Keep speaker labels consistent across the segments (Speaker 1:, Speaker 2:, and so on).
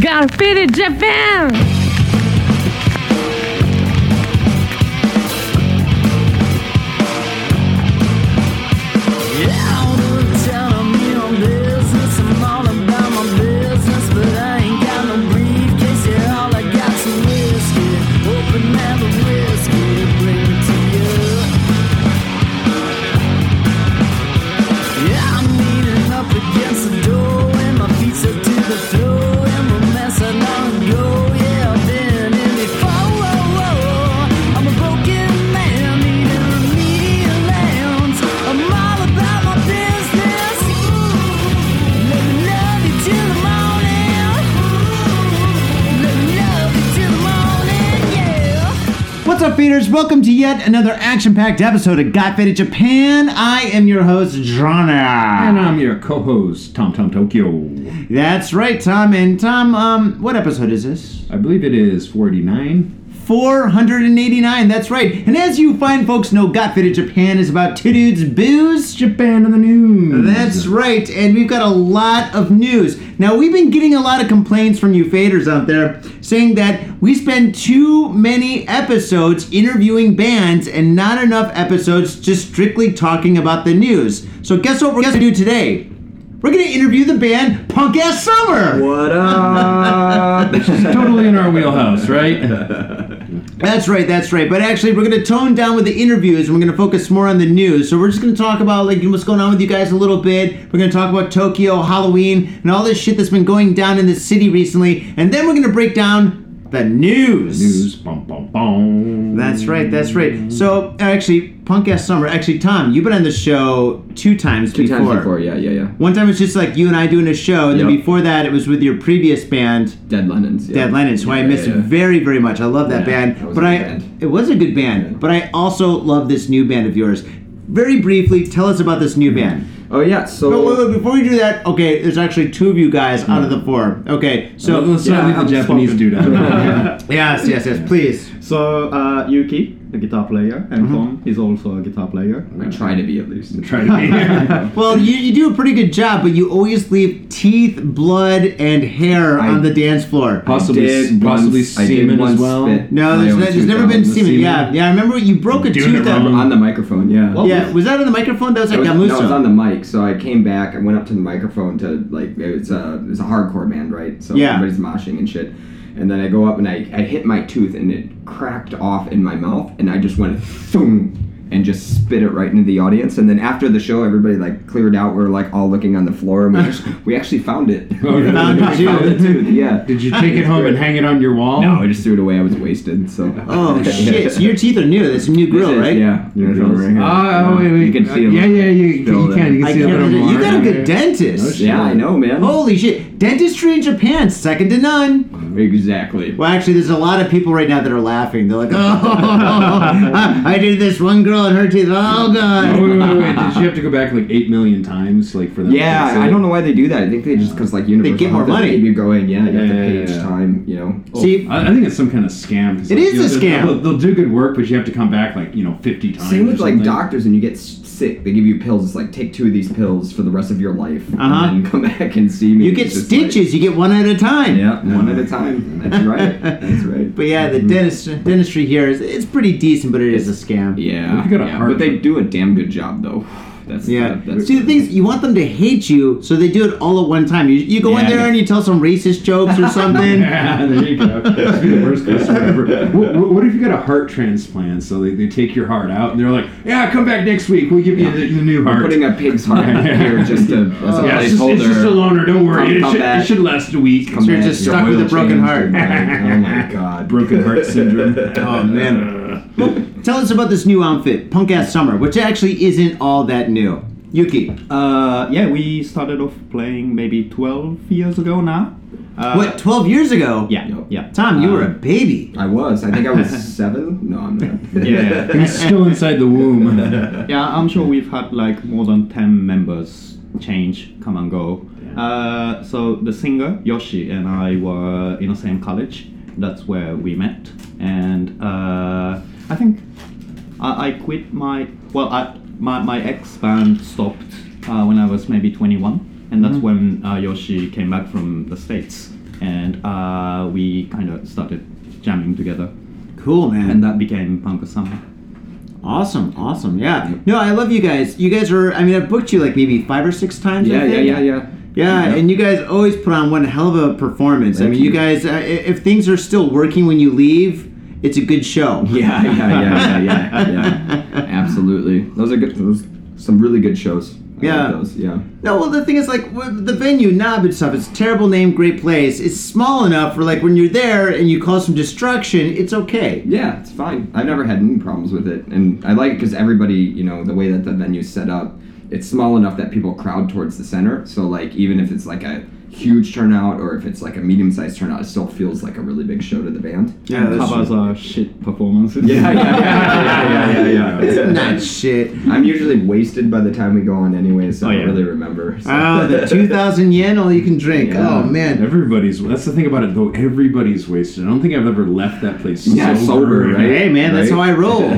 Speaker 1: Garfield Japan!
Speaker 2: What's up, feeders? Welcome to yet another action-packed episode of Got Fitted Japan. I am your host,
Speaker 3: And
Speaker 2: Jana.
Speaker 3: I'm your co-host, Tom Tom Tokyo.
Speaker 2: That's right, Tom. And Tom, um, what episode is this?
Speaker 3: I believe it is 489.
Speaker 2: 489. That's right. And as you fine folks know, Got Fitted Japan is about two dudes booze.
Speaker 3: Japan in the news.
Speaker 2: That's right, and we've got a lot of news. Now, we've been getting a lot of complaints from you faders out there saying that we spend too many episodes interviewing bands and not enough episodes just strictly talking about the news. So, guess what we're going to do today? We're going to interview the band Punk Ass Summer!
Speaker 4: What up?
Speaker 3: totally in our wheelhouse, right?
Speaker 2: That's right, that's right. But actually, we're going to tone down with the interviews and we're going to focus more on the news. So we're just going to talk about like what's going on with you guys a little bit. We're going to talk about Tokyo, Halloween, and all this shit that's been going down in the city recently. And then we're going to break down the news.
Speaker 3: news. Bum, bum, bum.
Speaker 2: That's right, that's right. So actually, punk ass summer. Actually, Tom, you've been on the show two times
Speaker 4: Two
Speaker 2: before.
Speaker 4: times before, yeah, yeah, yeah.
Speaker 2: One time it's just like you and I doing a show, and then
Speaker 4: Yep.
Speaker 2: before that it was with your previous band,
Speaker 4: Dead Lennon's. Yeah.
Speaker 2: Dead Lennons, who I
Speaker 4: Yeah,
Speaker 2: miss
Speaker 4: yeah, yeah.
Speaker 2: very, very much. I love that
Speaker 4: Yeah,
Speaker 2: band.
Speaker 4: that was
Speaker 2: but
Speaker 4: a
Speaker 2: I,
Speaker 4: good band.
Speaker 2: it was a good band.
Speaker 4: Yeah.
Speaker 2: But I also love this new band of yours. Very briefly, tell us about this new band.
Speaker 4: Oh yeah, so
Speaker 2: But wait, wait, before we do that, okay, there's actually two of you guys out of the four. Okay, so
Speaker 3: Let's not
Speaker 5: Yeah,
Speaker 3: leave the
Speaker 5: I'm
Speaker 3: Japanese
Speaker 5: spoken.
Speaker 3: dude out.
Speaker 2: yes, yes, yes, please.
Speaker 5: So uh, Yuki, the guitar player, and Tom is also a guitar player.
Speaker 4: I try to be at least.
Speaker 3: Try to be.
Speaker 2: Well, you, you do a pretty good job, but you always leave teeth, blood, and hair on the dance floor.
Speaker 3: Possibly,
Speaker 4: did
Speaker 3: possibly
Speaker 4: once- I did
Speaker 3: semen as
Speaker 4: once
Speaker 3: well.
Speaker 4: spit.
Speaker 2: no,
Speaker 4: my
Speaker 2: there's,
Speaker 4: own
Speaker 2: no, there's
Speaker 4: tooth
Speaker 2: never
Speaker 4: out
Speaker 2: been
Speaker 4: in the
Speaker 2: semen.
Speaker 3: semen.
Speaker 2: Yeah, yeah. I remember you broke a
Speaker 3: Doing it
Speaker 2: tooth. out-
Speaker 3: wrong.
Speaker 4: On the microphone, yeah.
Speaker 5: Well,
Speaker 2: Yeah, was that on the microphone? That was
Speaker 4: It
Speaker 2: at
Speaker 4: was, no, it
Speaker 2: Gamuso.
Speaker 4: was on the mic. So I came back. I went up to the microphone to like it's a it's a hardcore band, right? So
Speaker 2: Yeah.
Speaker 4: everybody's moshing and shit. And then I go up and I, I hit my tooth and it cracked off in my mouth and I just went boom and just spit it right into the audience. And then after the show, everybody like cleared out. We were like all looking on the floor and we, just, we actually found it.
Speaker 3: Oh, you found
Speaker 2: your
Speaker 4: Found the
Speaker 2: tooth.
Speaker 4: tooth, Yeah.
Speaker 3: Did you take it home and hang it on your wall?
Speaker 4: No, I just threw it away. I was wasted. So.
Speaker 2: Oh shit! So your teeth are new. That's a new
Speaker 4: This
Speaker 2: grill,
Speaker 4: is-
Speaker 2: right?
Speaker 4: Yeah.
Speaker 3: Oh,
Speaker 4: Your grill right here.
Speaker 3: oh, wait, wait.
Speaker 4: You can
Speaker 3: Uh,
Speaker 4: see 'em.
Speaker 3: Yeah, yeah, you, you
Speaker 4: Still
Speaker 3: can. You can
Speaker 4: there.
Speaker 2: I
Speaker 3: see a
Speaker 2: can't
Speaker 3: little
Speaker 2: believe-
Speaker 3: more.
Speaker 2: you got a
Speaker 3: Yeah.
Speaker 2: good dentist.
Speaker 4: Yeah, I know, man.
Speaker 2: Holy shit! Dentistry in Japan, second to none.
Speaker 4: Exactly.
Speaker 2: Well, actually, there's a lot of people right now that are laughing. They're like, "Oh, I I did this one girl and her teeth. Oh
Speaker 3: Oh,
Speaker 2: god."
Speaker 3: wait, wait, wait. Did you have to go back like eight million times, like for that?
Speaker 4: Yeah,
Speaker 3: episode?
Speaker 4: I don't know why they do that. I think they just because like Universal
Speaker 2: get more
Speaker 4: Health doesn't
Speaker 2: money.
Speaker 4: Keep you going. Yeah, you have to
Speaker 3: Yeah,
Speaker 4: pay
Speaker 3: yeah,
Speaker 4: each
Speaker 3: yeah.
Speaker 4: time. You know.
Speaker 2: See,
Speaker 3: I, I think it's some kind of scam. It
Speaker 2: It
Speaker 3: is
Speaker 2: is a scam.
Speaker 3: They'll, they'll do good work, but you have to come back like you know fifty times.
Speaker 4: Same
Speaker 3: or
Speaker 4: with like
Speaker 3: something.
Speaker 4: doctors, and you get s- sick. They give you pills. It's like take two of these pills for the rest of your life,
Speaker 2: Uh-huh.
Speaker 4: and then come back and see me.
Speaker 2: you
Speaker 4: It's
Speaker 2: get
Speaker 4: just like-
Speaker 2: stitches. You get one at a time.
Speaker 4: yeah, Mm-hmm. one at a time. That's right. That's right.
Speaker 2: But yeah, the dentist dentistry here is it's pretty decent, but it is a scam.
Speaker 4: yeah,
Speaker 3: If you got a
Speaker 4: yeah,
Speaker 3: heart-
Speaker 4: but they do a damn good job though. That's
Speaker 2: Yeah.
Speaker 4: that- that's
Speaker 2: See, the thing is, you want them to hate you, so they do it all at one time. You, you go in
Speaker 4: Yeah.
Speaker 2: there and you tell some racist jokes or something.
Speaker 3: Yeah, there you go. That's the worst customer ever. What, what- what if you got a heart transplant? So they, they take your heart out and they're like, yeah, come back next week. We'll give you the, the new heart.
Speaker 4: putting a pig's heart here just to, as a
Speaker 3: yeah, it's just,
Speaker 4: placeholder.
Speaker 3: it's just a loner. Don't worry.
Speaker 4: Come-
Speaker 3: It
Speaker 4: come
Speaker 3: should, it
Speaker 4: back.
Speaker 3: should last a week.
Speaker 4: Come
Speaker 2: You're
Speaker 4: back,
Speaker 2: just
Speaker 4: your
Speaker 2: stuck
Speaker 4: oil
Speaker 2: with a broken
Speaker 4: changed,
Speaker 2: heart.
Speaker 4: you're like, oh my god.
Speaker 3: Broken heart syndrome.
Speaker 2: Oh man. Well, tell us about this new outfit, Punk Ass Summer, which actually isn't all that new. Yuki,
Speaker 5: Uh, yeah, we started off playing maybe 12 years ago now. Uh,
Speaker 2: what, 12 years ago?
Speaker 5: Yeah,
Speaker 4: Yup.
Speaker 5: yeah.
Speaker 2: Tom, you
Speaker 5: Uh,
Speaker 2: were
Speaker 4: Um,
Speaker 2: a baby.
Speaker 4: I was. I think I was seven. No, I'm not.
Speaker 5: Yeah, yeah.
Speaker 3: He's still inside the womb. Oh,
Speaker 5: yeah, I'm sure we've had like more than 10 members change, come and go. Uh, so the singer Yoshi and I were in the same college. That's where we met, and uh, I think I, I quit my well, I, my my ex band stopped uh, when I was maybe 21, and that's when uh, Yoshi came back from the states. and uh, we kind of started jamming together,
Speaker 2: Cool, man.
Speaker 4: uh,
Speaker 5: and that became Punk Summer.
Speaker 2: Awesome, awesome, yeah. No, I love you guys. You guys are. I mean, I've booked you like maybe five or six times. I
Speaker 4: Yeah, yeah,
Speaker 2: think.
Speaker 4: yeah, yeah.
Speaker 2: Yeah,
Speaker 4: Yeah.
Speaker 2: and you guys always put on one hell of a performance. I
Speaker 4: Thank
Speaker 2: mean, you
Speaker 4: you.
Speaker 2: guys, uh, i- if things are still working when you leave, it's a good show.
Speaker 4: Yeah, yeah, yeah, yeah, yeah, yeah. Absolutely. Those are good. Those some really good shows. I like
Speaker 2: Yeah.
Speaker 4: those. Yeah.
Speaker 2: No, well, the thing is, like, with the venue, Knob and stuff, it's a terrible name, great place. It's small enough for, like, when you're there and you cause some destruction, it's okay.
Speaker 4: Yeah, it's fine. I've never had any problems with it, and I like it because everybody, you know, the way that the venue's set up, it's small enough that people crowd towards the center. So like, even if it's like a huge turnout or if it's like a medium-sized turnout, it still feels like a really big show to the band.
Speaker 2: Yeah,
Speaker 5: and
Speaker 2: that's
Speaker 5: covers are shit performances.
Speaker 4: Yeah, yeah, yeah, yeah, yeah, yeah, yeah.
Speaker 2: It's not shit.
Speaker 4: I'm usually wasted by the time we go on, anyway, so
Speaker 5: Oh,
Speaker 4: I
Speaker 5: yeah.
Speaker 4: don't really remember.
Speaker 3: Uh,
Speaker 4: So.
Speaker 2: Oh, the 2,000 yen, all you can drink.
Speaker 4: Yeah.
Speaker 2: Oh, man.
Speaker 3: Everybody's. That's the thing about it, though. Everybody's wasted. I don't think I've ever left that place
Speaker 4: Yeah,
Speaker 3: sober.
Speaker 4: sober, right?
Speaker 2: Hey, man, that's how
Speaker 4: Right?
Speaker 2: I roll.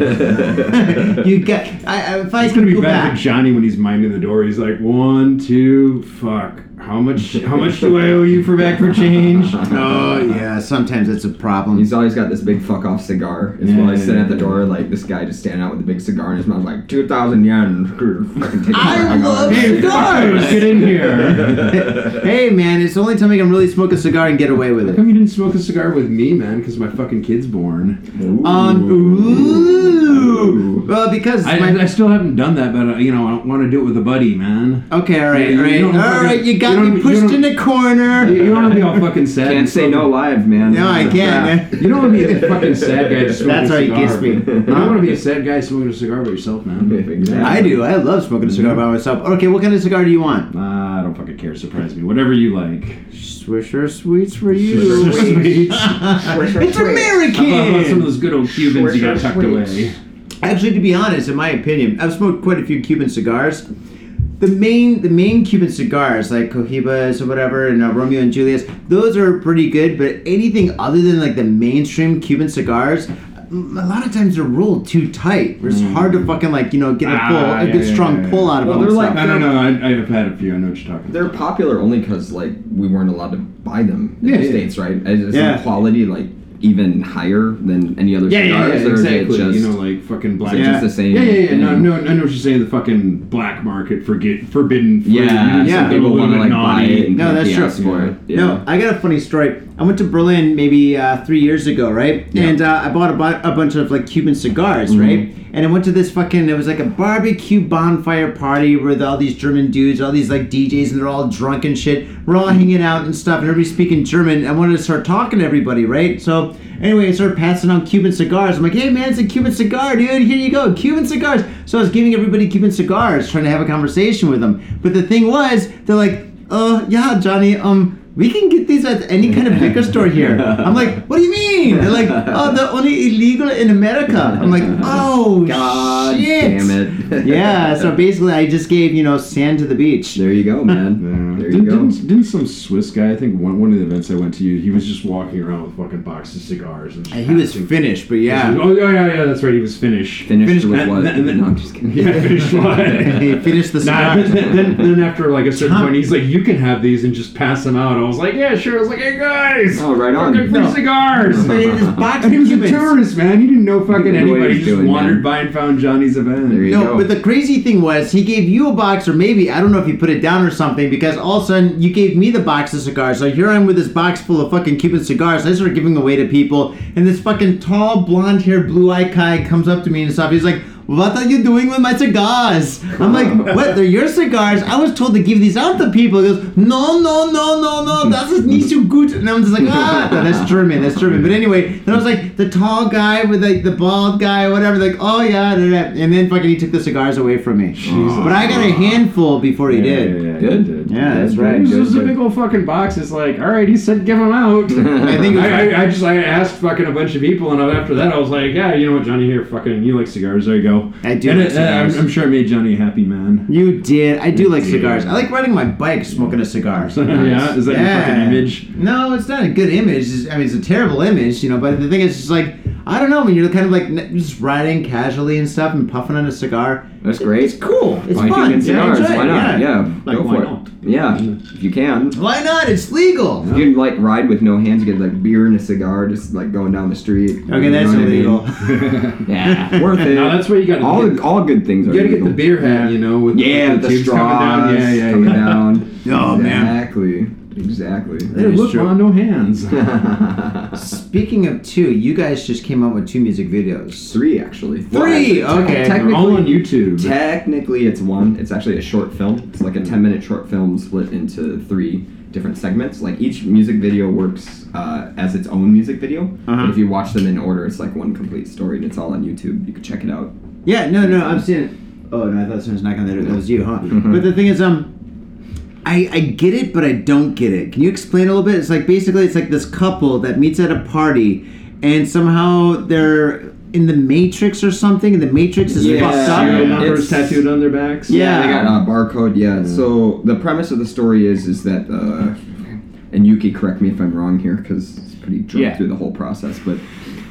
Speaker 2: you got, I, I, if I
Speaker 3: It's
Speaker 2: could
Speaker 3: gonna be
Speaker 2: go
Speaker 3: bad
Speaker 2: back.
Speaker 3: for Johnny when he's minding the door. He's like, one, two, fuck. How much? How much do I owe you for back for change?
Speaker 2: Oh, yeah, sometimes that's a problem.
Speaker 4: He's always got this big fuck off cigar as well.
Speaker 3: Yeah,
Speaker 4: I sit
Speaker 3: yeah,
Speaker 4: at the
Speaker 3: yeah.
Speaker 4: door like this guy just standing out with a big cigar in his mouth, like two thousand yen. Fucking take my
Speaker 2: I
Speaker 4: fucking
Speaker 2: love
Speaker 4: arm."
Speaker 3: hey, fuckers, get in here.
Speaker 2: hey man, it's the only time I can really smoke a cigar and get away with
Speaker 3: How
Speaker 2: it.
Speaker 3: come you didn't smoke a cigar with me, man? Because my fucking kid's born.
Speaker 2: Um, ooh. Well, because
Speaker 3: I,
Speaker 2: my,
Speaker 3: I still haven't done that, but uh, you know, I don't want to do it with a buddy, man.
Speaker 2: okay, all right,
Speaker 3: Yeah,
Speaker 2: all right,
Speaker 3: you
Speaker 2: all
Speaker 3: don't fucking-
Speaker 2: right. You got
Speaker 3: you don't-
Speaker 2: me
Speaker 3: you
Speaker 2: pushed
Speaker 3: don't-
Speaker 2: in a corner.
Speaker 3: You, you don't want to be all fucking sad.
Speaker 4: Can't
Speaker 3: and
Speaker 4: say
Speaker 3: smoke-
Speaker 4: no live, man.
Speaker 2: No, I
Speaker 4: Yeah.
Speaker 2: can't. Man.
Speaker 3: You don't want to be a fucking sad guy. Just smoking
Speaker 2: That's
Speaker 3: a
Speaker 2: why he
Speaker 3: cigar.
Speaker 2: kissed me.
Speaker 3: You don't want to be a sad guy smoking a cigar by yourself, man.
Speaker 4: Exactly.
Speaker 2: I do. I love smoking a cigar by myself. Okay, what kind of cigar do you want?
Speaker 3: Nah, I don't fucking care. Surprise me. Whatever you like.
Speaker 2: Swisher sweets for
Speaker 3: Swisher
Speaker 2: you. it's
Speaker 3: sweets. How about some of
Speaker 2: American.
Speaker 3: those good old Cubans you got
Speaker 4: Swisher
Speaker 3: tucked away?
Speaker 4: sweets.
Speaker 2: Actually, to be honest, in my opinion, I've smoked quite a few Cuban cigars. The main, the main Cuban cigars like Cohibas or whatever, and uh, Romeo and Julius, those are pretty good. But anything other than like the mainstream Cuban cigars, m- a lot of times they're rolled too tight. It's hard
Speaker 4: Mm.
Speaker 2: to fucking like you know get a
Speaker 3: Ah,
Speaker 2: pull, a
Speaker 3: yeah,
Speaker 2: good
Speaker 3: yeah,
Speaker 2: strong
Speaker 3: yeah, yeah.
Speaker 2: pull out of
Speaker 4: Well,
Speaker 2: them.
Speaker 4: they're
Speaker 2: and
Speaker 4: like-
Speaker 2: stuff.
Speaker 3: I don't know. I, I've had a few. I know what you're talking
Speaker 4: They're
Speaker 3: about.
Speaker 4: popular only because like we weren't allowed to buy them in
Speaker 3: Yeah,
Speaker 4: the
Speaker 3: yeah.
Speaker 4: states, right? Is, is
Speaker 2: Yeah,
Speaker 4: the quality like even higher than any other
Speaker 3: Yeah, yeah,
Speaker 4: cigars?
Speaker 3: yeah,
Speaker 4: or is it
Speaker 3: exactly.
Speaker 4: just-
Speaker 3: you know, like fucking black.
Speaker 4: just
Speaker 3: Yeah.
Speaker 4: the same
Speaker 3: Yeah, yeah, yeah. No,
Speaker 4: thing?
Speaker 3: no, I know what you're saying. The fucking black market, forget, forbidden. Fruit.
Speaker 4: yeah,
Speaker 3: Some
Speaker 2: yeah.
Speaker 4: yeah.
Speaker 3: people
Speaker 4: People
Speaker 3: a
Speaker 4: want to
Speaker 3: little bit
Speaker 4: like buy
Speaker 3: naughty.
Speaker 4: it. And
Speaker 2: No,
Speaker 4: can't
Speaker 2: that's
Speaker 4: be
Speaker 2: true.
Speaker 4: asked For it. Yeah.
Speaker 2: No, I got a funny story. I went to Berlin maybe uh, three years ago, right?
Speaker 4: Yeah. Mm-hmm.
Speaker 2: And uh, I bought a, bu- a bunch of like Cuban cigars, right? And I went to this fucking. It was like a barbecue bonfire party with all these German dudes, all these like DJs, and they're all drunk and shit. We're all hanging out and stuff, and everybody's speaking German. I wanted to start talking to everybody, right? So anyway, I started passing out Cuban cigars. I'm like, hey man, it's a Cuban cigar, dude. Here you go, Cuban cigars. So I was giving everybody Cuban cigars, trying to have a conversation with them. But the thing was, they're like, uh, yeah, Johnny, um, we can get these at any kind of liquor store here. I'm like, what do you mean? They're like, oh, they're only illegal in America. I'm like, oh,
Speaker 4: God
Speaker 2: shit.
Speaker 4: damn it.
Speaker 2: yeah, so basically I just gave, you know, sand to the beach.
Speaker 4: There you go, man. There you
Speaker 3: Didn't,
Speaker 4: go.
Speaker 3: didn't, didn't some Swiss guy? I think one, one of the events I went to, he was just walking around with fucking boxes of cigars. And just
Speaker 2: And he was
Speaker 3: passing-
Speaker 2: finished, but yeah.
Speaker 3: Oh yeah, yeah, yeah. That's right. He was Finnish. Finnish-
Speaker 4: Finished with
Speaker 3: that-
Speaker 4: what?
Speaker 3: that- that-
Speaker 4: No, I'm just kidding.
Speaker 3: Yeah, Finnish
Speaker 2: He
Speaker 3: wine.
Speaker 2: finished the
Speaker 3: Nah,
Speaker 2: cigar.
Speaker 3: then, then, then after like a certain
Speaker 2: Tom-
Speaker 3: point, he's like, "You can have these and just pass them out." I was like, "Yeah, sure." I was like, "Hey guys,
Speaker 4: Oh, right on.
Speaker 3: fucking free
Speaker 4: No.
Speaker 3: cigars."
Speaker 2: They had this box
Speaker 3: And
Speaker 2: of
Speaker 3: he was a
Speaker 2: Cubans.
Speaker 3: tourist, man. He didn't know fucking
Speaker 4: didn't know what
Speaker 3: anybody. He
Speaker 4: he was
Speaker 3: just
Speaker 4: doing,
Speaker 3: wandered
Speaker 4: man.
Speaker 3: by and found Johnny's event.
Speaker 4: There you
Speaker 2: No,
Speaker 4: go.
Speaker 2: but the crazy thing was he gave you a box, or maybe I don't know if he put it down or something, because all of a sudden you gave me the box of cigars. So here I'm with this box full of fucking Cuban cigars. I start giving away to people, and this fucking tall, blonde haired, blue eyed guy comes up to me and stuff. He's like, "What are you doing with my cigars?" I'm like, "What? They're your cigars? I was told to give these out to people." He goes, "No, no, no, no, no. That's nicht so good." And I'm just like, "Ah, no, that's German. That's German." But anyway, then I was like, the tall guy with like the bald guy, whatever. Like, oh yeah, da, da, da." and then fucking he took the cigars away from me. But I got a handful before he
Speaker 3: Yeah,
Speaker 2: did.
Speaker 3: yeah, yeah,
Speaker 4: Good.
Speaker 3: he did.
Speaker 2: Yeah, that's right.
Speaker 3: It was just a
Speaker 4: good.
Speaker 3: big old fucking box. It's like, all right, he said give them out.
Speaker 2: I think it was,
Speaker 3: I, I, I just I asked fucking a bunch of people, and after that, I was like, yeah, you know what, Johnny, here, fucking, you like cigars? There you go.
Speaker 2: I do
Speaker 3: And
Speaker 2: like
Speaker 3: it- uh, I'm,
Speaker 2: cigars.
Speaker 3: I'm sure it made Johnny a happy man.
Speaker 2: you did. I do like
Speaker 3: did.
Speaker 2: cigars. I like riding my bike smoking a cigar.
Speaker 3: yeah, is that your fucking
Speaker 2: Yeah.
Speaker 3: image?
Speaker 2: No, it's not a good image. It's- I mean, it's a terrible image, you know. But the thing is, it's like I don't know. When you're kind of like n- just riding casually and stuff, and puffing on a cigar,
Speaker 4: That's great.
Speaker 2: it's cool. It's
Speaker 4: Biking
Speaker 2: fun.
Speaker 4: and
Speaker 2: Yeah, I
Speaker 4: cigars.
Speaker 2: enjoy it,
Speaker 4: why not? Yeah,
Speaker 5: Like,
Speaker 4: go
Speaker 5: why
Speaker 4: for
Speaker 5: not?
Speaker 4: it. Yeah, if you can.
Speaker 2: Why not? It's legal.
Speaker 3: Oh,
Speaker 4: You can like ride with no hands. You get like beer and a cigar, just like going down the street.
Speaker 2: Okay,
Speaker 4: You
Speaker 2: that's
Speaker 4: know what I mean?
Speaker 2: illegal.
Speaker 4: Yeah, worth it.
Speaker 3: No, that's where you gotta
Speaker 4: all
Speaker 3: get-
Speaker 4: all good things
Speaker 3: You
Speaker 4: are.
Speaker 3: gotta get the
Speaker 4: illegal.
Speaker 3: beer hat, you know, with
Speaker 4: Yeah,
Speaker 3: with
Speaker 4: the,
Speaker 3: tubes
Speaker 4: straws
Speaker 3: coming down. Yeah, yeah,
Speaker 4: coming
Speaker 3: yeah.
Speaker 4: down.
Speaker 2: Oh, man.
Speaker 4: exactly, exactly.
Speaker 3: Hey,
Speaker 2: is
Speaker 3: look,
Speaker 2: true.
Speaker 3: on no hands.
Speaker 2: Speaking of two, you guys just came out with two music videos.
Speaker 4: Three actually.
Speaker 2: Three,
Speaker 4: Well,
Speaker 2: okay.
Speaker 3: They're
Speaker 4: Technically,
Speaker 3: all on YouTube.
Speaker 4: Technically, it's one. It's actually a short film. It's like a 10 minute short film split into three different segments. Like each music video works uh, as its own music video. But if you watch them in order, it's like one complete story and it's all on YouTube. You can check it out.
Speaker 2: Yeah, no, no, I'm seeing. Oh no, I thought someone was knocking on the door. That was you, huh?
Speaker 4: Mm-hmm.
Speaker 2: But the thing is, um, I I get it, but I don't get it. Can you explain a little bit? It's like basically, it's like this couple that meets at a party, and somehow they're in the Matrix or something, and the Matrix is
Speaker 4: Yeah.
Speaker 2: fucked up.
Speaker 3: Serial
Speaker 4: Yeah.
Speaker 3: numbers
Speaker 4: It's-
Speaker 3: tattooed on their backs.
Speaker 2: Yeah.
Speaker 4: They got a barcode, yeah.
Speaker 3: Mm.
Speaker 4: So the premise of the story is is that uh, and Yuki, correct me if I'm wrong here, because it's pretty drunk
Speaker 5: Yeah.
Speaker 4: through the whole process, but.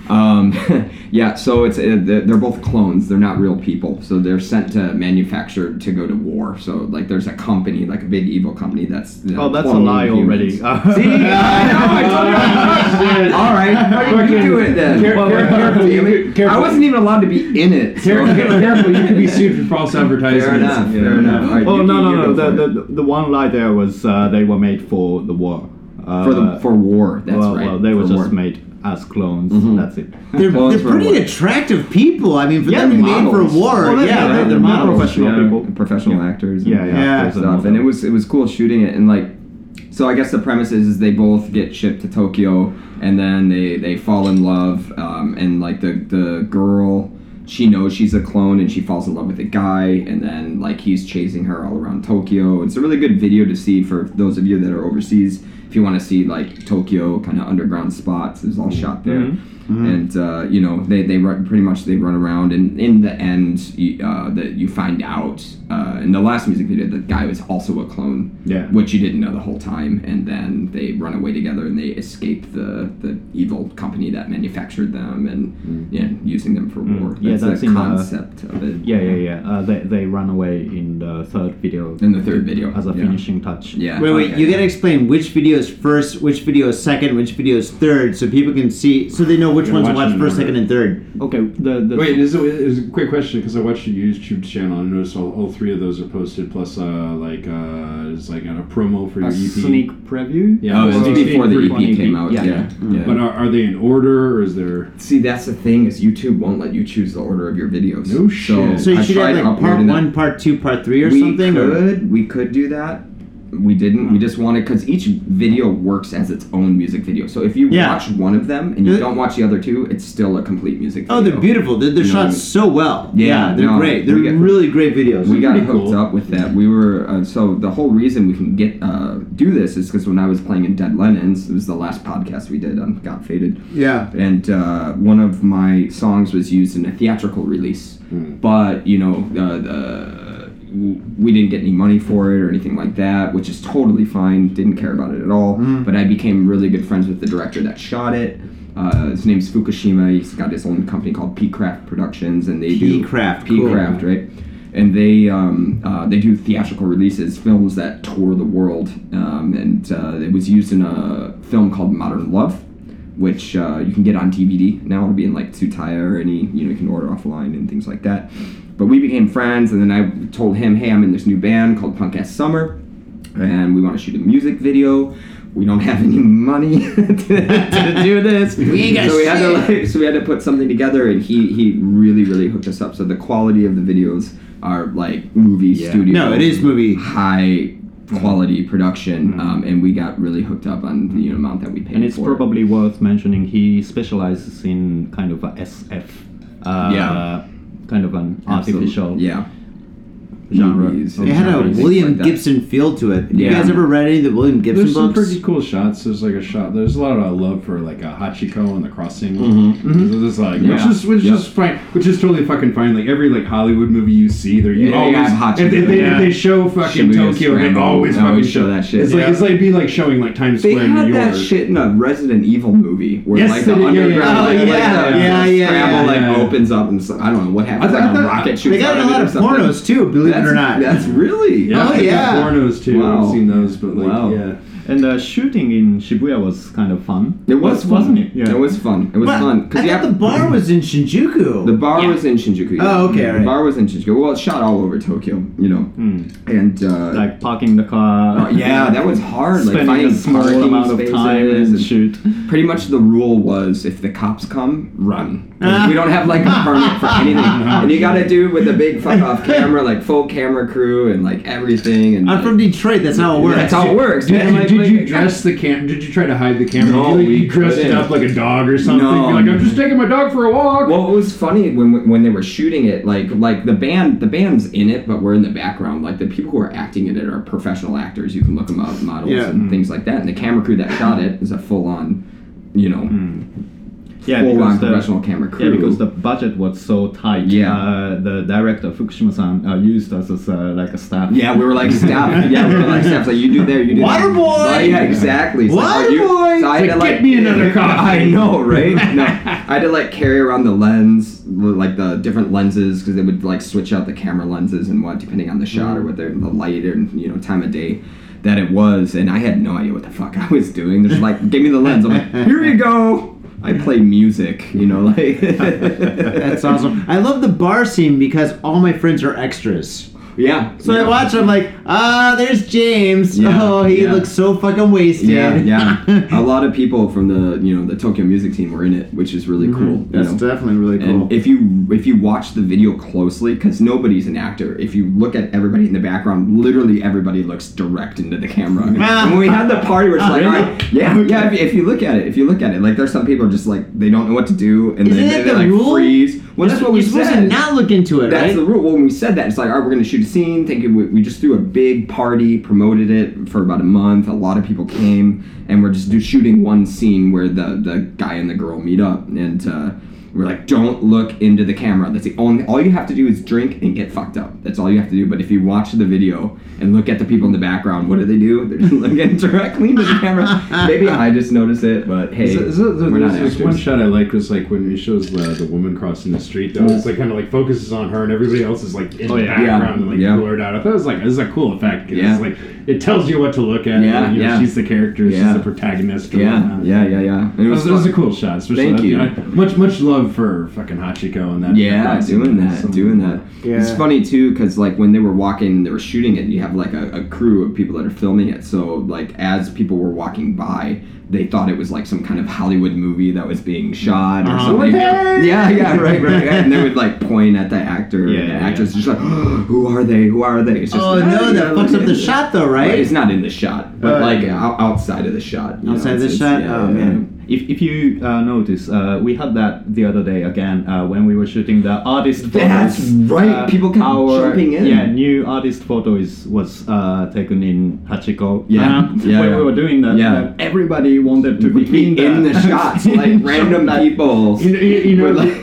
Speaker 4: Um, yeah, so it's uh, they're they're both clones. They're not real people. So they're sent to manufacture to go to war. So like, there's a company, like a big evil company that's. you know,
Speaker 5: Oh, that's a
Speaker 4: cloning
Speaker 5: lie already.
Speaker 4: humans. See, I know. I told you. I'm
Speaker 3: Shit.
Speaker 4: not. All right, how you
Speaker 3: Fucking-
Speaker 4: do it then?
Speaker 3: Care- care- careful,
Speaker 4: Damn it.
Speaker 3: you- careful.
Speaker 4: I wasn't even allowed to be in it. so-
Speaker 3: Care- care- Careful, you could be sued for false advertising.
Speaker 4: Fair enough. Fair enough. All right,
Speaker 5: Oh
Speaker 4: Yuki,
Speaker 5: no no
Speaker 4: you
Speaker 5: no!
Speaker 4: go for
Speaker 5: The,
Speaker 4: it.
Speaker 5: the the one lie there was uh, they were made for the war. Uh,
Speaker 4: for the for war. That's
Speaker 5: well,
Speaker 4: right.
Speaker 5: well, they
Speaker 4: for
Speaker 5: were just
Speaker 4: war. Mm-hmm.
Speaker 5: made as clones. That's it.
Speaker 2: They're,
Speaker 4: Well,
Speaker 2: they're
Speaker 4: it's for
Speaker 2: pretty
Speaker 4: what?
Speaker 2: attractive people. I mean, for
Speaker 5: Yeah,
Speaker 2: them to be made for
Speaker 4: models.
Speaker 2: war,
Speaker 5: Well, they're-
Speaker 2: yeah,
Speaker 5: they're-
Speaker 2: they're,
Speaker 5: they're
Speaker 2: models.
Speaker 5: model professional
Speaker 3: yeah.
Speaker 5: people.
Speaker 4: And professional actors.
Speaker 5: Yeah, yeah,
Speaker 2: Yeah.
Speaker 5: there's a
Speaker 4: stuff. And it
Speaker 5: model.
Speaker 4: was it was cool shooting it and like so I guess the premise is, is they both get shipped to Tokyo and then they they fall in love um, and like the the girl she knows she's a clone and she falls in love with a guy and then like he's chasing her all around Tokyo. It's a really good video to see for those of you that are overseas if you want to see like Tokyo kind of underground spots. It was all shot there.
Speaker 5: Mm-hmm.
Speaker 4: And uh, you know they, they run pretty much they run around and in the end you, uh, that you find out uh, in the last music video the guy was also a clone
Speaker 5: Yeah.
Speaker 4: which you didn't know the whole time and then they run away together and they escape the, the evil company that manufactured them and yeah, using them for war
Speaker 5: Mm. Yeah, that's
Speaker 4: the
Speaker 5: in, uh,
Speaker 4: concept of it
Speaker 5: Yeah yeah yeah. Uh, they they run away in the third video.
Speaker 4: in the third video
Speaker 5: as a
Speaker 4: yeah.
Speaker 5: finishing touch.
Speaker 4: yeah
Speaker 2: Wait, wait,
Speaker 4: okay.
Speaker 2: you gotta explain which video is first, which video is second, which video is third, so people can see, so they know which
Speaker 3: Yeah,
Speaker 2: ones to
Speaker 3: watch
Speaker 2: watch
Speaker 3: them
Speaker 2: first, second,
Speaker 3: in order.
Speaker 2: and third.
Speaker 5: Okay. The the
Speaker 3: Wait, is it, is a quick question because I watched your YouTube channel and I noticed all, all three of those are posted. Plus, uh, like uh, it's like a promo for
Speaker 5: a
Speaker 3: your E EP.
Speaker 5: sneak preview.
Speaker 3: Yeah,
Speaker 4: E Oh,
Speaker 3: well,
Speaker 4: it's
Speaker 3: it's
Speaker 4: before the
Speaker 5: before
Speaker 4: EP
Speaker 5: the
Speaker 4: came
Speaker 5: EP,
Speaker 4: out.
Speaker 5: yeah.
Speaker 4: Yeah, yeah.
Speaker 3: But are, are they in order or is there?
Speaker 4: See, that's the thing is YouTube won't let you choose the order of your videos.
Speaker 3: No shit.
Speaker 2: So you
Speaker 4: I
Speaker 2: should
Speaker 4: tried
Speaker 2: have like part
Speaker 4: uploading them.
Speaker 2: one, part two, part three, or
Speaker 4: we
Speaker 2: something. or-
Speaker 4: could we could do that. We didn't. We just wanted because each video works as its own music video. So if you
Speaker 2: Yeah.
Speaker 4: watch one of them and you
Speaker 2: Yeah.
Speaker 4: don't watch the other two, it's still a complete music. video.
Speaker 2: Oh, they're beautiful. They're, they're
Speaker 4: You
Speaker 2: shot
Speaker 4: know what I mean?
Speaker 2: so well.
Speaker 4: Yeah,
Speaker 2: they're
Speaker 4: no,
Speaker 2: great.
Speaker 4: we
Speaker 2: They're
Speaker 4: get-
Speaker 2: really great videos.
Speaker 4: We got
Speaker 3: Pretty
Speaker 4: hooked
Speaker 3: cool.
Speaker 4: up with that. We were uh, so the whole reason we can get uh, do this is because when I was playing in Dead Lennons, it was the last podcast we did on Got Faded.
Speaker 2: yeah.
Speaker 4: and uh, one of my songs was used in a theatrical release but you know uh, the, w- we didn't get any money for it or anything like that which is totally fine didn't care about it at all but i became really good friends with the director that shot it uh, his name's fukushima he's got his own company called p-craft productions and they do
Speaker 2: P-Craft, cool.
Speaker 4: p-craft right and they um, uh, they do theatrical releases, films that tour the world, um, and uh, it was used in a film called Modern Love, which uh, you can get on DVD now. It'll be in like Tsutaya or any you know you can order offline and things like that. But we became friends, and then I told him, hey, I'm in this new band called Punk Ass Summer, and we want to shoot a music video. We don't have any money to, to do this.
Speaker 2: We ain't got
Speaker 4: so we had to
Speaker 2: shit.
Speaker 4: like so we had to put something together and he he really really hooked us up so the quality of the videos are like movie studio
Speaker 2: No, it is movie. Mm-hmm.
Speaker 4: high quality production um, and we got really hooked up on the amount that we paid
Speaker 5: and it's
Speaker 4: for it.
Speaker 5: probably worth mentioning he specializes in kind of a SF, uh,
Speaker 4: Yeah.
Speaker 5: kind of an
Speaker 4: Absolute-
Speaker 5: artificial
Speaker 4: yeah
Speaker 5: genre.
Speaker 4: Movies.
Speaker 5: of
Speaker 2: It had a
Speaker 5: genres.
Speaker 4: Things
Speaker 2: William
Speaker 4: like that.
Speaker 2: Gibson feel to it. You
Speaker 4: Yeah.
Speaker 2: guys ever read any of the William Gibson
Speaker 3: There's some
Speaker 2: books?
Speaker 3: pretty cool shots. There's like a shot. There's a lot of love for like a Hachiko and the crossing. This is like which
Speaker 4: Mm-hmm, Yeah.
Speaker 3: is which
Speaker 4: Yeah.
Speaker 3: is fine, which is totally fucking fine. Like every like Hollywood movie you see, they're you
Speaker 4: Yeah, they
Speaker 3: always
Speaker 4: got Hachiko.
Speaker 3: if, they, if they,
Speaker 4: Yeah.
Speaker 3: if they show fucking
Speaker 4: Shibuya
Speaker 3: Tokyo, they
Speaker 4: Scramble.
Speaker 3: always
Speaker 4: They
Speaker 3: fucking
Speaker 4: always show that shit.
Speaker 3: It's
Speaker 4: Yeah.
Speaker 3: like it's like be like showing like Times
Speaker 4: They
Speaker 3: Square in
Speaker 4: had
Speaker 3: New York.
Speaker 4: that shit in a Resident Evil movie where
Speaker 3: Yes,
Speaker 4: like
Speaker 3: they
Speaker 4: the
Speaker 3: did, yeah, yeah,
Speaker 4: underground,
Speaker 3: yeah.
Speaker 4: like,
Speaker 2: Oh, yeah,
Speaker 4: like the
Speaker 2: yeah, yeah,
Speaker 4: Scrabble,
Speaker 2: yeah,
Speaker 4: like
Speaker 3: yeah.
Speaker 4: opens up and so, I don't know what happens.
Speaker 3: I
Speaker 4: like
Speaker 3: thought-
Speaker 4: a rocket shoots
Speaker 2: They got
Speaker 4: out
Speaker 2: in a
Speaker 4: of it
Speaker 2: lot
Speaker 4: or
Speaker 2: of pornos
Speaker 4: something.
Speaker 2: too, believe it or not.
Speaker 4: That's really.
Speaker 2: Yeah. Oh,
Speaker 3: I've got
Speaker 2: yeah.
Speaker 3: Pornos too.
Speaker 4: Wow.
Speaker 3: I've seen those, but like
Speaker 5: Wow.
Speaker 3: yeah.
Speaker 5: And the shooting in Shibuya was kind of fun.
Speaker 4: It was fun.
Speaker 5: wasn't it? Yeah.
Speaker 4: It was fun. It was
Speaker 2: But
Speaker 4: fun.
Speaker 2: I
Speaker 4: yeah,
Speaker 2: thought the bar was in Shinjuku.
Speaker 4: The bar
Speaker 5: Yeah.
Speaker 4: was in Shinjuku. yeah.
Speaker 2: Oh, okay,
Speaker 4: The
Speaker 2: alright.
Speaker 4: bar was in Shinjuku. Well, it shot all over Tokyo, you know.
Speaker 5: Mm.
Speaker 4: And uh,
Speaker 5: Like parking the car.
Speaker 4: oh, yeah, that was hard. Like
Speaker 5: Spending
Speaker 4: finding
Speaker 5: a small
Speaker 4: parking
Speaker 5: amount of
Speaker 4: spaces
Speaker 5: time and
Speaker 4: and-
Speaker 5: shoot.
Speaker 4: Pretty much the rule was if the cops come, run. 'Cause we don't have like
Speaker 2: Ah.
Speaker 4: a permit for anything, and you got to do with a big fuck off camera, like full camera crew and like everything. And
Speaker 2: I'm from Detroit. That's how it works.
Speaker 4: That's how it works.
Speaker 3: Did,
Speaker 4: man. Like-
Speaker 3: did
Speaker 4: like-
Speaker 3: you dress the cam? Did you try to hide the camera?
Speaker 4: No,
Speaker 3: Did you, like,
Speaker 4: we
Speaker 3: you dressed it
Speaker 4: couldn't.
Speaker 3: up like a dog or something.
Speaker 4: No.
Speaker 3: Be like I'm just taking my dog for a walk.
Speaker 4: Well, it was funny when when they were shooting it, like like the band the band's in it, but we're in the background. Like the people who are acting in it are professional actors. You can look them up, models
Speaker 2: Yeah.
Speaker 4: and things like that. And the camera crew that shot it is a full on, you know,
Speaker 5: Hmm. Yeah,
Speaker 4: full on
Speaker 5: because the,
Speaker 4: professional camera crew.
Speaker 5: yeah, because the budget was so tight.
Speaker 4: Yeah.
Speaker 5: Uh, the director Fukushima-san uh, used us as uh, like a staff.
Speaker 4: Yeah, we were like staff. Yeah, we were like staff. Like you do there, you do there.
Speaker 2: Waterboy!
Speaker 4: Right, yeah, exactly. It's like, oh, you-
Speaker 2: Waterboy!
Speaker 4: I had
Speaker 3: It's like, "Get me another coffee."
Speaker 4: I know, right? No, I had to like carry around the lens, like the different lenses, because they would like switch out the camera lenses and what, depending on the shot
Speaker 2: Mm.
Speaker 4: or whether the light or you know time of day that it was. And I had no idea what the fuck I was doing. They're just like, give me the lens. I'm like, here you go. I play music, you know, like
Speaker 2: That's awesome. I love the bar scene because all my friends are extras.
Speaker 4: yeah.
Speaker 2: So I
Speaker 4: yeah.
Speaker 2: watch. I'm like, ah, there's James.
Speaker 4: Yeah,
Speaker 2: oh, he
Speaker 4: yeah.
Speaker 2: looks so fucking wasted.
Speaker 4: Yeah, yeah. a lot of people from the you know the Tokyo music team were in it, which is really cool. you
Speaker 2: Mm-hmm. That's
Speaker 4: know.
Speaker 2: definitely really cool.
Speaker 4: And if you if you watch the video closely, because nobody's an actor, if you look at everybody in the background, literally everybody looks direct into the camera. and when we had the party, we're
Speaker 2: Oh,
Speaker 4: just like, all right, yeah, yeah. If, if you look at it, if you look at it, like there's some people just like they don't know what to do, and
Speaker 2: Isn't
Speaker 4: then
Speaker 2: that
Speaker 4: they
Speaker 2: the
Speaker 4: like
Speaker 2: rule?
Speaker 4: freeze. Well, that's what we
Speaker 2: You're supposed
Speaker 4: said.
Speaker 2: to not look into it,
Speaker 4: That's
Speaker 2: right?
Speaker 4: the rule. Well, when we said that, it's like, all right, we're going to shoot a scene. Thank you. We, we just threw a big party, promoted it for about a month. A lot of people came, and we're just do, shooting one scene where the, the guy and the girl meet up. And uh, we're like, don't look into the camera. That's the only, all you have to do is drink and get fucked up. That's all you have to do. But if you watch the video and look at the people in the background, what do they do? They're just looking directly into the camera. Maybe I just noticed it, but hey,
Speaker 3: So- so- so
Speaker 4: we're not
Speaker 3: there's
Speaker 4: actors.
Speaker 3: this one shot I liked was like when it shows the, the woman crossing the street though. It's like kind of like focuses on her and everybody else is like in
Speaker 5: Oh,
Speaker 3: the
Speaker 5: yeah.
Speaker 3: background
Speaker 4: Yeah.
Speaker 3: and like
Speaker 4: Yeah.
Speaker 3: blurred out. I thought it was like this is a cool effect 'cause
Speaker 4: Yeah.
Speaker 3: it's like it tells you what to look at.
Speaker 4: Yeah,
Speaker 3: and, you know,
Speaker 4: yeah.
Speaker 3: She's the character.
Speaker 4: Yeah.
Speaker 3: She's the protagonist. or
Speaker 4: Yeah,
Speaker 3: whatnot.
Speaker 4: yeah, yeah, yeah. And
Speaker 3: It was, it was
Speaker 4: fun.
Speaker 3: a cool shot. Especially
Speaker 4: Thank
Speaker 3: that,
Speaker 4: you.
Speaker 3: know, much much love for fucking Hachiko and that.
Speaker 4: Yeah,
Speaker 3: that
Speaker 4: doing
Speaker 3: scene.
Speaker 4: that,
Speaker 3: Some-
Speaker 4: doing that.
Speaker 2: Yeah.
Speaker 4: It's funny too, because like when they were walking and they were shooting it, you have like a, a crew of people that are filming it. So like as people were walking by, they thought it was like some kind of Hollywood movie that was being shot
Speaker 2: Uh-huh.
Speaker 4: or something. Yeah, yeah, right, right. And they would like point at the actor
Speaker 5: Yeah,
Speaker 4: and the
Speaker 5: yeah,
Speaker 4: actress, just like, who are they? Who are they? It's just,
Speaker 2: oh
Speaker 4: "Ah,
Speaker 2: no,
Speaker 4: you
Speaker 2: that
Speaker 4: know,
Speaker 2: fucks
Speaker 4: like,
Speaker 2: up the
Speaker 4: it's-
Speaker 2: shot though,
Speaker 4: Right,
Speaker 2: right?
Speaker 4: It's not in the shot, but
Speaker 2: Uh,
Speaker 4: like out- outside of the shot. you know,
Speaker 2: Outside of the
Speaker 4: it's- it's-
Speaker 2: shot?
Speaker 4: yeah,
Speaker 2: Oh,
Speaker 4: yeah,
Speaker 2: man.
Speaker 4: yeah.
Speaker 5: uh, If, if you uh, notice, uh, we had that the other day again uh, when we were shooting the artist photos. Uh,
Speaker 4: That's right, people kept jumping in.
Speaker 5: Yeah, new artist photo is, was uh, taken in Hachiko.
Speaker 4: Yeah,
Speaker 5: Um,
Speaker 4: yeah,
Speaker 5: when
Speaker 4: yeah.
Speaker 5: we were doing that,
Speaker 4: Yeah.
Speaker 5: uh, everybody wanted to be
Speaker 4: in,
Speaker 5: in,
Speaker 4: the shots, like random people.
Speaker 3: You know, you, you know
Speaker 4: We're
Speaker 3: like,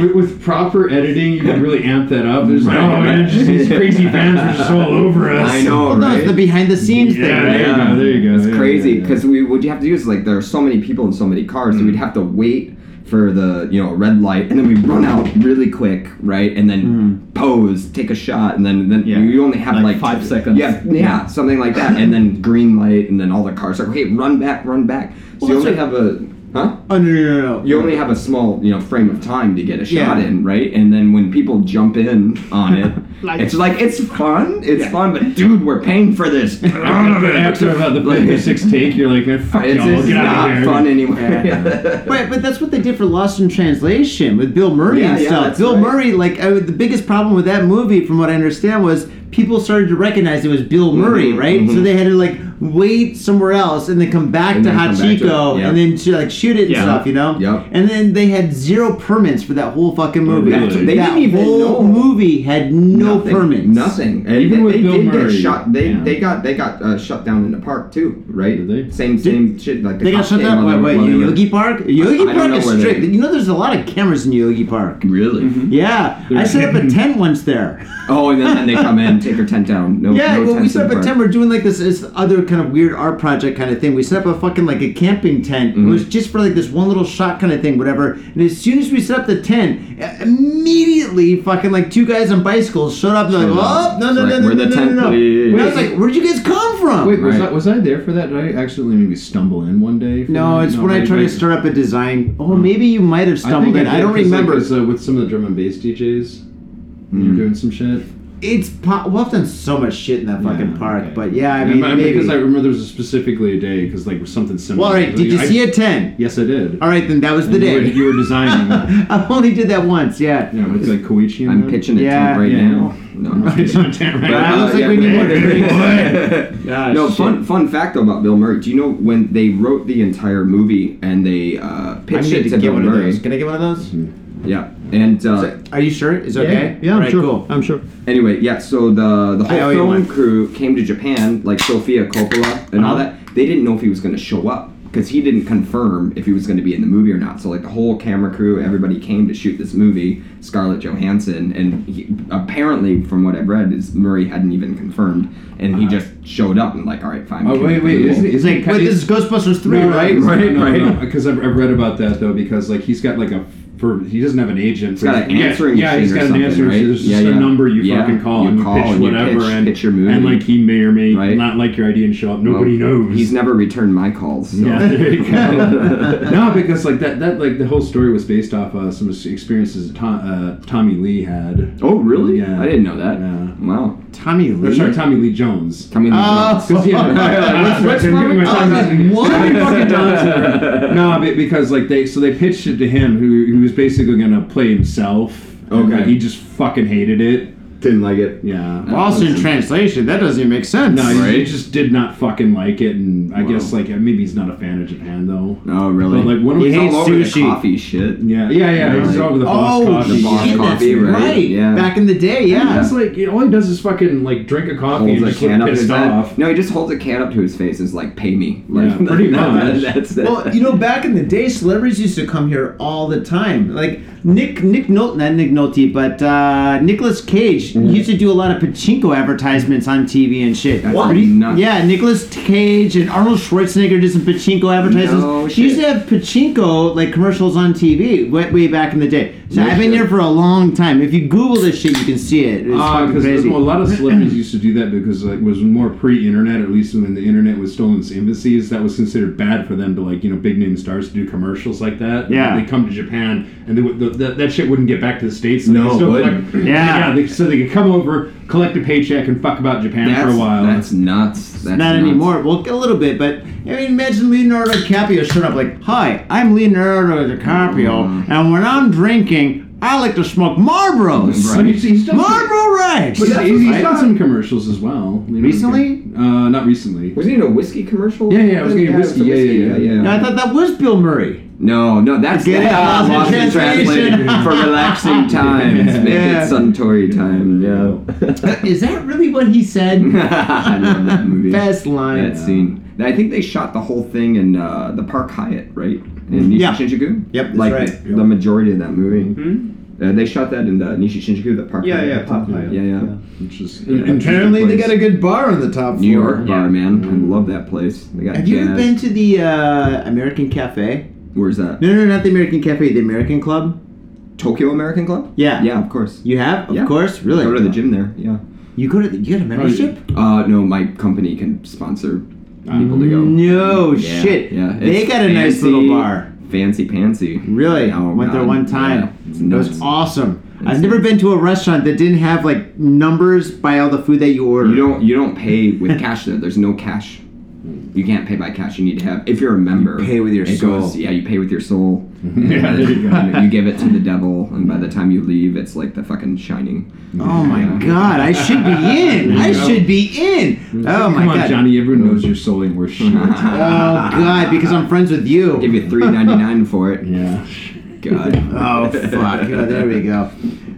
Speaker 3: with, with proper editing, you can really amp that up. There's
Speaker 4: Right,
Speaker 3: no, man,
Speaker 4: right.
Speaker 3: just these crazy fans are just all over us.
Speaker 4: I know,
Speaker 2: Well, no,
Speaker 4: right?
Speaker 2: it's the behind the scenes
Speaker 3: Yeah,
Speaker 2: thing, right?
Speaker 3: there you go. There you go.
Speaker 4: It's
Speaker 3: yeah,
Speaker 4: crazy
Speaker 3: yeah, yeah.
Speaker 4: because we what you have to do is like there are so many people in so many cars, so we'd have to wait for the you know red light, and then we run out really quick, right? And then pose, take a shot, and then then
Speaker 5: Yeah.
Speaker 4: you only have Mm. like,
Speaker 5: Like five seconds.
Speaker 4: Yeah, yeah, something like that, and then green light, and then all the cars are hey, run back, run back. So you
Speaker 2: Well,
Speaker 4: only
Speaker 2: that's
Speaker 4: have a huh?
Speaker 2: Oh no, no, no, no.
Speaker 4: you only have a small you know frame of time to get a shot
Speaker 2: Yeah.
Speaker 4: in right and then when people jump in on it it's like it's fun it's fun but dude we're paying for this
Speaker 3: After about the like, sixth take, you're like, man, fuck
Speaker 4: it's,
Speaker 3: y'all,
Speaker 4: it's
Speaker 3: get out of
Speaker 4: not
Speaker 3: here.
Speaker 4: fun anyway
Speaker 2: But, but that's what they did for Lost in Translation with Bill Murray
Speaker 4: Yeah,
Speaker 2: and
Speaker 4: yeah,
Speaker 2: stuff.
Speaker 4: that's
Speaker 2: Bill
Speaker 4: right.
Speaker 2: Murray, like I, would- the biggest problem with that movie, from what I understand, was people started to recognize it was Bill Murray,
Speaker 4: Mhm,
Speaker 2: right? So they had to like wait somewhere else and then come back
Speaker 4: And
Speaker 2: to
Speaker 4: then come back to it,
Speaker 2: Hachiko
Speaker 4: yep.
Speaker 2: and then to like shoot it and
Speaker 5: Yeah.
Speaker 2: stuff, you know?
Speaker 4: Yep.
Speaker 2: And then they had zero permits for that whole fucking movie.
Speaker 4: That's- they
Speaker 2: that
Speaker 4: didn't even
Speaker 2: whole
Speaker 4: know.
Speaker 2: movie had no
Speaker 4: Nothing,
Speaker 2: permits.
Speaker 4: nothing and
Speaker 3: Even
Speaker 4: they,
Speaker 3: with
Speaker 4: they
Speaker 3: Bill
Speaker 4: did
Speaker 3: Murray,
Speaker 4: get shot they,
Speaker 3: yeah.
Speaker 4: they got they got uh, shut down in the park too right
Speaker 3: Did they?
Speaker 4: same same shit like the
Speaker 2: They got
Speaker 4: cops
Speaker 2: shut
Speaker 4: came
Speaker 2: down.
Speaker 4: while
Speaker 2: Wait,
Speaker 4: they
Speaker 2: wait,
Speaker 4: were- while they were-
Speaker 2: Yogi Park? Yogi
Speaker 4: I don't
Speaker 2: Park
Speaker 4: know
Speaker 2: is
Speaker 4: where they-
Speaker 2: strict. You know, there's a lot of cameras in Yogi Park.
Speaker 4: really
Speaker 2: Mm-hmm. Yeah, I set up a tent once there.
Speaker 4: oh and then, then they come in take her tent down. No,
Speaker 2: Yeah,
Speaker 4: no
Speaker 2: well, we
Speaker 4: tents
Speaker 2: set
Speaker 4: in the
Speaker 2: up a
Speaker 4: park.
Speaker 2: tent. We're doing like this, this other kind of weird art project kind of thing. We set up a fucking like a camping tent. It was just for like this one little shot kind of thing, whatever. And as soon as we set up the tent, uh, immediately fucking like two guys on bicycles showed up. They're like,
Speaker 4: Showed
Speaker 2: oh,
Speaker 4: up.
Speaker 2: no, no,
Speaker 4: Like,
Speaker 2: no, no,
Speaker 4: we're
Speaker 2: no,
Speaker 4: the
Speaker 2: no,
Speaker 4: tent
Speaker 2: no,
Speaker 4: police.
Speaker 2: no. I was like, where'd you guys come from?
Speaker 3: Wait, was,
Speaker 4: Right.
Speaker 3: I, was I there for that? Did I accidentally maybe stumble in one day? for
Speaker 2: no,
Speaker 3: that?
Speaker 2: it's when I
Speaker 3: maybe-
Speaker 2: tried to start up a design. Oh, maybe you might have stumbled in.
Speaker 3: think
Speaker 2: I don't
Speaker 3: did, 'cause, like,
Speaker 2: remember.
Speaker 3: 'cause, uh, with some of the drum and bass DJs, you're doing some shit.
Speaker 2: It's po- well, I've done so much shit in that fucking
Speaker 3: Yeah,
Speaker 2: park,
Speaker 3: okay.
Speaker 2: but yeah, I
Speaker 3: And
Speaker 2: mean,
Speaker 3: I-
Speaker 2: maybe.
Speaker 3: because I remember there was specifically a day because like was something similar.
Speaker 2: well, all right. Did you see a ten?
Speaker 3: Yes, I did.
Speaker 2: All right, then that was the
Speaker 3: And you, were,
Speaker 2: day.
Speaker 3: you were designing.
Speaker 2: I only did that once. Yeah.
Speaker 3: you know, with like Koichi. and
Speaker 4: I'm
Speaker 3: them.
Speaker 4: pitching a
Speaker 2: Yeah,
Speaker 4: tent right
Speaker 3: yeah.
Speaker 4: now. No, I'm not
Speaker 3: Pitching a tent right
Speaker 4: But,
Speaker 2: That
Speaker 3: now.
Speaker 2: looks like
Speaker 4: yeah,
Speaker 2: we need
Speaker 4: but-
Speaker 2: more
Speaker 3: to Ah,
Speaker 4: no,
Speaker 3: shit.
Speaker 4: fun fun fact though about Bill Murray. Do you know when they wrote the entire movie and they uh,
Speaker 2: I
Speaker 4: pitched
Speaker 2: need
Speaker 4: it
Speaker 2: to
Speaker 4: to
Speaker 2: get
Speaker 4: Bill
Speaker 2: one of those.
Speaker 4: Murray?
Speaker 2: Can I get one of those?
Speaker 4: Yeah, and uh,
Speaker 2: Are you sure? Is it okay?
Speaker 5: Yeah, I'm
Speaker 2: All right,
Speaker 5: sure.
Speaker 2: Cool.
Speaker 5: I'm sure.
Speaker 4: Anyway, yeah, so the the
Speaker 2: I owe
Speaker 4: whole
Speaker 2: you one. Uh-huh.
Speaker 4: film crew came to Japan, like Sofia Coppola and all that. They didn't know if he was going to show up because he didn't confirm if he was going to be in the movie or not. So like the whole camera crew, everybody came to shoot this movie, Scarlett Johansson, and he, apparently from what I've read is Murray hadn't even confirmed, and he just showed up and like, all right, fine.
Speaker 3: Oh
Speaker 4: okay,
Speaker 3: wait, wait,
Speaker 4: cool."
Speaker 3: isn't, isn't it
Speaker 2: Uh-huh. Wait, this is Ghostbusters three, right?
Speaker 4: Right,
Speaker 3: right.
Speaker 4: right.
Speaker 3: Because I've, I've read about that though, because like he's got like a for he doesn't have an agent. He's
Speaker 4: got an answering
Speaker 3: yeah, yeah, he's
Speaker 4: machine or
Speaker 3: got an
Speaker 4: something,
Speaker 3: answering
Speaker 4: right?
Speaker 3: machine. There's just
Speaker 4: Yeah,
Speaker 3: a
Speaker 4: yeah.
Speaker 3: number you
Speaker 4: Yeah,
Speaker 3: fucking call
Speaker 4: you
Speaker 3: and
Speaker 4: call
Speaker 3: pitch
Speaker 4: and you
Speaker 3: whatever
Speaker 4: pitch-
Speaker 3: and
Speaker 4: pitch your movie.
Speaker 3: and like he may or may
Speaker 4: Right.
Speaker 3: not like your idea and show up.
Speaker 4: Well,
Speaker 3: Nobody knows.
Speaker 4: He's never returned my calls. So.
Speaker 3: Yeah, there you go. no, because like that, that like the whole story was based off uh, some experiences Tom, uh, Tommy Lee had.
Speaker 4: Oh really?
Speaker 3: Yeah.
Speaker 4: I didn't know that.
Speaker 3: Yeah.
Speaker 4: Wow.
Speaker 2: Tommy
Speaker 3: Or,
Speaker 2: Lee.
Speaker 3: sorry, Tommy Lee Jones.
Speaker 4: Coming.
Speaker 2: Oh,
Speaker 3: yeah,
Speaker 2: what's- what's wrong with Tommy?
Speaker 3: Tommy fucking Johnson. No, be- because like they so they pitched it to him, who who was basically gonna play himself. And,
Speaker 4: Okay.
Speaker 3: like, he just fucking hated it.
Speaker 4: didn't like it.
Speaker 3: Yeah.
Speaker 2: Lost in translation. That doesn't even make sense.
Speaker 3: No, he- he,
Speaker 4: Right.
Speaker 3: just did not fucking like it, and I guess like maybe he's not a fan of Japan though.
Speaker 4: Oh really?
Speaker 3: But like one of
Speaker 2: He
Speaker 3: his
Speaker 2: hates
Speaker 4: all over the
Speaker 2: sushi.
Speaker 4: coffee shit.
Speaker 3: Yeah, yeah, yeah. He's
Speaker 4: Right.
Speaker 3: all over the boss
Speaker 2: oh,
Speaker 3: coffee.
Speaker 4: The boss
Speaker 2: shit,
Speaker 4: coffee,
Speaker 2: that's
Speaker 4: right?
Speaker 2: right.
Speaker 4: Yeah.
Speaker 2: Back in the day,
Speaker 3: Yeah,
Speaker 2: yeah.
Speaker 3: it's like you know, all he does is fucking like drink a coffee
Speaker 4: holds
Speaker 3: and
Speaker 4: a
Speaker 3: just look
Speaker 4: can up
Speaker 3: pissed
Speaker 4: his
Speaker 3: off.
Speaker 4: head. No, he just holds a can up to his face. and Is like, pay me. Like,
Speaker 3: Yeah, pretty much.
Speaker 4: that's it.
Speaker 2: Well, you know, back in the day, celebrities used to come here all the time. Like Nick, Nick Nolte, not Nick Nolte, but uh, Nicolas Cage he used to do a lot of pachinko advertisements on TV and shit.
Speaker 4: That's What?
Speaker 2: But he-
Speaker 4: nuts.
Speaker 2: Yeah, Nicolas Cage and Arnold Schwarzenegger did some pachinko advertisements.
Speaker 4: No
Speaker 2: he used to
Speaker 4: shit.
Speaker 2: have pachinko like commercials on TV way, way back in the day. So
Speaker 4: No
Speaker 2: I've been
Speaker 4: shit.
Speaker 2: here for a long time. If you Google this shit, you can see it. It's
Speaker 4: Ah,
Speaker 2: fucking
Speaker 3: Because
Speaker 2: crazy.
Speaker 3: Uh, a lot of celebrities used to do that because like, it was more pre-internet, or at least when the internet was still in its embassies, that was considered bad for them to like you know big name stars to do commercials like that.
Speaker 2: Yeah.
Speaker 3: they come to Japan and they would the, that, that shit wouldn't get back to the states. and they
Speaker 4: No,
Speaker 3: could still
Speaker 4: it
Speaker 3: collect-
Speaker 4: wouldn't.
Speaker 2: Yeah.
Speaker 3: yeah. They, so they could come over, collect a paycheck, and fuck about Japan
Speaker 4: that's,
Speaker 3: for a while.
Speaker 4: That's nuts. That's
Speaker 2: Not
Speaker 4: nuts.
Speaker 2: anymore. Well, a little bit, but I mean, imagine Leonardo DiCaprio showing up like, "Hi, I'm Leonardo DiCaprio,
Speaker 4: Mm.
Speaker 2: and when I'm drinking, I like to smoke Marlboros,
Speaker 4: Right.
Speaker 3: but he's, he's done
Speaker 2: Marlboro Reds."
Speaker 3: But
Speaker 4: That's
Speaker 3: he's,
Speaker 4: what
Speaker 3: he's
Speaker 4: I
Speaker 3: done
Speaker 4: thought.
Speaker 3: some commercials as well. Leonardo
Speaker 2: Recently?
Speaker 3: DiCaprio. Uh, not recently.
Speaker 4: Was he in a whiskey commercial?
Speaker 3: Yeah, yeah, I was getting
Speaker 4: it
Speaker 3: whiskey. Yeah, yeah, yeah,
Speaker 2: No, I thought that was Bill Murray.
Speaker 4: No, no, that's
Speaker 2: Get it?
Speaker 4: that's
Speaker 2: Lost
Speaker 4: lost
Speaker 2: in
Speaker 4: in
Speaker 2: translation.
Speaker 4: translation for relaxing times. Make
Speaker 2: Yeah.
Speaker 4: it Suntory time. Yeah.
Speaker 2: Is that really what he said?
Speaker 4: I love that movie.
Speaker 2: Best line.
Speaker 4: that scene. I think they shot the whole thing in uh, the Park Hyatt, right? In Nishi
Speaker 2: Yeah.
Speaker 4: Shinjuku.
Speaker 2: Yep, that's
Speaker 4: like
Speaker 2: right.
Speaker 4: the majority of that movie. Uh, they shot that in the Nishi Shinjuku, the Park.
Speaker 5: Hmm? Yeah,
Speaker 4: Hyatt.
Speaker 5: yeah, Park Hyatt.
Speaker 4: Yeah, yeah.
Speaker 5: Yeah.
Speaker 3: Which is
Speaker 4: Yeah.
Speaker 2: Apparently, they got a good bar on the top floor.
Speaker 4: New York
Speaker 5: Yeah. Mm.
Speaker 4: bar, man. I love that place. They got
Speaker 2: Have you ever
Speaker 4: jazz.
Speaker 2: been to the uh, American Cafe?
Speaker 4: Where's that?
Speaker 2: No, no, not the American Cafe. The American Club.
Speaker 4: Tokyo American Club?
Speaker 2: Yeah.
Speaker 4: Yeah, of course.
Speaker 2: You have, of
Speaker 4: Yeah.
Speaker 2: course, really.
Speaker 4: Go to the gym there. Yeah.
Speaker 2: You go to the, you got a membership.
Speaker 4: Uh, no, my company can sponsor people to go.
Speaker 2: No
Speaker 4: Yeah,
Speaker 2: shit.
Speaker 4: Yeah.
Speaker 2: They
Speaker 4: It's
Speaker 2: got a nice
Speaker 4: fancy-
Speaker 2: little bar.
Speaker 4: Fancy pantsy.
Speaker 2: Really?
Speaker 4: Oh,
Speaker 2: Went there
Speaker 4: God.
Speaker 2: one time.
Speaker 4: Yeah. It's
Speaker 2: It was
Speaker 4: nuts.
Speaker 2: awesome. I've
Speaker 4: It's
Speaker 2: never been to a restaurant that didn't have like numbers by all the food that you order.
Speaker 4: You don't you don't pay with cash there. There's no cash. You can't pay by cash. You need to have if you're a member.
Speaker 2: pay with your
Speaker 4: it
Speaker 2: soul.
Speaker 4: Goes, yeah, you pay with your soul.
Speaker 3: Yeah, there you go.
Speaker 4: you give it to the devil, and by the time you leave, it's like the fucking shining.
Speaker 2: Oh my god! I should be in. I should be in. Oh my
Speaker 3: Come on,
Speaker 2: god!
Speaker 3: Johnny. Everyone knows your soul ain't worth shit.
Speaker 2: Oh god! Because I'm friends with
Speaker 4: Give
Speaker 2: you.
Speaker 4: you three ninety nine for it.
Speaker 3: yeah.
Speaker 4: God.
Speaker 2: Oh fuck! Oh, there we go.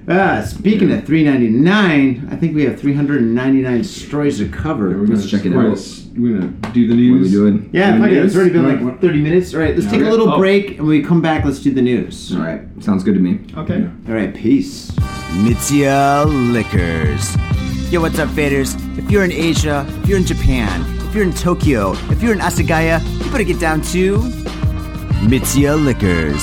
Speaker 2: Uh, speaking of 399, I think we have 399 stories to cover.
Speaker 3: We're gonna
Speaker 4: Let's check it
Speaker 3: we're
Speaker 4: out.
Speaker 3: gonna s- We're gonna do the news.
Speaker 4: What are we doing?
Speaker 2: Yeah,
Speaker 3: Any
Speaker 2: fuck it. It's
Speaker 3: news?
Speaker 2: already been
Speaker 3: Right, what-
Speaker 2: like 30 minutes. All right, let's take a
Speaker 3: Okay.
Speaker 2: little
Speaker 5: Oh.
Speaker 2: break, and when we come back, let's do the news.
Speaker 4: All right, sounds good to me.
Speaker 5: Okay.
Speaker 2: All right, peace.
Speaker 6: Mitzia Liquors.
Speaker 5: Yo, what's up, faders? If you're in Asia, if you're in Japan, if you're in Tokyo, if you're in Asagaya, you better get down to Mitsuya Liquors.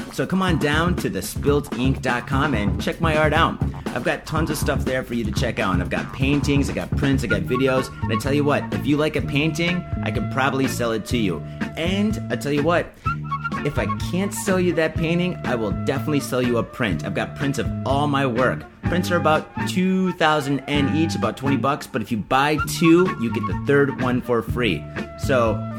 Speaker 2: So come on down to thespiltink.com and check my art out. I've got tons of stuff there for you to check out. And I've got paintings, I got prints, I got videos, and I tell you what, if you like a painting, I could probably sell it to you. And I tell you what, if I can't sell you that painting, I will definitely sell you a print. I've got prints of all my work. Prints are about 2,000 N each, about 20 bucks, but if you buy two, you get the third one for free. So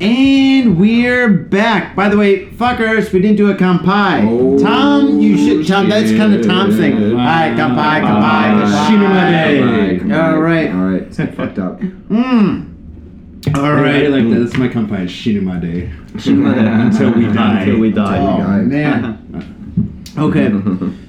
Speaker 5: And we're back. By the way, fuckers, we didn't do a kampai.
Speaker 4: Oh,
Speaker 5: Tom, you should. Tom, that's kind of Tom's thing.
Speaker 4: shit.
Speaker 5: All right, kampai, kampai,
Speaker 7: Shinamade.
Speaker 4: Come on,
Speaker 5: kampai.
Speaker 4: come on.
Speaker 5: All right.
Speaker 4: All right. It's fucked up.
Speaker 5: All
Speaker 7: All right, I
Speaker 5: right.
Speaker 7: like that. That's my compai, Shinamade.
Speaker 4: Until
Speaker 7: we die.
Speaker 8: Until
Speaker 5: Oh
Speaker 8: we die.
Speaker 5: man. Okay.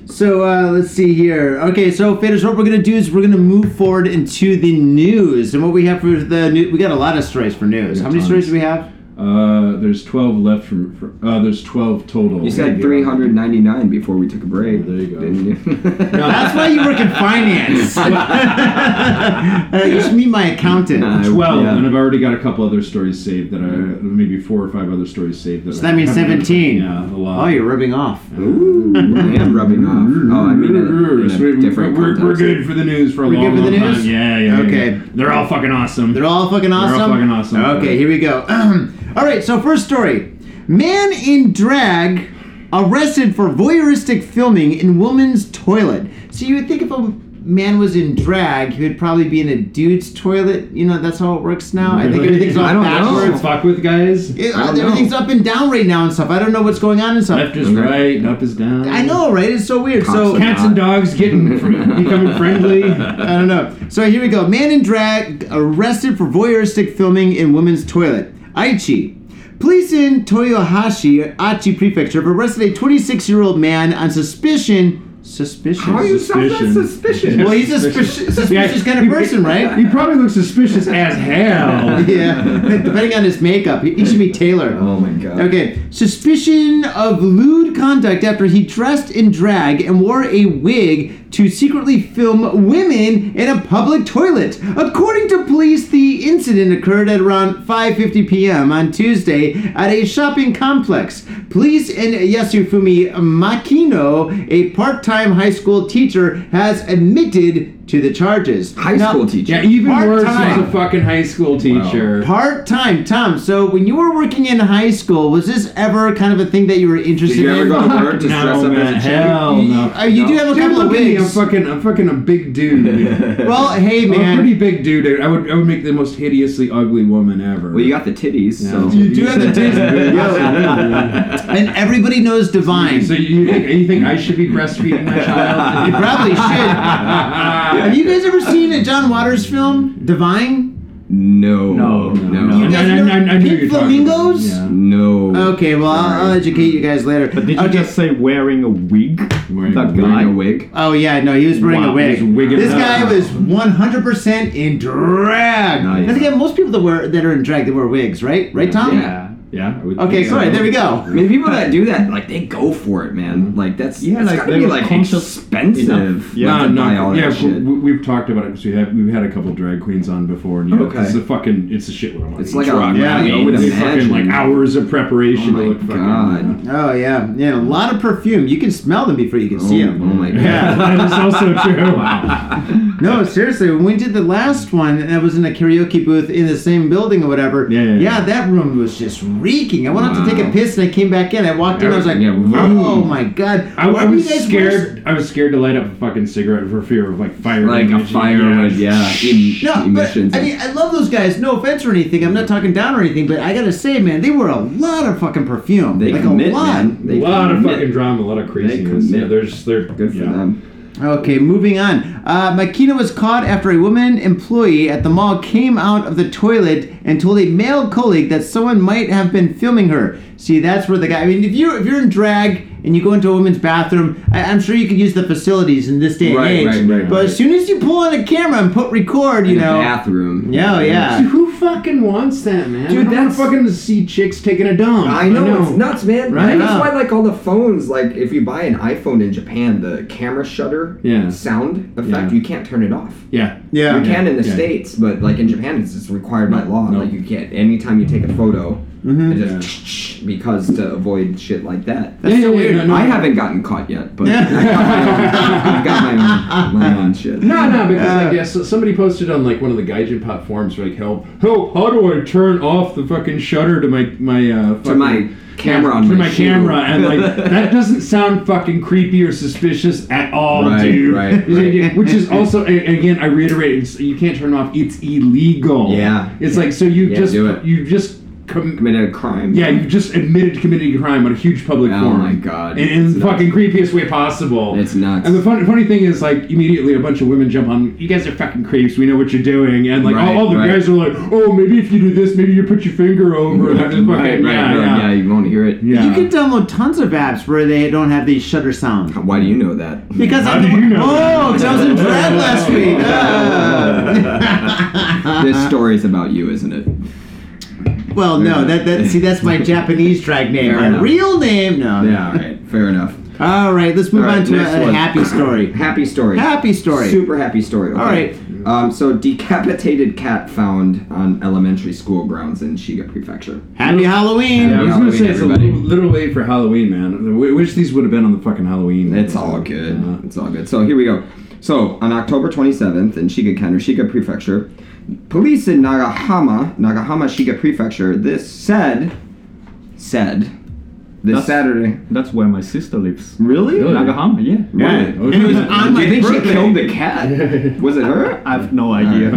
Speaker 5: So uh, let's see here. Okay, so faders, what we're gonna do is we're gonna move forward into the news, and what we have for the new, we got a lot of stories for news. How many
Speaker 7: Tons.
Speaker 5: stories do we have?
Speaker 7: Uh, there's 12 left from. from- Uh, there's 12 total.
Speaker 4: You said 399 before we took a break.
Speaker 7: There you go.
Speaker 4: Didn't you?
Speaker 5: That's why you work in finance. Uh, you should meet my accountant.
Speaker 4: Nah,
Speaker 7: 12,
Speaker 4: Yeah.
Speaker 7: and I've already got a couple other stories saved that are maybe four or five other stories saved. That
Speaker 5: So that means seventeen.
Speaker 7: Yeah, a lot.
Speaker 5: Oh, you're rubbing off.
Speaker 4: Ooh, and rubbing off. Oh, I mean, in a, in a
Speaker 3: Mm-hmm.
Speaker 7: So we- we-
Speaker 4: different
Speaker 7: we're, we're
Speaker 4: context.
Speaker 7: good for the news for a
Speaker 5: We're
Speaker 7: long,
Speaker 5: good for the
Speaker 7: long
Speaker 5: news?
Speaker 7: time. Yeah, yeah, yeah.
Speaker 5: Okay.
Speaker 7: yeah. They're all fucking awesome.
Speaker 5: They're all fucking
Speaker 7: all
Speaker 5: awesome.
Speaker 7: fucking awesome.
Speaker 5: Okay, here we go. all right, so first story: man in drag arrested for voyeuristic filming in woman's toilet. So you would think if a man was in drag, he would probably be in a dude's toilet. You know, that's how it works now. I think
Speaker 7: Really?
Speaker 5: everything's all
Speaker 4: I don't know.
Speaker 5: backwards.
Speaker 7: Fuck with guys.
Speaker 5: It-
Speaker 4: I don't know.
Speaker 5: everything's up and down right now and stuff. I don't know what's going on and stuff.
Speaker 7: Left is right, up is down.
Speaker 5: I know, right? It's so weird. so
Speaker 4: Cops
Speaker 7: Cats and dogs getting becoming friendly.
Speaker 5: I don't know. So here we go. Man in drag arrested for voyeuristic filming in women's toilet. Aichi. Police in Toyohashi, Aichi Prefecture, have arrested a 26 year old man on suspicion. Suspicion?
Speaker 4: How are you sound that
Speaker 7: Suspicion.
Speaker 4: suspicious?
Speaker 5: well, he's a suspicious, suspicious
Speaker 7: Yeah.
Speaker 5: kind of person, right?
Speaker 7: He probably looks suspicious as hell.
Speaker 5: Yeah. Depending on his makeup, he, he should be Taylor.
Speaker 4: Oh my god.
Speaker 5: Okay, suspicion of lewd conduct after he dressed in drag and wore a wig to secretly film women in a public toilet. According to police, the incident occurred at around 5:50 p.m. on Tuesday at a shopping complex. Police and Yasufumi Makino, a part-time high school teacher, has admitted to the charges.
Speaker 4: High
Speaker 5: Now-
Speaker 4: school teacher.
Speaker 3: Yeah, even
Speaker 5: Part
Speaker 3: worse,
Speaker 5: time.
Speaker 3: he's a fucking high school teacher.
Speaker 5: Part time, Tom. So when you were working in high school, was this ever kind of a thing that you were interested
Speaker 4: Did you ever
Speaker 5: in?
Speaker 4: go to work to
Speaker 3: No,
Speaker 4: dress up
Speaker 3: man,
Speaker 4: as a chick?
Speaker 3: hell no.
Speaker 5: Uh, you do have a
Speaker 3: Dude,
Speaker 5: couple of
Speaker 3: look at me, I'm
Speaker 5: wigs.
Speaker 3: fucking, I'm fucking a big dude.
Speaker 5: Well, hey
Speaker 3: I'm a
Speaker 5: man,
Speaker 3: pretty big dude. I would, I would make the most hideously ugly woman ever.
Speaker 4: Well, you got the titties, so.
Speaker 5: You do have the titties. and everybody knows divine.
Speaker 3: So you think, you think I should be breastfeeding my child?
Speaker 5: You probably should. have you guys ever seen a John Waters film, Divine?
Speaker 4: No.
Speaker 9: No, no.
Speaker 5: You
Speaker 3: I-
Speaker 5: guys
Speaker 3: I-
Speaker 5: never-
Speaker 3: I- I knew
Speaker 5: Pink
Speaker 3: you were talking about-
Speaker 5: flamingos.
Speaker 3: yeah.
Speaker 4: No.
Speaker 5: Okay, well I'll, I'll educate you guys later.
Speaker 9: But did you
Speaker 5: okay.
Speaker 9: just say wearing a wig?
Speaker 3: Wearing
Speaker 9: that
Speaker 3: a
Speaker 9: guy?
Speaker 4: Wearing a wig.
Speaker 5: Oh yeah, no, he was wearing
Speaker 9: Wow,
Speaker 5: a wig.
Speaker 9: he was wigging
Speaker 5: This
Speaker 9: out.
Speaker 5: guy was 100% in drag.
Speaker 4: Nice.
Speaker 5: I think that most people that wear that are in drag they wear wigs, right? Right, Tom?
Speaker 9: Yeah. Yeah.
Speaker 5: Okay,
Speaker 3: Yeah.
Speaker 5: sorry, there we
Speaker 4: I
Speaker 5: go.
Speaker 4: mean, people that do that, like, they go for it, man. Like, that's
Speaker 9: Yeah,
Speaker 4: that's
Speaker 9: like,
Speaker 4: gotta
Speaker 9: they
Speaker 4: be
Speaker 9: were
Speaker 4: like
Speaker 9: conscious
Speaker 4: expensive.
Speaker 9: enough. Yeah,
Speaker 4: like,
Speaker 3: No,
Speaker 4: to buy all
Speaker 3: no,
Speaker 4: that
Speaker 3: yeah,
Speaker 4: shit.
Speaker 3: we, we've talked about it because we have we've had a couple drag queens on before, and yeah,
Speaker 4: Okay.
Speaker 3: it's a fucking it's a shitload of money.
Speaker 4: It's like a
Speaker 3: Drug,
Speaker 5: yeah,
Speaker 3: you
Speaker 5: I
Speaker 3: know, with
Speaker 4: would
Speaker 3: the fucking like
Speaker 4: imagine.
Speaker 3: hours of
Speaker 4: oh
Speaker 3: preparation. to
Speaker 4: my
Speaker 3: look fucking,
Speaker 4: god.
Speaker 5: Oh yeah, yeah, a lot of perfume. You can smell them before you can
Speaker 4: Oh,
Speaker 5: see
Speaker 4: oh
Speaker 5: them.
Speaker 4: my god.
Speaker 5: Yeah.
Speaker 3: that is also true. Wow.
Speaker 5: No, seriously, when we did the last one, and I was in a karaoke booth in the same building or whatever.
Speaker 3: Yeah, yeah, yeah.
Speaker 5: that room was just reeking. I went out to take a
Speaker 4: Wow.
Speaker 5: piss and I came back in. I walked in, I was like,
Speaker 4: Yeah, vroom.
Speaker 5: oh my god.
Speaker 3: I,
Speaker 5: Why
Speaker 3: I
Speaker 5: were you
Speaker 3: was
Speaker 5: guys
Speaker 3: scared. I was scared to light up a fucking cigarette for fear of like fire.
Speaker 4: Like a
Speaker 3: damage.
Speaker 4: fire would, yeah. em-
Speaker 5: No, but
Speaker 4: emissions.
Speaker 5: I mean, I love those guys. No offense or anything. I'm not talking down or anything, but I gotta say, man, they were a lot of fucking perfume.
Speaker 4: they
Speaker 5: like
Speaker 4: commit,
Speaker 5: a lot.
Speaker 4: man.
Speaker 3: A
Speaker 4: They
Speaker 3: lot of
Speaker 4: commit.
Speaker 3: fucking drama, a lot of craziness.
Speaker 4: commit.
Speaker 3: Yeah, there's they're
Speaker 4: Good for
Speaker 3: yeah.
Speaker 4: them.
Speaker 5: Okay, moving on. Uh, Makina was caught after a woman employee at the mall came out of the toilet and told a male colleague that someone might have been filming her. See, that's where the guy. I mean, if you're if you're in drag and you go into a woman's bathroom, I, I'm sure you could use the facilities in this day and
Speaker 4: Right,
Speaker 5: age.
Speaker 4: right, right,
Speaker 5: but
Speaker 4: right.
Speaker 5: as soon as you pull on a camera and put record, you
Speaker 4: In
Speaker 5: know.
Speaker 4: the bathroom.
Speaker 5: Yeah, yeah.
Speaker 3: Dude, Who fucking wants that, man?
Speaker 4: Dude,
Speaker 3: I don't wanna
Speaker 4: that's-
Speaker 3: fucking see chicks taking a dump.
Speaker 4: I know, it's nuts, man.
Speaker 5: Right?
Speaker 4: And That's
Speaker 5: Yeah.
Speaker 4: why, like, all the phones, like, if you buy an iPhone in Japan, the camera shutter
Speaker 3: Yeah.
Speaker 4: sound
Speaker 3: Yeah.
Speaker 4: effect, you can't turn it off.
Speaker 3: Yeah.
Speaker 5: Yeah.
Speaker 4: You can in the
Speaker 3: yeah.
Speaker 4: states, but like in Japan, it's just required by law.
Speaker 3: no.
Speaker 4: Like you can't. Anytime you take a photo,
Speaker 3: Mm-hmm.
Speaker 4: it just because to avoid shit like that.
Speaker 3: Yeah, yeah, yeah, no, no.
Speaker 4: I haven't gotten caught yet, but I've got my own, my own shit.
Speaker 3: No, no, because I guess somebody posted on like one of the Gaijin pop forums like, "Help! Help! How do I turn off the fucking shutter to my my uh, fucking,
Speaker 4: my camera
Speaker 3: yeah,
Speaker 4: on
Speaker 3: to
Speaker 4: my
Speaker 3: my,
Speaker 4: shoe."
Speaker 3: camera?" And like that doesn't sound fucking creepy or suspicious at all,
Speaker 4: Right,
Speaker 3: dude.
Speaker 4: right, right.
Speaker 3: Which is also, and and again, I reiterate, it's, you can't turn it off. It's illegal.
Speaker 4: Yeah.
Speaker 3: it's like so you
Speaker 4: Yeah,
Speaker 3: just
Speaker 4: do it.
Speaker 3: you just com-
Speaker 4: Committed a crime.
Speaker 3: yeah, you just admitted to committing a crime on a huge public
Speaker 4: Oh
Speaker 3: forum.
Speaker 4: my God.
Speaker 3: In, in the
Speaker 4: It's
Speaker 3: fucking creepiest way possible.
Speaker 4: It's nuts.
Speaker 3: And the fun, funny thing is, like, immediately a bunch of women jump on, you guys are fucking creeps, we know what you're doing. And, like,
Speaker 4: Right,
Speaker 3: all, all the
Speaker 4: right.
Speaker 3: guys are like, oh, maybe if you do this, maybe you put your finger over. And I'm just fucking,
Speaker 4: Right, right,
Speaker 3: yeah,
Speaker 4: right,
Speaker 3: yeah.
Speaker 4: yeah, you won't hear it.
Speaker 3: Yeah.
Speaker 5: You can download tons of apps where they don't have the shutter sound.
Speaker 4: Why do you know that?
Speaker 5: Because
Speaker 3: How
Speaker 5: I'm
Speaker 3: do
Speaker 5: the
Speaker 3: you
Speaker 5: one-
Speaker 3: know
Speaker 5: Whoa, because I was in drag last week. Ah.
Speaker 4: this story's about you, isn't it?
Speaker 5: well, no, that, that see, that's my Japanese drag name.
Speaker 4: Fair
Speaker 5: my
Speaker 4: enough.
Speaker 5: real name, no.
Speaker 4: Yeah, all right, fair enough.
Speaker 5: All right, let's move
Speaker 4: All right,
Speaker 5: on to
Speaker 4: next
Speaker 5: a, a
Speaker 4: one.
Speaker 5: happy story.
Speaker 4: Happy story.
Speaker 5: Happy story.
Speaker 4: Super happy story. Okay.
Speaker 5: All right.
Speaker 4: Um, so decapitated cat found on elementary school grounds in Shiga Prefecture.
Speaker 5: Happy Halloween.
Speaker 3: Yeah, I was gonna
Speaker 4: Halloween,
Speaker 3: say it's
Speaker 4: everybody.
Speaker 3: a little, little late for Halloween, man. I wish these would have been on the fucking Halloween.
Speaker 4: It's all good.
Speaker 3: Yeah.
Speaker 4: It's all good. So here we go. So on October 27th in Shiga Ken or Shiga Prefecture, police in Nagahama, Nagahama Shiga Prefecture, this said, said, this
Speaker 9: That's-
Speaker 4: Saturday.
Speaker 9: That's where my sister lives.
Speaker 4: Really?
Speaker 9: Nagahama, yeah.
Speaker 4: Yeah.
Speaker 3: Yeah.
Speaker 5: And it was on
Speaker 4: Do
Speaker 5: my
Speaker 4: you think
Speaker 5: birthday.
Speaker 4: she killed the cat? Was it her?
Speaker 9: I have no idea.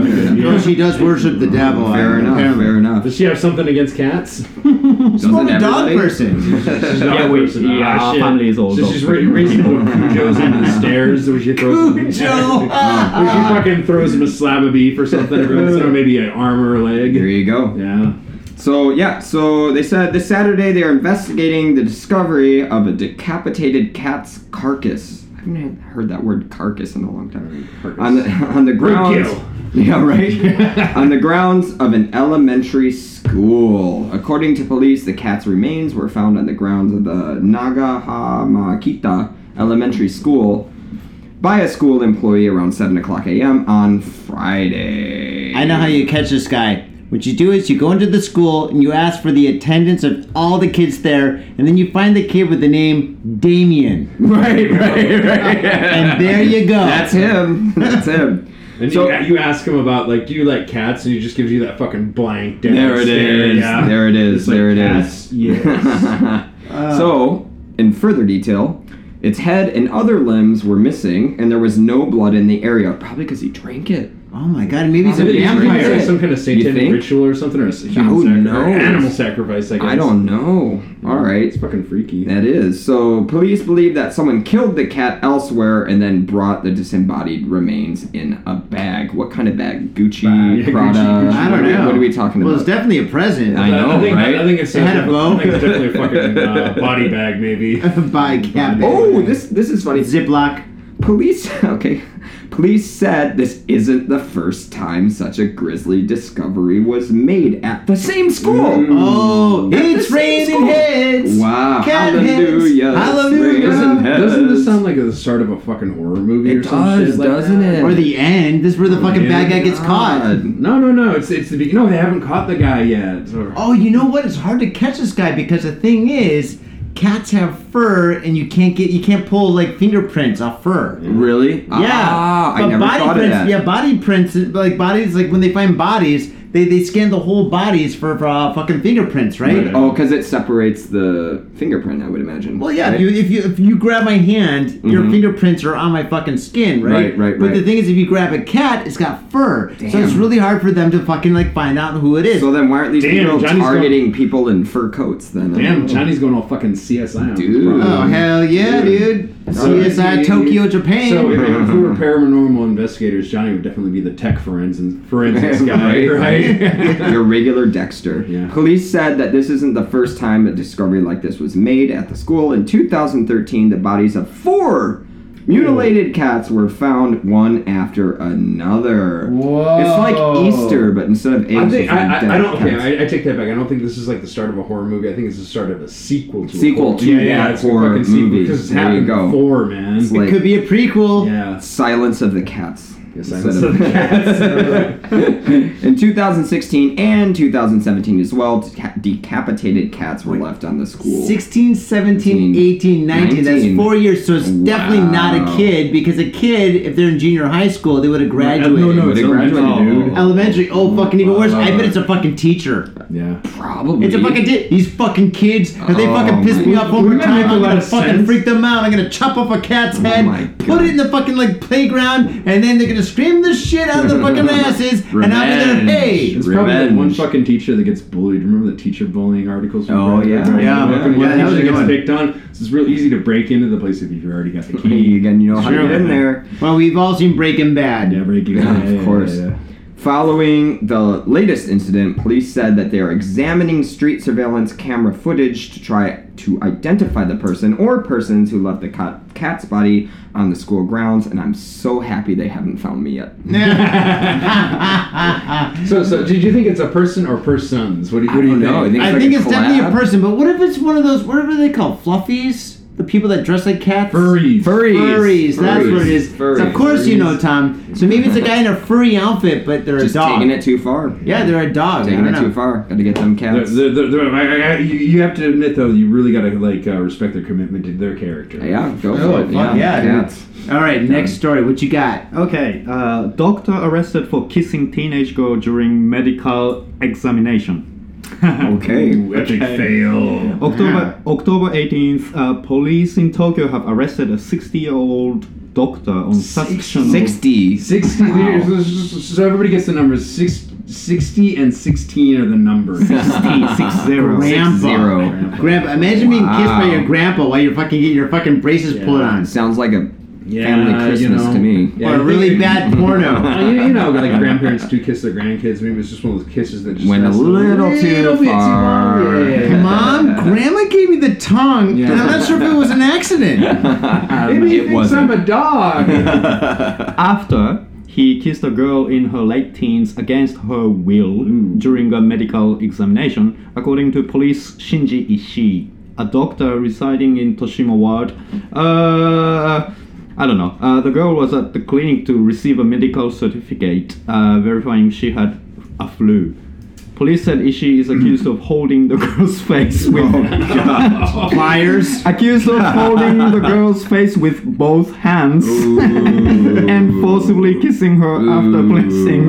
Speaker 5: Oh, she does worship the devil.
Speaker 4: Fair enough.
Speaker 5: apparently.
Speaker 4: Fair enough.
Speaker 3: Does she have something against cats?
Speaker 4: Doesn't
Speaker 5: More of a dog
Speaker 4: everybody?
Speaker 5: person.
Speaker 9: Yeah, we- yeah, our family is all
Speaker 3: Ah, So
Speaker 9: dog
Speaker 3: she's ra-
Speaker 9: person.
Speaker 3: raising little Cujos into the stairs, so she throws them-
Speaker 5: Cujo!
Speaker 3: Where she fucking throws him a slab of beef or something, every once in a while, maybe an arm or a
Speaker 4: There
Speaker 3: leg.
Speaker 4: you go.
Speaker 3: Yeah.
Speaker 4: So yeah, so they said this Saturday they are investigating the discovery of a decapitated cat's carcass. I haven't heard that word carcass in a long time.
Speaker 3: Carcass.
Speaker 4: On the on the grounds.
Speaker 3: Roadkill.
Speaker 4: Yeah, right. on the grounds of an elementary school. According to police, the cat's remains were found on the grounds of the Nagahamakita Elementary School. by a school employee around 7 o'clock a.m. on Friday.
Speaker 5: I know how you catch this guy. What you do is you go into the school and you ask for the attendance of all the kids there, and then you find the kid with the name Damien.
Speaker 4: Right, right, right.
Speaker 5: And there you go.
Speaker 4: That's him. That's him.
Speaker 3: And
Speaker 4: So-
Speaker 3: you, you ask him about like, do you like cats? And he just gives you that fucking blank.
Speaker 4: There it
Speaker 3: stare,
Speaker 4: is.
Speaker 3: yeah.
Speaker 4: There it is.
Speaker 3: like
Speaker 4: there it is.
Speaker 3: cats, yes.
Speaker 4: so, in further detail, its head and other limbs were missing, and there was no blood in the area, probably because he drank it.
Speaker 5: Oh my god, maybe he's a
Speaker 4: How did he
Speaker 5: vampire.
Speaker 4: drink
Speaker 3: Vampire,
Speaker 4: it?
Speaker 3: some kind of
Speaker 4: You
Speaker 3: satanic
Speaker 4: think?
Speaker 3: ritual or something, or a human
Speaker 4: Who
Speaker 3: sacri-
Speaker 4: knows?
Speaker 3: or animal sacrifice. I guess
Speaker 4: I don't know. All right.
Speaker 3: It's fucking freaky.
Speaker 4: That is. So, police believe that someone killed the cat elsewhere and then brought the disembodied remains in a bag. What kind of bag? Gucci,
Speaker 3: Bag. Yeah,
Speaker 4: Prada?
Speaker 3: Gucci, Gucci.
Speaker 5: I don't
Speaker 4: what,
Speaker 5: know.
Speaker 4: What are we talking
Speaker 5: Well,
Speaker 4: about?
Speaker 5: it's definitely a present.
Speaker 4: I know.
Speaker 3: I think,
Speaker 4: right?
Speaker 3: I think it's,
Speaker 5: It had a bow.
Speaker 3: I think it's definitely a fucking uh, body bag, maybe.
Speaker 5: By Cap.
Speaker 4: oh, this this is funny.
Speaker 5: Ziploc.
Speaker 4: Police, okay. Police said this isn't the first time such a grisly discovery was made at the same school.
Speaker 5: Oh,
Speaker 4: At the
Speaker 5: it's
Speaker 4: same
Speaker 5: raining
Speaker 4: school.
Speaker 5: heads.
Speaker 4: Wow.
Speaker 5: Cat heads.
Speaker 4: Hallelujah.
Speaker 5: Hallelujah.
Speaker 4: Doesn't-
Speaker 3: Doesn't this sound like the start of a fucking horror movie
Speaker 4: It
Speaker 3: or some
Speaker 4: does,
Speaker 3: shit like
Speaker 4: doesn't
Speaker 3: that?
Speaker 4: it?
Speaker 5: Or the end. This is where the fucking bad guy gets caught.
Speaker 4: God.
Speaker 3: No, no, no. It's it's the be- no. They haven't caught the guy yet. Or,
Speaker 5: Oh, you know what? It's hard to catch this guy because the thing is, cats have fur, and you can't get you can't pull like fingerprints off fur.
Speaker 4: Really?
Speaker 5: Yeah,
Speaker 4: Ah, I
Speaker 5: but
Speaker 4: never
Speaker 5: body
Speaker 4: thought
Speaker 5: prints.
Speaker 4: of that.
Speaker 5: Yeah, body prints. Like bodies, like when they find bodies, they they scan the whole bodies for, for uh, fucking fingerprints, right?
Speaker 3: Right.
Speaker 4: Oh, because it separates the fingerprint, I would imagine.
Speaker 5: Well, yeah.
Speaker 4: right?
Speaker 5: If you if you if you grab my hand, your
Speaker 4: Mhm.
Speaker 5: fingerprints are on my fucking skin, right?
Speaker 4: Right, right,
Speaker 5: But the
Speaker 4: right.
Speaker 5: thing is, if you grab a cat, it's got fur, so it's
Speaker 4: Damn.
Speaker 5: really hard for them to fucking like find out who it is.
Speaker 4: So then why aren't these
Speaker 3: Damn,
Speaker 4: people
Speaker 3: Johnny's
Speaker 4: targeting people in fur coats then?
Speaker 3: damn, Johnny's going all fucking CSI. on this
Speaker 4: Dude.
Speaker 3: problem.
Speaker 5: oh hell yeah, dude!
Speaker 3: So
Speaker 5: CSI
Speaker 3: if-
Speaker 5: Tokyo, Japan.
Speaker 3: So if, if we were paranormal investigators, Johnny would definitely be the tech forensics forensics guy, right?
Speaker 4: Right. Your regular Dexter.
Speaker 3: Yeah.
Speaker 4: Police said that this isn't the first time a discovery like this was made at the school. In 2013, the bodies of four mutilated cats were found one after another.
Speaker 3: Whoa.
Speaker 4: It's like Easter, but instead of eggs,
Speaker 3: I
Speaker 4: they
Speaker 3: think
Speaker 4: found
Speaker 3: I, I,
Speaker 4: dead
Speaker 3: I don't. Okay,
Speaker 4: cats.
Speaker 3: I, I take that back. I don't think this is like the start of a horror movie. I think it's the start of a sequel to
Speaker 4: Sequel
Speaker 3: a horror.
Speaker 4: to
Speaker 3: yeah,
Speaker 4: that
Speaker 3: yeah, it's a
Speaker 4: horror
Speaker 3: fucking sequel
Speaker 4: movie.
Speaker 3: because it's
Speaker 4: There
Speaker 3: happened
Speaker 4: you go.
Speaker 3: before, man.
Speaker 4: It's like-
Speaker 5: it could be a prequel.
Speaker 3: yeah,
Speaker 4: Silence of the Cats.
Speaker 3: Yes,
Speaker 4: Instead
Speaker 3: Silence of the Cats.
Speaker 4: in 2016 and 2017 as well, deca- decapitated cats were left on the school.
Speaker 5: 16, 17, 18, 19. That's
Speaker 4: 19.
Speaker 5: four years. So it's definitely not a
Speaker 4: Wow.
Speaker 5: kid because a kid, if they're in junior high school, they would have graduated.
Speaker 3: no, no,
Speaker 4: They
Speaker 3: it's
Speaker 4: graduated,
Speaker 3: elementary.
Speaker 4: dude.
Speaker 5: Elementary. Oh, fucking even worse. I bet it's a fucking teacher.
Speaker 3: yeah.
Speaker 4: Probably.
Speaker 5: It's a fucking di- These fucking kids. If they
Speaker 4: Oh,
Speaker 5: fucking piss
Speaker 4: my-
Speaker 5: me off one more
Speaker 3: Wouldn't that make
Speaker 5: time,
Speaker 3: a
Speaker 5: I'm
Speaker 3: lot
Speaker 5: gonna
Speaker 3: of
Speaker 5: fucking
Speaker 3: sense?
Speaker 5: freak them out. I'm gonna chop off a cat's head,
Speaker 4: Oh my
Speaker 5: put it in the fucking like playground, and then they're gonna scream the shit out of their fucking asses. and I'll be there.
Speaker 4: Revenge.
Speaker 5: Hey,
Speaker 3: It's probably that one
Speaker 4: Revenge.
Speaker 3: fucking teacher that gets bullied. Remember the teacher bullying articles? we
Speaker 4: Oh,
Speaker 3: read?
Speaker 4: yeah.
Speaker 3: Remember
Speaker 4: Yeah.
Speaker 3: the fucking
Speaker 5: Yeah,
Speaker 3: one
Speaker 5: that
Speaker 3: teacher
Speaker 5: was a good
Speaker 3: gets
Speaker 5: one.
Speaker 3: picked on. So it's real easy to break into the place if you've already got the key.
Speaker 4: Again, you know how to
Speaker 3: Mm-hmm. Sure.
Speaker 4: get in there.
Speaker 5: well, we've all seen Breaking Bad.
Speaker 3: Yeah, break it.
Speaker 4: Yeah,
Speaker 3: Yeah,
Speaker 4: of course.
Speaker 3: yeah, yeah.
Speaker 4: Following the latest incident, police said that they are examining street surveillance camera footage to try to identify the person or persons who left the cat, cat's body on the school grounds, and I'm so happy they haven't found me yet.
Speaker 3: So, so did you think it's a person or persons? What do you, what do you
Speaker 4: I don't know. I
Speaker 3: think?
Speaker 4: think-
Speaker 5: I
Speaker 4: like
Speaker 5: think
Speaker 4: a
Speaker 5: it's definitely a
Speaker 4: collab.
Speaker 5: person, but what if it's one of those? What are they called? Fluffies? The people that dress like cats?
Speaker 3: furries.
Speaker 4: Furries.
Speaker 5: Furries, that's
Speaker 4: Furries.
Speaker 5: what it is. So of
Speaker 4: Furries.
Speaker 5: course you know, Tom. So maybe it's a guy in a furry outfit, but they're
Speaker 4: Just
Speaker 5: a dog.
Speaker 4: taking it too far.
Speaker 5: yeah, they're a dog. I
Speaker 4: taking
Speaker 5: don't
Speaker 4: it too
Speaker 5: know.
Speaker 4: far. Got to get them
Speaker 3: They're-
Speaker 4: cats.
Speaker 3: they're- they're- they're- I- I- I- you- you have to admit though, you really gotta like uh, respect their commitment to their character.
Speaker 4: yeah, go
Speaker 5: Oh,
Speaker 4: for it.
Speaker 5: fuck yeah, dude.
Speaker 4: cats.
Speaker 5: All right, next story. What you got?
Speaker 8: Okay, uh, doctor arrested for kissing teenage girl during medical examination.
Speaker 4: Okay.
Speaker 3: Ooh, epic fail.
Speaker 8: October October 18th, uh, police in Tokyo have arrested a 60-year-old doctor on suspicion of-
Speaker 4: 60.
Speaker 3: Sixty.
Speaker 4: Wow.
Speaker 3: So everybody gets the numbers. Six, 60 and sixteen are the numbers.
Speaker 8: 60, 60.
Speaker 5: Grandpa.
Speaker 4: zero.
Speaker 5: Grandpa. Imagine being kissed by
Speaker 4: Wow.
Speaker 5: your grandpa while you're fucking getting your fucking braces
Speaker 3: Yeah.
Speaker 5: pulled on.
Speaker 4: Sounds like a
Speaker 3: Yeah,
Speaker 4: family Christmas
Speaker 3: you know.
Speaker 4: to me.
Speaker 3: Yeah, I
Speaker 5: or a
Speaker 3: think
Speaker 5: really
Speaker 3: it-
Speaker 5: bad
Speaker 3: Uh,
Speaker 5: porno.
Speaker 3: you, you know, like grandparents do kiss their grandkids. Maybe it's just one of those kisses that just
Speaker 4: Went a
Speaker 3: lasts
Speaker 4: little too
Speaker 3: bit
Speaker 4: far.
Speaker 3: long. Yeah, yeah, yeah.
Speaker 5: Mom, grandma gave me the tongue,
Speaker 3: Yeah.
Speaker 5: and I'm not sure if it was an accident.
Speaker 3: Maybe he
Speaker 4: it
Speaker 3: thinks
Speaker 4: wasn't.
Speaker 3: I'm a dog.
Speaker 8: After he kissed a girl in her late teens against her will during a medical examination, according to police Shinji Ishii, a doctor residing in Toshima Ward. Uh, I don't know. Uh, the girl was at the clinic to receive a medical certificate uh, verifying she had a flu. Police said Ishii is accused of holding the girl's face with pliers. accused of holding the girl's face with both hands and forcibly kissing her after placing.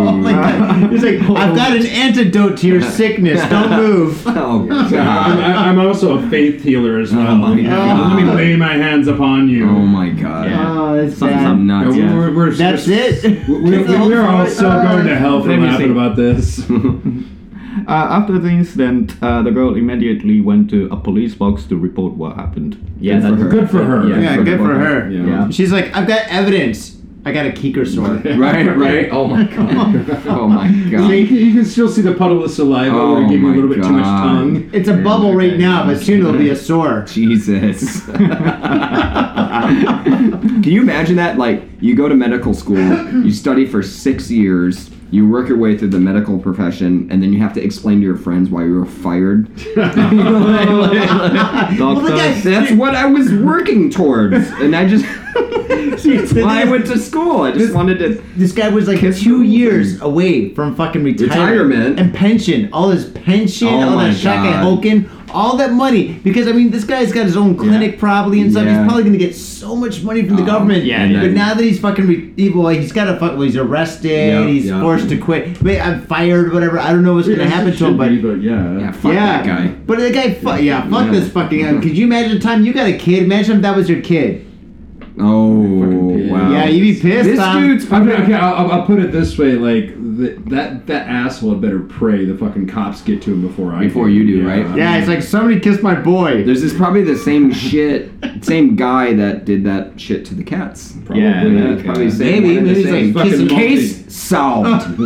Speaker 5: Oh my god. He's like, I've got an antidote to your sickness. Don't move.
Speaker 4: Oh, God.
Speaker 3: I'm, I- I'm also a faith healer as well.
Speaker 4: Oh my
Speaker 3: let, me,
Speaker 4: God.
Speaker 3: let me lay my hands upon you.
Speaker 4: Oh, my God.
Speaker 8: Yeah.
Speaker 5: Oh, that's
Speaker 8: Some-
Speaker 5: sad.
Speaker 4: I'm
Speaker 3: Yeah,
Speaker 4: nuts.
Speaker 3: we're- we're- we're-
Speaker 5: That's it.
Speaker 3: We, we, we're all so going to hell for
Speaker 8: Let me see.
Speaker 3: laughing about this.
Speaker 8: Uh, after the incident, uh, the girl immediately went to a police box to report what happened. Yeah,
Speaker 4: Good for her.
Speaker 3: Good for her.
Speaker 5: Yeah, good for her.
Speaker 4: Yeah.
Speaker 5: She's like, I've got evidence. I got a Kicker sword.
Speaker 4: Right, right. Oh my god. Oh my god.
Speaker 3: See, you, can, you can still see the puddle of saliva
Speaker 4: Oh
Speaker 3: where it gave you a
Speaker 4: my
Speaker 3: little bit too much
Speaker 4: God.
Speaker 3: tongue.
Speaker 5: It's a bubble right now, but soon it'll be a sore.
Speaker 4: Jesus. Can you imagine that? Like, you go to medical school, you study for six years, you work your way through the medical profession, and then you have to explain to your friends why you were fired.
Speaker 5: Well, the guy-
Speaker 4: That's what I was working towards, and I just. That's why I went to school. I just wanted to.
Speaker 5: This guy was like
Speaker 4: Kiss
Speaker 5: two
Speaker 4: her.
Speaker 5: years away from fucking retirement.
Speaker 4: Retirement.
Speaker 5: And pension. All his pension,
Speaker 4: Oh
Speaker 5: all
Speaker 4: my
Speaker 5: that Shaka
Speaker 4: God.
Speaker 5: Hoken, all that money. Because, I mean, this guy's got his own clinic probably and stuff.
Speaker 4: Yeah.
Speaker 5: He's probably going to get so much money from the
Speaker 4: Oh,
Speaker 5: government.
Speaker 4: yeah,
Speaker 5: But
Speaker 4: yeah.
Speaker 5: now that he's fucking, re- he- boy, he's got to fuck, well, he's arrested,
Speaker 4: Yeah,
Speaker 5: he's
Speaker 4: yeah.
Speaker 5: forced to quit. I mean, I'm fired, whatever. I don't know what's going to happen to him, but.
Speaker 3: Should be, yeah.
Speaker 4: Yeah, fuck
Speaker 5: yeah,
Speaker 4: that guy.
Speaker 5: but the guy, fu- yeah, fuck
Speaker 4: Yeah.
Speaker 5: this fucking guy. Could you imagine the time you got a kid? Imagine if that was your kid.
Speaker 4: Oh,
Speaker 3: pig.
Speaker 4: wow.
Speaker 5: Yeah, you'd be pissed.
Speaker 4: This
Speaker 5: Tom.
Speaker 4: dude's
Speaker 3: I mean, okay, I'll, I'll- I'll put it this way: like th- that that asshole better pray the fucking cops get to him before I
Speaker 4: Before
Speaker 3: do.
Speaker 4: you do, right?
Speaker 5: Yeah, it's like somebody kissed my boy.
Speaker 4: There's this probably the same shit, same guy that did that shit to the cats. Probably.
Speaker 8: Yeah,
Speaker 4: It's
Speaker 8: that
Speaker 4: probably
Speaker 8: guy.
Speaker 4: same one
Speaker 5: Maybe,
Speaker 4: and the
Speaker 5: maybe it's
Speaker 4: same.
Speaker 5: like
Speaker 3: fucking multi-
Speaker 4: case solved.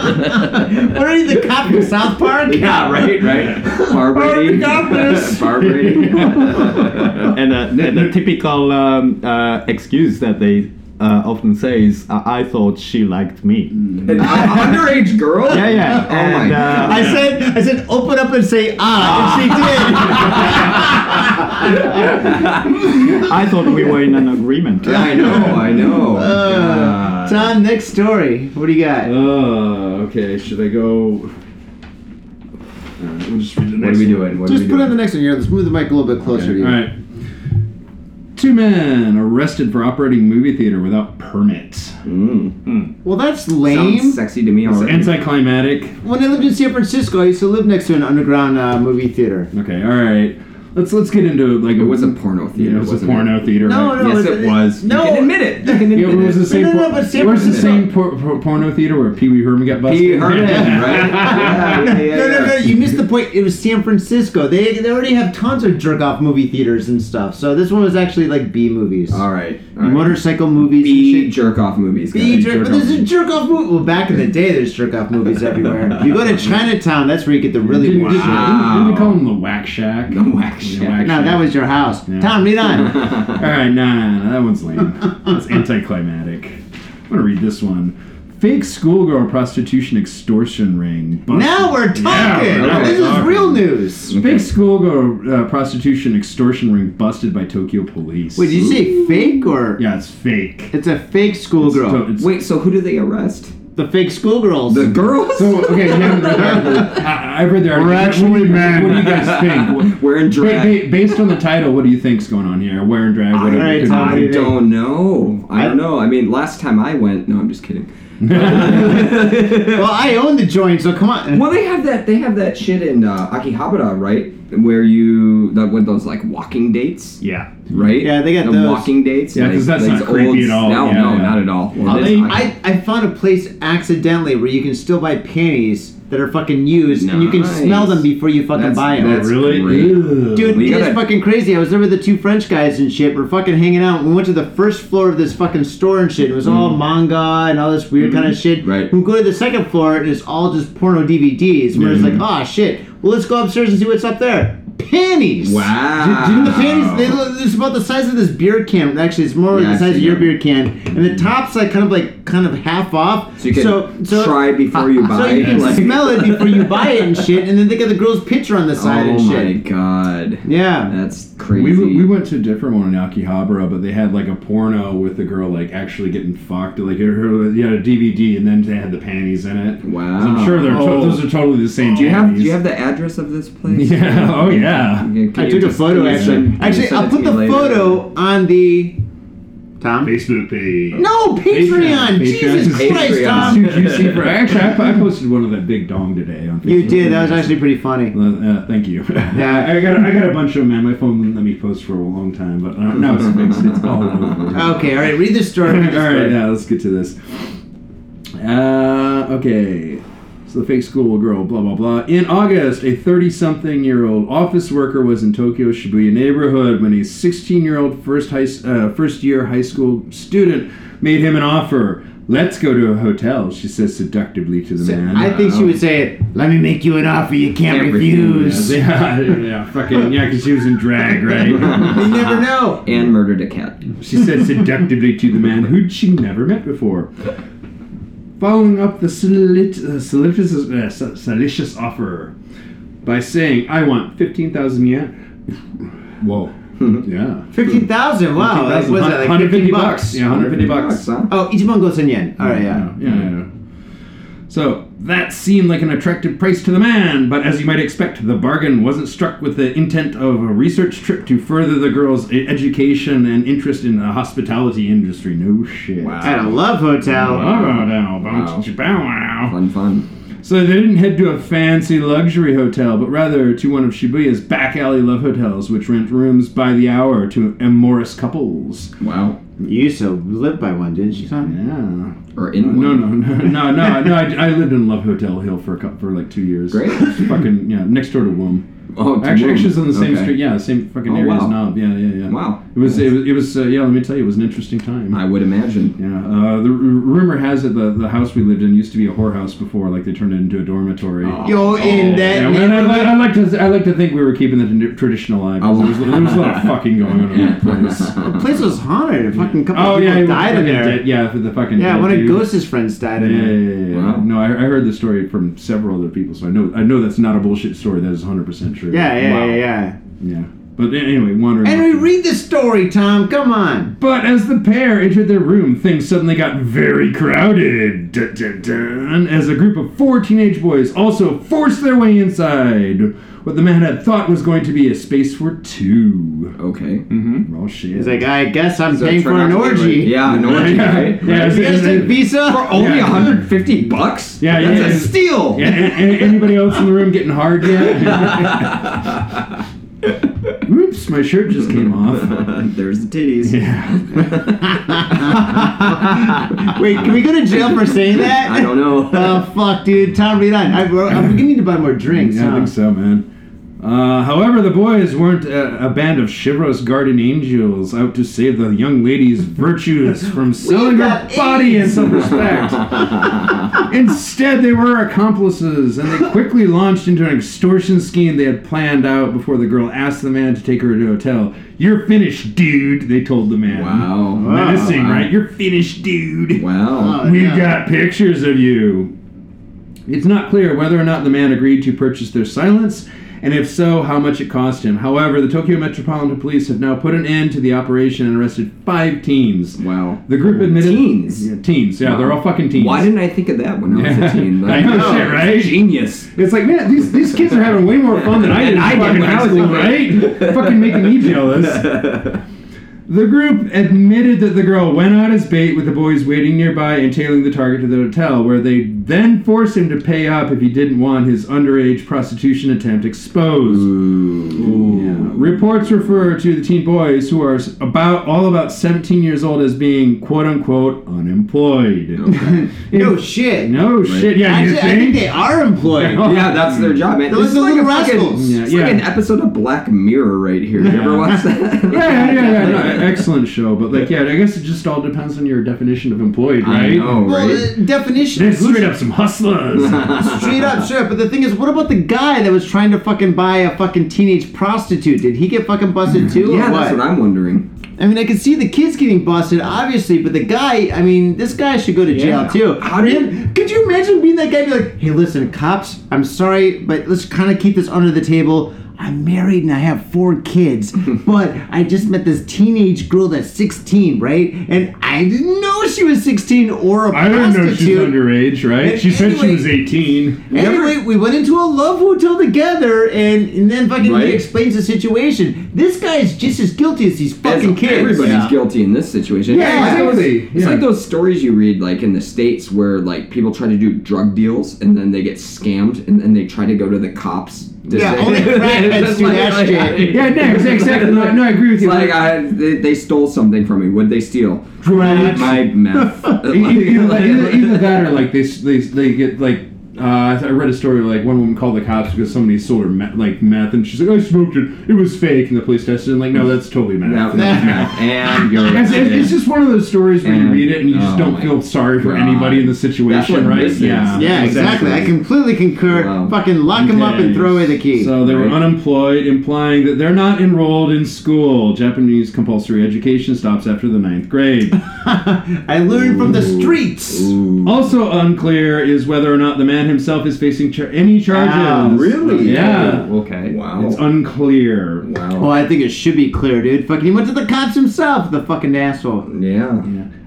Speaker 5: What are you, the cop from South Park?
Speaker 4: yeah, Ah, right, right. Barbary. Barbary.
Speaker 8: and uh, the, the typical um, uh, excuse that they uh, often say is, I-, "I thought she liked me."
Speaker 4: An underage girl.
Speaker 8: Yeah, yeah.
Speaker 4: Oh
Speaker 8: and,
Speaker 4: my
Speaker 8: uh,
Speaker 4: god.
Speaker 5: I said, I said, open up and say
Speaker 4: Ah.
Speaker 5: ah,
Speaker 8: I thought we were in an agreement.
Speaker 4: I know. I know. Uh,
Speaker 5: and she did. Tom, Uh, next story. What do you got?
Speaker 4: Oh,
Speaker 3: Uh, okay. Should I go? Alright, we'll just read the
Speaker 4: what are
Speaker 3: next
Speaker 4: we
Speaker 3: one.
Speaker 4: doing? What are we doing?
Speaker 5: next one here. Let's move the mic a little bit closer.
Speaker 3: All right. Two men arrested for operating movie theater without permit.
Speaker 4: Mm.
Speaker 5: Well, that's lame.
Speaker 4: Sounds sexy to me
Speaker 3: It's
Speaker 4: already.
Speaker 3: anticlimactic.
Speaker 5: When I lived in San Francisco, I used to live next to an underground uh, movie theater.
Speaker 3: Okay. All right. Let's let's get into like
Speaker 4: It was a porno
Speaker 3: Yeah,
Speaker 4: theater.
Speaker 3: it was a
Speaker 4: wasn't
Speaker 3: porno theater.
Speaker 5: No,
Speaker 3: right?
Speaker 5: no,
Speaker 4: Yes,
Speaker 5: it's-
Speaker 4: it was.
Speaker 5: No,
Speaker 4: You can admit it. You can
Speaker 3: Yeah, but
Speaker 4: admit
Speaker 3: it was the same.
Speaker 4: it.
Speaker 5: No, no, no,
Speaker 3: por-
Speaker 5: but
Speaker 3: it was the
Speaker 5: San
Speaker 3: same por- por- porno theater where Pee Wee Herman got busted.
Speaker 4: He heard it, right? Yeah, yeah, yeah,
Speaker 5: No, no, no!
Speaker 4: yeah.
Speaker 5: You missed the point. It was San Francisco. They, they already have tons of jerk off movie theaters and stuff. So this one was actually like B movies,
Speaker 4: All right. all right.
Speaker 5: motorcycle movies, and
Speaker 4: B
Speaker 5: shit.
Speaker 4: jerk off movies.
Speaker 5: The
Speaker 4: guys.
Speaker 5: jerk, but there's a jerk off movie. Well, back in the day, there's jerk off movies everywhere. If you go to Chinatown, that's where you get the really
Speaker 3: Didn't,
Speaker 5: wow.
Speaker 3: didn't-
Speaker 5: shit.
Speaker 3: didn't they call him the Whack Shack?
Speaker 4: The Whack Shack.
Speaker 5: No, that was your house. Tom, read on.
Speaker 3: All right, nah, nah, nah, that one's lame. That's anticlimactic. I'm gonna read this one. Fake schoolgirl prostitution extortion ring. busted.
Speaker 5: now we're talking.
Speaker 3: Yeah,
Speaker 4: now we're
Speaker 5: this is
Speaker 3: talking.
Speaker 5: real news.
Speaker 3: Fake schoolgirl uh, prostitution extortion ring busted by Tokyo police.
Speaker 5: Wait, did you say fake or?
Speaker 3: yeah, it's fake.
Speaker 5: It's a fake
Speaker 3: So,
Speaker 5: schoolgirl.
Speaker 3: it's-
Speaker 4: Wait, so who do they arrest?
Speaker 5: The fake schoolgirls.
Speaker 4: The girls?
Speaker 3: so, okay, you haven't read the article. I, I read the article. what, do
Speaker 5: We're actually
Speaker 3: you,
Speaker 5: men.
Speaker 3: what do you guys think? What,
Speaker 4: We're in drag.
Speaker 3: ba- ba- based on the title, what do you think's going on here? Where in drag? Whatever.
Speaker 5: right,
Speaker 3: it could be.
Speaker 5: Tom, what do
Speaker 4: I
Speaker 5: you think?
Speaker 4: don't know. I don't know. I mean, last time I went, no, I'm just kidding.
Speaker 5: well, I own the joint, so come on.
Speaker 4: Well, they have that. They have that shit in uh, Akihabara, right? Where you that with those like walking dates,
Speaker 3: Yeah.
Speaker 4: right?
Speaker 5: Yeah, they got
Speaker 4: the
Speaker 5: those.
Speaker 4: walking dates.
Speaker 3: Yeah, 'cause that's
Speaker 4: these
Speaker 3: not creepy at all.
Speaker 4: No,
Speaker 3: Yeah,
Speaker 4: no,
Speaker 3: yeah.
Speaker 4: not at all.
Speaker 3: Well,
Speaker 4: It is
Speaker 3: they-
Speaker 4: Aki-
Speaker 5: I, I found a place accidentally where you can still buy panties that are fucking used, and you can
Speaker 4: Nice.
Speaker 5: smell them before you fucking
Speaker 4: That's-
Speaker 5: buy them.
Speaker 4: that's
Speaker 3: Really?
Speaker 4: great.
Speaker 3: Ew.
Speaker 5: Dude,
Speaker 4: We
Speaker 5: it is
Speaker 4: gotta-
Speaker 5: fucking crazy. I was there with the two French guys and shit. We're fucking hanging out. We went to the first floor of this fucking store and shit. It was all manga and all this weird kind of shit.
Speaker 4: Mm. Mm-hmm. Right.
Speaker 5: We go to the second
Speaker 4: Mm-hmm.
Speaker 5: "Ah, floor and it's all just porno DVDs. We're just like, oh shit. Well, let's go upstairs and see what's up there. panties.
Speaker 4: Wow.
Speaker 5: Didn't the panties? They look, it's about the size of this beer can. Actually, it's more
Speaker 4: Yeah,
Speaker 5: the
Speaker 4: I've
Speaker 5: size of
Speaker 4: seen
Speaker 5: your
Speaker 4: them.
Speaker 5: beer can, and the top's like kind of like kind of half off.
Speaker 4: So you can
Speaker 5: so, so-
Speaker 4: try before you buy.
Speaker 5: So you can
Speaker 4: it, like-
Speaker 5: smell it before you buy it and shit, and then they got the girl's picture on the side
Speaker 4: Oh
Speaker 5: and
Speaker 4: my
Speaker 5: shit.
Speaker 4: god,
Speaker 5: Yeah.
Speaker 4: that's crazy.
Speaker 3: We, we went to a different one in Akihabara, but they had like a porno with the girl like actually getting fucked. Like her, you had a DVD, and then they had the panties in it.
Speaker 4: Wow.
Speaker 3: So I'm sure they're to-
Speaker 4: Oh.
Speaker 3: those are totally the same.
Speaker 4: do you have do
Speaker 3: panties.
Speaker 4: you have the address of this place?
Speaker 3: Yeah. Oh yeah.
Speaker 4: Okay, can
Speaker 5: I
Speaker 4: you
Speaker 5: took a
Speaker 4: just-
Speaker 5: photo
Speaker 4: can you
Speaker 5: actually.
Speaker 4: send- can you
Speaker 5: actually,
Speaker 4: send
Speaker 5: I'll
Speaker 4: it
Speaker 5: put
Speaker 4: to me
Speaker 5: the
Speaker 4: later?
Speaker 5: photo on the Tom.
Speaker 7: Facebook page.
Speaker 5: No, Patreon.
Speaker 3: Patreon.
Speaker 5: Jesus
Speaker 4: Patreon.
Speaker 5: Christ, Tom.
Speaker 3: Dude, you see, for, actually, I, I posted one of that big dong today on. Facebook.
Speaker 5: You did. That was actually pretty funny.
Speaker 3: Uh, uh, thank you.
Speaker 5: Yeah.
Speaker 3: I got I got a bunch of them, man. My phone wouldn't let me post for a long time, but uh, now it's fixed. It's all over.
Speaker 5: Okay, all right. Read this story. Read this
Speaker 3: All right,
Speaker 5: story.
Speaker 3: yeah, let's get to this. Uh, okay. So the fake school girl, blah blah blah. In August, a 30-something-year-old office worker was in Tokyo Shibuya neighborhood when a 16-year-old first high uh, first-year high school student made him an offer. Let's go to a hotel, she says seductively to the man.
Speaker 5: I think she would say it. Let me make you an offer you can't,
Speaker 4: Can't
Speaker 5: refuse.
Speaker 4: refuse.
Speaker 3: yeah, yeah, fucking yeah, because she was in drag, right?
Speaker 5: You never know.
Speaker 4: and murdered a cat.
Speaker 3: She said seductively to the man who'd she never met before. Following up the solit- uh, solicitous, uh, so- salacious offer by saying, I want 15,000 yen. Whoa. yeah.
Speaker 5: Fifteen thousand. Wow. Like, Oh, was that like
Speaker 3: 150
Speaker 5: fifteen
Speaker 3: bucks.
Speaker 5: bucks?
Speaker 3: Yeah, 150 bucks.
Speaker 4: Huh?
Speaker 5: Oh, Ichiban Gosen Yen. All right, yeah.
Speaker 3: yeah, yeah, yeah. So that seemed like an attractive price to the man, but as you might expect, the bargain wasn't struck with the intent of a research trip to further the girl's e- education and interest in the hospitality industry. No shit.
Speaker 4: Wow.
Speaker 5: At a love hotel.
Speaker 3: Wow, now,
Speaker 4: Wow.
Speaker 3: bow wow.
Speaker 4: Fun, fun.
Speaker 3: So they didn't head to a fancy luxury hotel, but rather to one of Shibuya's back alley love hotels, which rent rooms by the hour to amorous couples.
Speaker 4: Wow.
Speaker 5: You used to live by one, didn't you, son?
Speaker 3: Yeah.
Speaker 4: Or in
Speaker 3: No,
Speaker 4: one.
Speaker 3: no, no, no, no. no I, I lived in Love Hotel Hill for a couple, for like two years.
Speaker 4: Great.
Speaker 3: fucking yeah, next door to Womb. Actually,
Speaker 4: Oh, to Womb.
Speaker 3: actually, it's on the same
Speaker 4: Okay.
Speaker 3: street. Yeah, same fucking
Speaker 4: Oh,
Speaker 3: area as
Speaker 4: wow.
Speaker 3: Knob. Yeah, yeah, yeah.
Speaker 4: Wow.
Speaker 3: It was, it was, it was. Uh, yeah. Let me tell you, it was an interesting time.
Speaker 4: I would imagine.
Speaker 3: yeah. Uh, the r- rumor has it the the house we lived in used to be a whorehouse before. Like they turned it into a dormitory.
Speaker 4: Oh.
Speaker 5: Yo, in that.
Speaker 3: Oh, Yeah, well, I, I, I like to I like to think we were keeping the tra- tradition alive.
Speaker 4: Oh.
Speaker 3: 'cause There was, there was a lot of fucking going on in that place.
Speaker 5: the place was haunted. A fucking couple
Speaker 3: Oh
Speaker 5: of people
Speaker 3: yeah,
Speaker 5: died in
Speaker 3: fucking
Speaker 5: there.
Speaker 3: dead- yeah, for the fucking
Speaker 5: Yeah,
Speaker 3: dead
Speaker 5: one of
Speaker 3: dude.
Speaker 5: Ghost's friends died in
Speaker 3: Yeah,
Speaker 5: there.
Speaker 3: yeah, yeah, yeah.
Speaker 4: Wow.
Speaker 3: No, I, I heard the story from several other people, so I know I know that's not a bullshit story. That is 100 percent true.
Speaker 5: Yeah, yeah,
Speaker 3: Wow.
Speaker 5: yeah, yeah.
Speaker 3: Yeah. But a- anyway, wandering. off
Speaker 5: Henry,
Speaker 3: the-
Speaker 5: read the story, Tom. Come on.
Speaker 3: but as the pair entered their room, things suddenly got very crowded. Dun, dun, dun, as a group of four teenage boys also forced their way inside what the man had thought was going to be a space for two.
Speaker 4: Okay.
Speaker 5: Hmm?
Speaker 3: Oh shit!
Speaker 5: He's like, I guess I'm
Speaker 4: So
Speaker 5: paying
Speaker 4: it
Speaker 5: for
Speaker 4: turned
Speaker 5: an
Speaker 4: out to be
Speaker 5: orgy.
Speaker 4: like- Yeah, an orgy.
Speaker 3: yeah,
Speaker 4: right?
Speaker 3: yeah,
Speaker 5: You guys take Visa?
Speaker 4: Only
Speaker 3: Yeah.
Speaker 4: 150 bucks?
Speaker 3: Yeah,
Speaker 4: That's
Speaker 3: yeah,
Speaker 4: a
Speaker 3: yeah.
Speaker 4: steal.
Speaker 3: Yeah, a- a- anybody else in the room getting hard yet? Oops, my shirt just came off.
Speaker 4: There's the titties.
Speaker 5: Wait, can we go to jail for saying that?
Speaker 4: I don't know.
Speaker 5: Oh fuck, dude. Tom, read on. I, we're- I'm beginning to buy more drinks.
Speaker 3: Yeah, I
Speaker 5: huh?
Speaker 3: think so, man. Uh, however, the boys weren't a, a band of chivalrous guardian angels out to save the young lady's virtues from selling her
Speaker 5: got
Speaker 3: body in some respect. Instead, they were accomplices, and they quickly launched into an extortion scheme they had planned out before the girl asked the man to take her to a hotel. You're finished, dude, they told the man.
Speaker 4: Wow.
Speaker 3: Menacing, right? You're finished, dude.
Speaker 4: Wow.
Speaker 5: Oh,
Speaker 3: We've
Speaker 5: yeah.
Speaker 3: got pictures of you. It's not clear whether or not the man agreed to purchase their silence, and if so, how much it cost him. However, the Tokyo Metropolitan Police have now put an end to the operation and arrested five teens.
Speaker 4: Wow.
Speaker 3: The group admitted
Speaker 4: Teens?
Speaker 3: Yeah, teens. Yeah, they're all fucking teens.
Speaker 4: Why didn't I think of that when I was a teen? Oh.
Speaker 3: I know shit, right?
Speaker 4: Genius.
Speaker 3: It's like, man, these, these kids are having way more fun than I did in
Speaker 4: I did
Speaker 3: fucking
Speaker 4: when I
Speaker 3: high
Speaker 4: was
Speaker 3: school,
Speaker 4: younger.
Speaker 3: right? fucking making me jealous. The group admitted that the girl went out as bait with the boys waiting nearby and tailing the target to the hotel, where they then forced him to pay up if he didn't want his underage prostitution attempt exposed.
Speaker 4: Ooh.
Speaker 3: Yeah. Reports refer to the teen boys who are s- about all about 17 years old as being quote unquote unemployed.
Speaker 5: No Oh, shit.
Speaker 3: No shit. Yeah,
Speaker 5: Actually,
Speaker 3: you
Speaker 5: I think
Speaker 3: think?
Speaker 5: they are employed.
Speaker 3: Oh,
Speaker 4: Yeah, that's their job, man.
Speaker 5: Those
Speaker 4: This is
Speaker 5: are
Speaker 4: like
Speaker 5: little
Speaker 4: a fucking-
Speaker 5: rascals.
Speaker 3: Yeah,
Speaker 4: It's like
Speaker 3: yeah.
Speaker 4: an episode of Black Mirror right here. You ever watch that?
Speaker 3: yeah, yeah, yeah, yeah, no, e-, excellent show, but like, yeah, I guess it just all depends on your definition of employed, right?
Speaker 4: I know,
Speaker 5: Well,
Speaker 4: right?
Speaker 5: uh, definition.
Speaker 3: They're
Speaker 5: who's-
Speaker 3: straight up some hustlers.
Speaker 5: Straight up, sure. But the thing is, what about the guy that was trying to fucking buy a fucking teenage prostitute? Did he get fucking busted too?
Speaker 4: Yeah,
Speaker 5: or
Speaker 4: that's what I'm wondering.
Speaker 5: I mean, I can see the kids getting busted, obviously, but the guy, I mean, this guy should go to jail too.
Speaker 4: How do you-
Speaker 5: Man, Could you imagine being that guy? Be like, hey, listen, cops, I'm sorry, but let's kind of keep this under the table. I'm married and I have four kids, but I just met this teenage girl that's 16, right? And I didn't know she was 16 or a
Speaker 3: I didn't know she's
Speaker 5: prostitute.
Speaker 3: underage, right?
Speaker 5: And
Speaker 3: She said she
Speaker 5: anyway-
Speaker 3: was 18.
Speaker 5: Anyway, we went into a love hotel together, and, and then fucking
Speaker 4: Right.
Speaker 5: he explains the situation. This guy is just as guilty as these
Speaker 4: As
Speaker 5: fucking kids.
Speaker 4: Everybody's guilty in this situation.
Speaker 3: Yeah,
Speaker 4: It's like those-
Speaker 3: exactly.
Speaker 4: It's
Speaker 3: Yeah.
Speaker 4: like those stories you read, like in the states, where like people try to do drug deals and then they get scammed and then they try to go to the cops. to
Speaker 5: Yeah,
Speaker 4: say-
Speaker 5: only crackheads
Speaker 4: It's
Speaker 5: do
Speaker 4: like-
Speaker 5: that
Speaker 4: like-
Speaker 5: shit.
Speaker 3: Yeah, no, exactly. exactly. No, no, I agree with
Speaker 4: It's
Speaker 3: you.
Speaker 4: like uh, I, they, they stole something from me. What'd they steal?
Speaker 3: Drugs.
Speaker 4: My meth.
Speaker 3: either, E-, either, either that or like they s- they, s- they get like uh, I th- I read a story where, like one woman called the cops because somebody sold her meth, like meth and she's like I smoked it it was fake and the police tested it and like no that's totally meth.
Speaker 4: That was meth. And you're
Speaker 3: It's, it's- it's just one of those stories where you
Speaker 4: And-
Speaker 3: read it and you just
Speaker 4: oh
Speaker 3: don't
Speaker 4: my
Speaker 3: feel sorry for
Speaker 4: God.
Speaker 3: anybody in the situation,
Speaker 4: what
Speaker 3: right?
Speaker 4: this is.
Speaker 5: Yeah, exactly. I completely concur.
Speaker 4: Wow.
Speaker 5: Fucking lock him up and throw away the key.
Speaker 3: So they were
Speaker 4: Right.
Speaker 3: unemployed, implying that they're not enrolled in school. Japanese compulsory education stops after the ninth grade.
Speaker 5: I learned from the streets.
Speaker 3: also unclear is whether or not the man himself is facing char- any charges.
Speaker 5: Wow,
Speaker 4: Ah, really? Oh,
Speaker 3: Yeah.
Speaker 8: Okay.
Speaker 4: Wow.
Speaker 3: It's unclear.
Speaker 5: Oh,
Speaker 4: wow.
Speaker 5: I think it should be clear, dude. Fucking, he went to the cops himself. The fucking asshole.
Speaker 4: Yeah.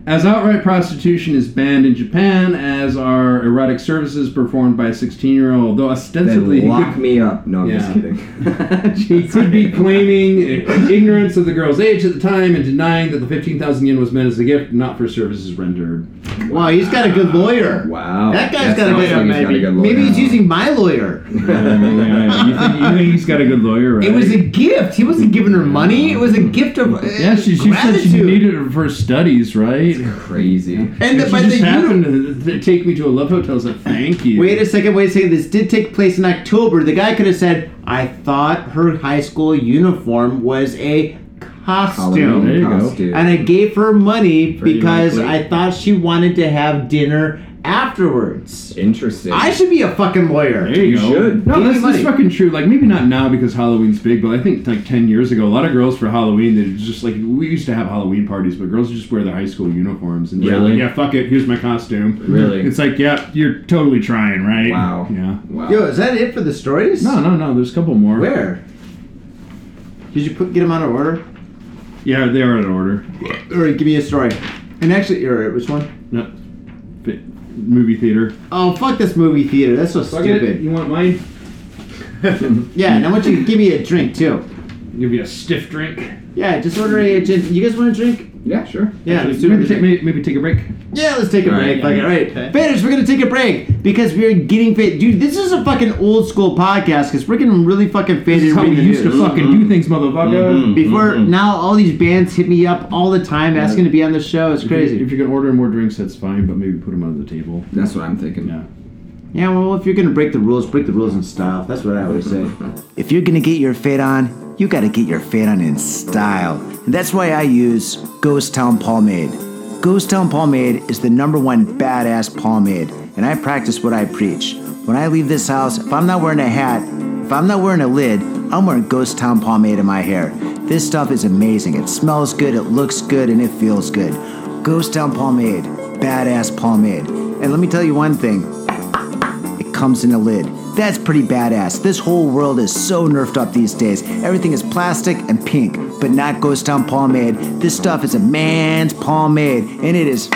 Speaker 3: As outright prostitution is banned in Japan, as are erotic services performed by a 16 year old, though
Speaker 4: Then
Speaker 3: ostensibly he
Speaker 4: lock
Speaker 3: could,
Speaker 4: me up. No, I'm just
Speaker 3: Yeah.
Speaker 4: kidding.
Speaker 3: he could be claiming ignorance of the girl's age at the time and denying that the 15,000 yen was meant as a gift, not for services rendered.
Speaker 5: Wow, he's got a good lawyer.
Speaker 4: Wow.
Speaker 5: That guy's
Speaker 4: That
Speaker 5: got a,
Speaker 4: sounds
Speaker 5: good,
Speaker 4: like he's got
Speaker 5: maybe,
Speaker 4: a good
Speaker 5: maybe
Speaker 4: lawyer.
Speaker 5: he's using my lawyer.
Speaker 3: you, think, you think he's got a good lawyer, right?
Speaker 5: It was a gift. He wasn't giving her money. It was a gift of uh,
Speaker 3: yeah, she, she said
Speaker 5: gratitude.
Speaker 3: she needed it for studies, right?
Speaker 4: crazy.
Speaker 5: and the,
Speaker 3: she
Speaker 5: but
Speaker 3: just
Speaker 5: the uni-
Speaker 3: happened to th- take me to a love hotel. So thank you.
Speaker 5: Wait a second, wait a second. This did take place in October. The guy could have said, I thought her high school uniform was a costume.
Speaker 3: There you go.
Speaker 4: costume.
Speaker 5: And I gave her money
Speaker 4: Pretty
Speaker 5: because
Speaker 4: likely.
Speaker 5: I thought she wanted to have dinner afterwards.
Speaker 4: Interesting.
Speaker 5: I should be a fucking lawyer.
Speaker 3: There you,
Speaker 4: You
Speaker 3: go.
Speaker 4: should.
Speaker 3: No,
Speaker 5: Give me
Speaker 3: that's, that's
Speaker 5: money.
Speaker 3: fucking true. Like maybe not now because Halloween's big, but I think like ten years ago, a lot of girls for Halloween they just like we used to have Halloween parties, but girls just wear their high school uniforms and just
Speaker 4: Really?
Speaker 3: like, yeah, fuck it, here's my costume.
Speaker 4: Really?
Speaker 3: It's like yeah, you're totally trying, right?
Speaker 4: Wow.
Speaker 3: Yeah.
Speaker 4: Wow.
Speaker 5: Yo, is that it for the stories?
Speaker 3: No, no, no. There's a couple more.
Speaker 5: Where? Did you put get them out of order?
Speaker 3: Yeah, they are in order.
Speaker 5: Or give me a story. And actually, or which one?
Speaker 3: No. Fi- Movie theater.
Speaker 5: Oh, fuck this movie theater. That's so
Speaker 3: Stupid.
Speaker 5: stupid.
Speaker 3: You want mine?
Speaker 5: Yeah, and I want you to give me a drink too.
Speaker 3: Give me a stiff drink.
Speaker 5: Yeah, just order a gin. You guys want a drink?
Speaker 4: Yeah, sure.
Speaker 5: Yeah, let's do
Speaker 3: Maybe take,
Speaker 5: it.
Speaker 3: maybe, maybe take a break.
Speaker 5: Yeah, let's take a
Speaker 4: All right,
Speaker 5: break. Fuck it. All right, Faders, we're gonna take a break because we're getting fit, dude. This is a fucking old school podcast because we're getting really fucking faded.
Speaker 3: This is how we
Speaker 5: reading the
Speaker 3: used to
Speaker 5: news.
Speaker 3: fucking do Mm-hmm. things, motherfucker.
Speaker 5: Before now, all these bands hit me up all the time asking to be on the show. It's
Speaker 3: If you,
Speaker 5: crazy.
Speaker 3: if you can order more drinks, that's fine, but maybe put them on the table.
Speaker 4: That's what I'm thinking.
Speaker 3: Yeah.
Speaker 5: Yeah, well, if you're gonna break the rules, break the rules in style. That's what I always say.
Speaker 2: If you're gonna get your fade on, you gotta get your fade on in style. And that's why I use Ghost Town Pomade. Ghost Town Pomade is the number one badass pomade, and I practice what I preach. When I leave this house, if I'm not wearing a hat, if I'm not wearing a lid, I'm wearing Ghost Town Pomade in my hair. This stuff is amazing. It smells good, it looks good, and it feels good. Ghost Town Pomade, badass pomade. And let me tell you one thing it comes in a lid. That's pretty badass. This whole world is so nerfed up these days. Everything is plastic and pink, but not Ghost Town pomade. This stuff is a man's pomade, and it is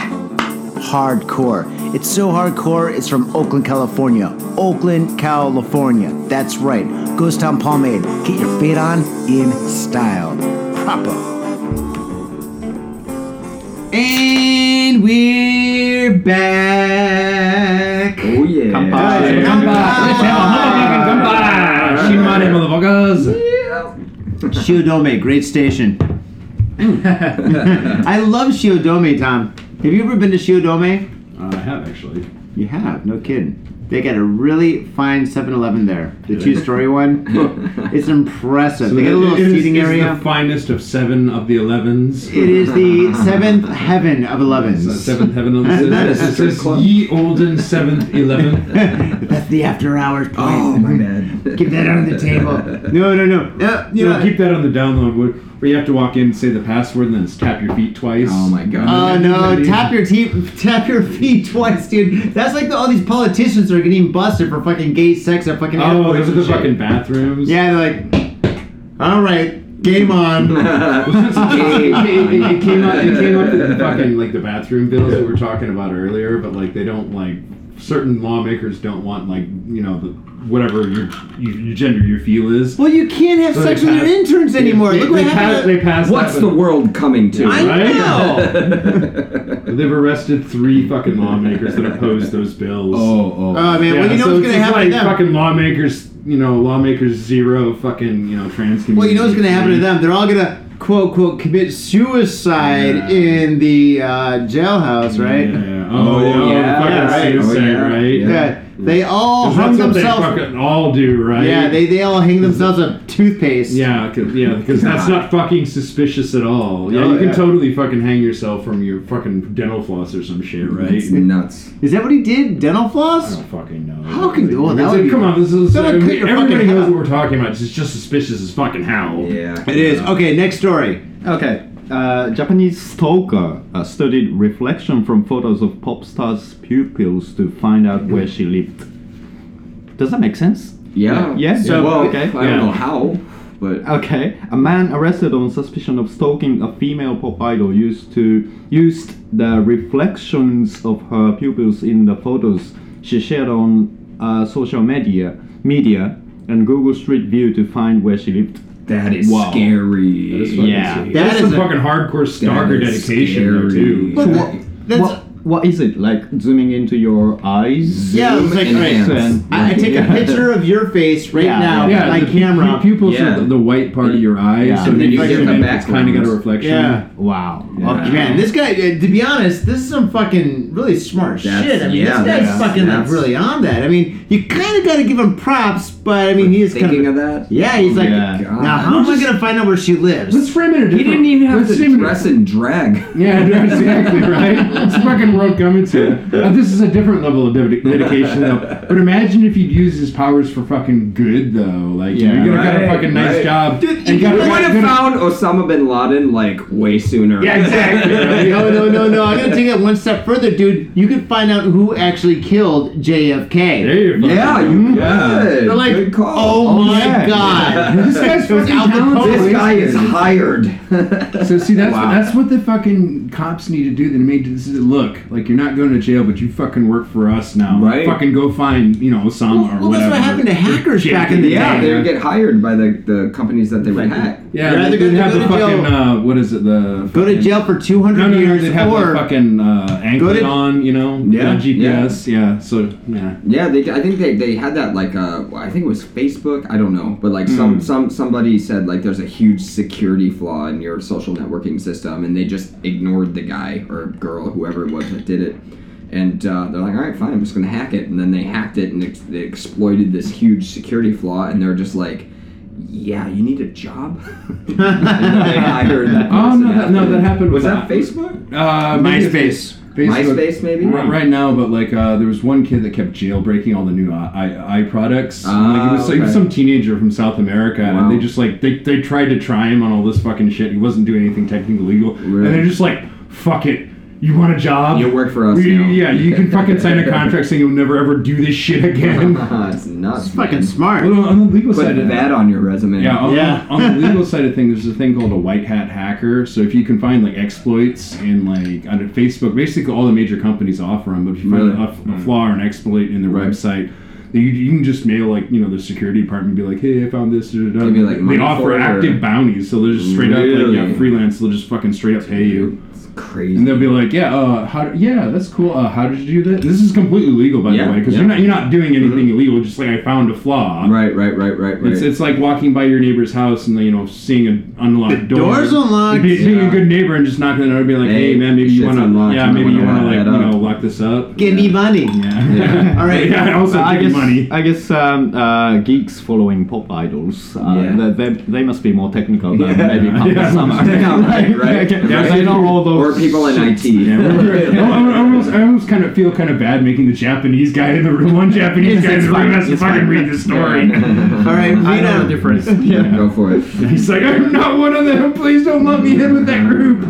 Speaker 2: hardcore. It's so hardcore, it's from Oakland, California. Oakland, California. That's right. Ghost Town pomade. Get your fade on in style. Proper.
Speaker 5: And we're back.
Speaker 4: Oh yeah.
Speaker 5: Come on.
Speaker 3: Shimane, motherfuckers.
Speaker 5: Shiodome, great station. I love Shiodome, Tom. Have you ever been to Shiodome?
Speaker 3: Uh, I have actually.
Speaker 5: You have, no kidding. They got a really fine 7 Eleven there. The two story one. It's impressive. they got a little
Speaker 3: It is-
Speaker 5: seating
Speaker 3: is
Speaker 5: area.
Speaker 3: the finest of seven of the elevens.
Speaker 5: It is the seventh heaven of elevens.
Speaker 3: Seventh heaven on the
Speaker 5: That is
Speaker 3: It
Speaker 4: strip
Speaker 3: says,
Speaker 4: club.
Speaker 3: Ye olden seventh eleven.
Speaker 5: That's the after hours point.
Speaker 4: Oh my bad.
Speaker 5: Keep that under the table. No, no, no. Uh, you
Speaker 3: You
Speaker 5: know,
Speaker 3: know, keep that on the download. Where, where you have to walk in, say the password, and then it's tap your feet twice.
Speaker 4: Oh my god.
Speaker 5: Oh no! Tap your te- tap your feet twice, dude. That's like the, all these politicians are getting busted for fucking gay sex at fucking
Speaker 3: Oh,
Speaker 5: airports
Speaker 3: those are the fucking
Speaker 5: and shit.
Speaker 3: bathrooms.
Speaker 5: Yeah, they're like, all right, game on.
Speaker 3: it, it- it came up. It came up in fucking like the bathroom bills that we were talking about earlier. But like they don't like certain lawmakers don't want like you know the, whatever your, your your gender your feel is.
Speaker 5: well, you can't have
Speaker 3: So
Speaker 5: sex
Speaker 3: they
Speaker 5: with your
Speaker 3: pass-
Speaker 5: interns anymore.
Speaker 3: They,
Speaker 5: Look what
Speaker 3: they passed,
Speaker 5: happened.
Speaker 3: they passed
Speaker 4: What's
Speaker 3: that,
Speaker 4: the
Speaker 3: but-
Speaker 4: world coming to?
Speaker 5: I
Speaker 3: right?
Speaker 5: know.
Speaker 3: They've arrested three fucking lawmakers that opposed those bills.
Speaker 4: oh, oh.
Speaker 5: oh man, well you know
Speaker 3: so
Speaker 5: what's
Speaker 3: it's
Speaker 5: gonna
Speaker 3: just
Speaker 5: happen to
Speaker 3: like
Speaker 5: them.
Speaker 3: Fucking lawmakers, you know, lawmakers zero fucking, you know, trans community.
Speaker 5: Well, you know what's gonna
Speaker 3: Mm-hmm.
Speaker 5: happen to them. They're all gonna quote quote commit suicide in the uh, jailhouse,
Speaker 3: Yeah.
Speaker 5: right?
Speaker 3: Oh, yeah. Oh,
Speaker 4: yeah,
Speaker 3: fucking
Speaker 5: right. Oh,
Speaker 3: suicide,
Speaker 4: yeah.
Speaker 3: right?
Speaker 5: Yeah. They all
Speaker 3: 'Cause
Speaker 5: hung
Speaker 3: that's what they
Speaker 5: themselves.
Speaker 3: fucking all do, right?
Speaker 5: Yeah, they, they all hang themselves up toothpaste.
Speaker 3: Yeah, cause, yeah, because that's not fucking suspicious at all. Yeah,
Speaker 5: Oh,
Speaker 3: you can
Speaker 5: yeah.
Speaker 3: totally fucking hang yourself from your fucking dental floss or some shit, right?
Speaker 4: It's nuts.
Speaker 5: Is that what he did? Dental
Speaker 3: I
Speaker 5: floss?
Speaker 3: don't fucking know.
Speaker 5: How can- well, that
Speaker 3: It's
Speaker 5: would
Speaker 3: like,
Speaker 5: be-
Speaker 3: come on, this is
Speaker 5: Someone
Speaker 3: I mean,
Speaker 5: cut your fucking
Speaker 3: everybody knows
Speaker 5: head
Speaker 3: what we're talking about. It's just suspicious as fucking how.
Speaker 4: Yeah.
Speaker 5: It is. Okay, next story.
Speaker 8: Okay. Uh, Japanese stalker uh, studied reflection from photos of pop stars' pupils to find out where she lived. Does that make sense?
Speaker 4: Yeah.
Speaker 8: Yeah.
Speaker 4: So, well, I
Speaker 8: okay.
Speaker 4: don't
Speaker 3: Yeah.
Speaker 4: know how, but
Speaker 5: Uh,
Speaker 8: Okay, a man arrested on suspicion of stalking a female pop idol used to used the reflections of her pupils in the photos she shared on uh, social media, media, and Google Street View to find where she lived.
Speaker 4: that is
Speaker 8: Wow.
Speaker 4: scary.
Speaker 3: That's fucking
Speaker 8: Yeah.
Speaker 3: serious.
Speaker 5: That
Speaker 3: that's
Speaker 5: is
Speaker 3: some
Speaker 5: a-
Speaker 3: fucking hardcore stalker
Speaker 4: is
Speaker 3: dedication there
Speaker 4: scary.
Speaker 3: too.
Speaker 4: But
Speaker 5: what- that's,
Speaker 8: What, what is it like? Zooming into your eyes?
Speaker 5: yeah,
Speaker 4: Zoom
Speaker 5: it's like,
Speaker 4: and
Speaker 5: all right,
Speaker 4: hands.
Speaker 5: so I, I take a picture of your face right
Speaker 8: Yeah,
Speaker 5: now
Speaker 3: yeah,
Speaker 5: with
Speaker 3: the
Speaker 5: my
Speaker 3: pu-
Speaker 5: camera.
Speaker 3: pu- pupils
Speaker 4: Yeah.
Speaker 3: are the, the white part of your eye,
Speaker 8: Yeah.
Speaker 3: so
Speaker 8: And
Speaker 3: then
Speaker 4: then
Speaker 3: you
Speaker 4: you get
Speaker 3: zoom
Speaker 4: the
Speaker 3: in,
Speaker 4: back
Speaker 3: it's kind of got a
Speaker 4: ones.
Speaker 3: reflection.
Speaker 5: yeah.
Speaker 8: Wow. Okay.
Speaker 5: Man, this guy, uh, to be honest, this is some fucking really smart
Speaker 4: That's-
Speaker 5: shit. I mean,
Speaker 4: yeah,
Speaker 5: this guy's
Speaker 4: that's-
Speaker 5: fucking like
Speaker 4: that's-
Speaker 5: really on that. I mean, you kind of got to give him props, but I mean, he is kind
Speaker 4: thinking of that.
Speaker 5: Yeah, he's like,
Speaker 8: Yeah.
Speaker 5: now how am I going to find out where she lives?
Speaker 3: Let's frame it a different.
Speaker 4: didn't even have
Speaker 3: let's
Speaker 4: to
Speaker 3: frame it-
Speaker 4: dress and drag.
Speaker 3: Yeah, no, exactly right. It's fucking Road Gummington. Now, this is a different level of dedi- dedication, though. But imagine if you'd use his powers for fucking good, though. Like, you know,
Speaker 8: Yeah,
Speaker 3: you got got a
Speaker 4: right,
Speaker 3: fucking nice
Speaker 4: right.
Speaker 3: job.
Speaker 4: Dude,
Speaker 3: and got
Speaker 4: you
Speaker 3: a- got
Speaker 4: would have
Speaker 3: a-
Speaker 4: found Osama bin Laden like way sooner.
Speaker 3: Yeah, exactly. right?
Speaker 5: no, no, no, no. I'm gonna take it one step further, dude. You can find out who actually killed
Speaker 3: There
Speaker 5: JFK.
Speaker 3: you go.
Speaker 4: Yeah, you
Speaker 3: Yeah.
Speaker 4: would.
Speaker 5: They're like,
Speaker 4: Good call.
Speaker 5: oh, my
Speaker 8: yeah.
Speaker 5: god.
Speaker 3: This guy's
Speaker 5: Without
Speaker 3: fucking
Speaker 5: the
Speaker 3: talented.
Speaker 5: police.
Speaker 4: This guy is hired.
Speaker 3: So see, that's
Speaker 4: Wow.
Speaker 3: that's what the fucking cops need to do. They made this is- look like you're not going to jail, but you fucking work for us now.
Speaker 4: Right.
Speaker 3: Fucking go find you know Osama or
Speaker 5: well, that's
Speaker 3: whatever.
Speaker 5: what happened to hackers back in the
Speaker 4: yeah,
Speaker 5: day.
Speaker 4: they would get hired by the, the companies that they would hack.
Speaker 3: Yeah,
Speaker 5: You're
Speaker 3: they,
Speaker 5: either
Speaker 3: they'd
Speaker 5: gonna
Speaker 3: have
Speaker 5: go
Speaker 3: the
Speaker 5: to jail-
Speaker 3: fucking uh, what is it? The
Speaker 5: Go to
Speaker 3: fucking-
Speaker 5: jail for 200
Speaker 3: No, no, no.
Speaker 5: years
Speaker 3: They'd have
Speaker 5: or
Speaker 3: the fucking uh, anklet
Speaker 5: to-
Speaker 3: on, you know, yeah,
Speaker 4: Yeah,
Speaker 3: GPS. Yeah. so yeah.
Speaker 4: Yeah, they, I think they, they had that like uh, I think it was Facebook. I don't know, but like
Speaker 3: Hmm.
Speaker 4: some some somebody said like there's a huge security flaw in your social networking system, and they just ignored the guy or girl, whoever it was that did it. And uh, they're like, all right, fine, I'm just gonna hack it. And then they hacked it and ex- they exploited this huge security flaw, and they're just like, yeah, you need a job. and then they hired that
Speaker 3: Oh no,
Speaker 4: person
Speaker 3: that, no,
Speaker 4: after.
Speaker 3: that happened.
Speaker 4: Was
Speaker 3: with
Speaker 4: that Facebook?
Speaker 3: Uh, maybe it's Facebook.
Speaker 4: MySpace, maybe.
Speaker 3: Right, right now, but like uh, there was one kid that kept jailbreaking all the new i i, I products.
Speaker 4: Ah,
Speaker 3: like, it was, like,
Speaker 4: okay.
Speaker 3: some teenager from South America,
Speaker 4: Wow.
Speaker 3: and they just like they, they tried to try him on all this fucking shit. He wasn't doing anything technically legal,
Speaker 4: Really?
Speaker 3: and they're just like, "Fuck it, you want a job?
Speaker 4: You work for us
Speaker 3: We-
Speaker 4: now."
Speaker 3: Yeah, you can fucking sign a contract saying you'll never ever do this shit again." well,
Speaker 4: Uh, it's nuts.
Speaker 5: It's fucking
Speaker 4: man.
Speaker 5: smart.
Speaker 3: on the legal
Speaker 4: Put
Speaker 3: side, of-
Speaker 4: that on your resume.
Speaker 3: yeah, on,
Speaker 5: Yeah.
Speaker 3: on the legal side of things, there's a thing called a white hat hacker. So if you can find like exploits in like on Facebook, basically all the major companies offer them. But if you find
Speaker 4: Really?
Speaker 3: a, a flaw or an exploit in their
Speaker 4: Right.
Speaker 3: website, You, you can just mail like you know the security department and be like, hey, I found this. Or,
Speaker 4: Give you, like,
Speaker 3: they
Speaker 4: money
Speaker 3: offer
Speaker 4: for it, or-
Speaker 3: active bounties, so they're just straight up like
Speaker 4: Really?
Speaker 3: yeah, freelance. They'll just fucking straight up pay you,
Speaker 4: It's crazy.
Speaker 3: and they'll be like, yeah, uh, how? Yeah, that's cool. Uh, how did you do that? This is completely legal, by
Speaker 4: Yeah,
Speaker 3: the way, because
Speaker 4: yeah. Mm-hmm.
Speaker 3: you're not you're not doing anything illegal. Just like I found a flaw.
Speaker 4: right, right, right, right, right.
Speaker 3: It's, it's like walking by your neighbor's house and you know seeing an unlocked door.
Speaker 5: door's unlocked.
Speaker 3: Be, Being
Speaker 4: Yeah.
Speaker 3: a good neighbor and just knocking on the door, and being like,
Speaker 4: Hey,
Speaker 3: "Hey, man, maybe
Speaker 4: shit's
Speaker 3: you want to,
Speaker 4: unlocked.
Speaker 3: yeah,
Speaker 4: You might
Speaker 3: maybe you want to
Speaker 4: wanna lock
Speaker 3: like
Speaker 4: that
Speaker 3: you know
Speaker 4: up."
Speaker 3: lock this up."
Speaker 5: Give me money.
Speaker 3: Yeah.
Speaker 5: All right.
Speaker 3: Yeah. Also,
Speaker 8: I
Speaker 3: give me
Speaker 8: guess,
Speaker 3: money.
Speaker 8: I guess um, uh, geeks following pop idols, uh,
Speaker 4: Yeah.
Speaker 8: they, they, they must be more technical than
Speaker 4: Yeah.
Speaker 8: maybe punk
Speaker 3: Yeah.
Speaker 8: some are.
Speaker 4: Yeah, right, right.
Speaker 8: Yeah,
Speaker 4: Right.
Speaker 8: they know all
Speaker 4: or
Speaker 8: those
Speaker 4: people in IT.
Speaker 3: Yeah, we're- we're- I I- I almost, I almost kind of feel kind of bad making the Japanese guy in the room. One Japanese
Speaker 8: It's-
Speaker 3: guy in
Speaker 8: it's
Speaker 3: the room
Speaker 8: fine,
Speaker 3: has to
Speaker 8: it's
Speaker 3: fucking
Speaker 8: fine.
Speaker 3: read the story.
Speaker 5: All right.
Speaker 8: I
Speaker 5: Read
Speaker 8: know the
Speaker 5: them.
Speaker 8: difference. Yeah.
Speaker 4: Go for it.
Speaker 3: He's like, I'm not one of them. Please don't let me in with that group.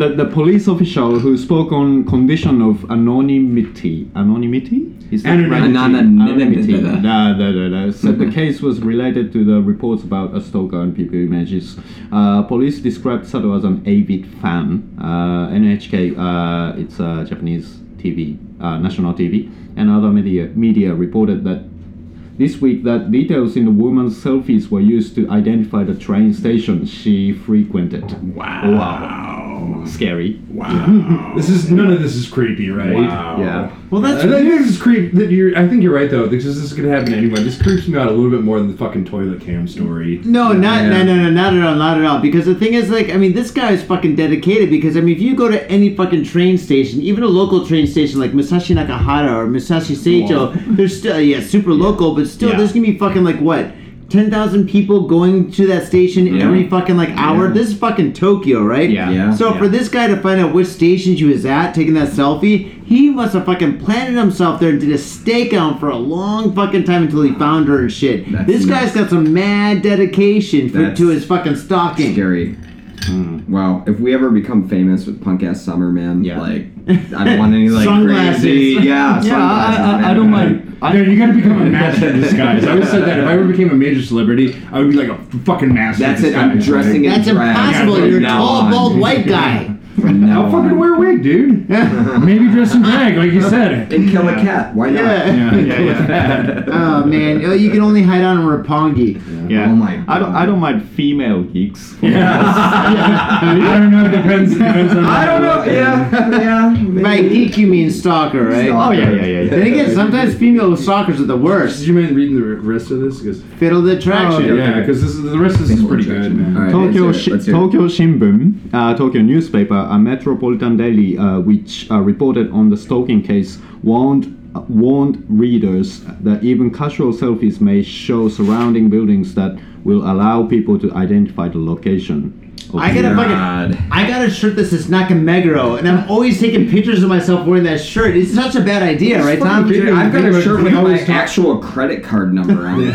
Speaker 8: The, the police official who spoke on condition of anonymity. Anonymity? Is that
Speaker 3: Anonymity.
Speaker 8: right?
Speaker 4: Anonymity.
Speaker 8: Anonymity. Da, da, da, da. So the case was related to the reports about a stalker and people images. Uh, police described Sato as an avid fan. Uh, NHK, uh, it's a Japanese TV, uh, national TV, and other media, media reported that this week that details in the woman's selfies were used to identify the train station she frequented. Wow. Wow. Scary.
Speaker 3: This is none of this is creepy, right?
Speaker 8: Yeah.
Speaker 5: Well, that's
Speaker 3: I think this is creep. That you're, I think you're right though. This is, this could happen to anyone. This creeps me out a little bit more than the fucking toilet cam story.
Speaker 5: No, not
Speaker 4: Yeah.
Speaker 5: no, no, no, not at all, not at all. Because the thing is, like, I mean, this guy is fucking dedicated. Because I mean, if you go to any fucking train station, even a local train station like Musashi Nakahara or Musashi Seicho, there's still yeah, super local, but still,
Speaker 3: Yeah.
Speaker 5: there's gonna be fucking like what. 10,000 people going to that station every fucking like hour. This is fucking Tokyo, right?
Speaker 8: Yeah.
Speaker 4: Yeah.
Speaker 5: So for this guy to find out which station she was at, taking that selfie, he must have fucking planted himself there and did a stakeout for a long fucking time until he found her and shit.
Speaker 4: That's
Speaker 5: this guy's
Speaker 4: nuts.
Speaker 5: got some mad dedication for,
Speaker 4: That's
Speaker 5: to his fucking stalking.
Speaker 4: Scary. Wow. If we ever become famous with punk ass summer, man,
Speaker 8: Yeah.
Speaker 4: like I don't want any like
Speaker 5: Sunglasses.
Speaker 4: crazy.
Speaker 3: Ah,
Speaker 4: Yeah.
Speaker 8: Yeah,
Speaker 4: sunglasses,
Speaker 8: I, I, I
Speaker 4: man.
Speaker 8: don't mind.
Speaker 3: I, you gotta become a master in disguise. I always said that if I ever became a major celebrity, I would be like a fucking master.
Speaker 4: That's
Speaker 3: in
Speaker 4: it.
Speaker 3: disguise,
Speaker 4: I'm dressing
Speaker 5: That's
Speaker 4: in drag.
Speaker 5: impossible.
Speaker 4: from
Speaker 5: You're a
Speaker 4: now
Speaker 5: tall,
Speaker 4: on.
Speaker 5: bald, white guy.
Speaker 4: From now
Speaker 3: I'll fucking
Speaker 4: on.
Speaker 3: wear a wig, dude. Maybe dress in drag, like you said.
Speaker 4: and kill a cat. Why not?
Speaker 5: Yeah. Oh man, Oh, you can only hide out in Rapongi.
Speaker 8: Yeah.
Speaker 4: Oh my
Speaker 8: I don't. I
Speaker 4: God.
Speaker 8: don't mind female geeks.
Speaker 3: I don't know. It depends. depends on
Speaker 4: I don't know. Yeah. Yeah.
Speaker 5: By geek, you mean stalker, right?
Speaker 4: Stalker.
Speaker 8: Oh, yeah, yeah, yeah, yeah.
Speaker 5: Then again, sometimes female stalkers are the
Speaker 3: Did
Speaker 5: worst.
Speaker 3: you mind reading the rest of this? Because
Speaker 4: Oh,
Speaker 5: Fiddle the attraction.
Speaker 3: yeah, because this is, the rest of this is pretty good, man.
Speaker 4: All right,
Speaker 8: Tokyo,
Speaker 4: let's
Speaker 8: Shi-
Speaker 4: hear it. Let's hear it.
Speaker 8: Tokyo Shimbun, uh, Tokyo newspaper, a metropolitan daily, uh, which uh, reported on the stalking case, warned uh, warned readers that even casual selfies may show surrounding buildings that will allow people to identify the location. of
Speaker 5: I gotta
Speaker 8: the-
Speaker 4: God.
Speaker 5: fucking. I got a shirt that says Nakameguro, and I'm always taking pictures of myself wearing that shirt. It's such a bad idea, right, Tom?
Speaker 4: Dude, I've got a shirt with
Speaker 3: We
Speaker 4: my
Speaker 3: always talk-
Speaker 4: actual credit card number on it.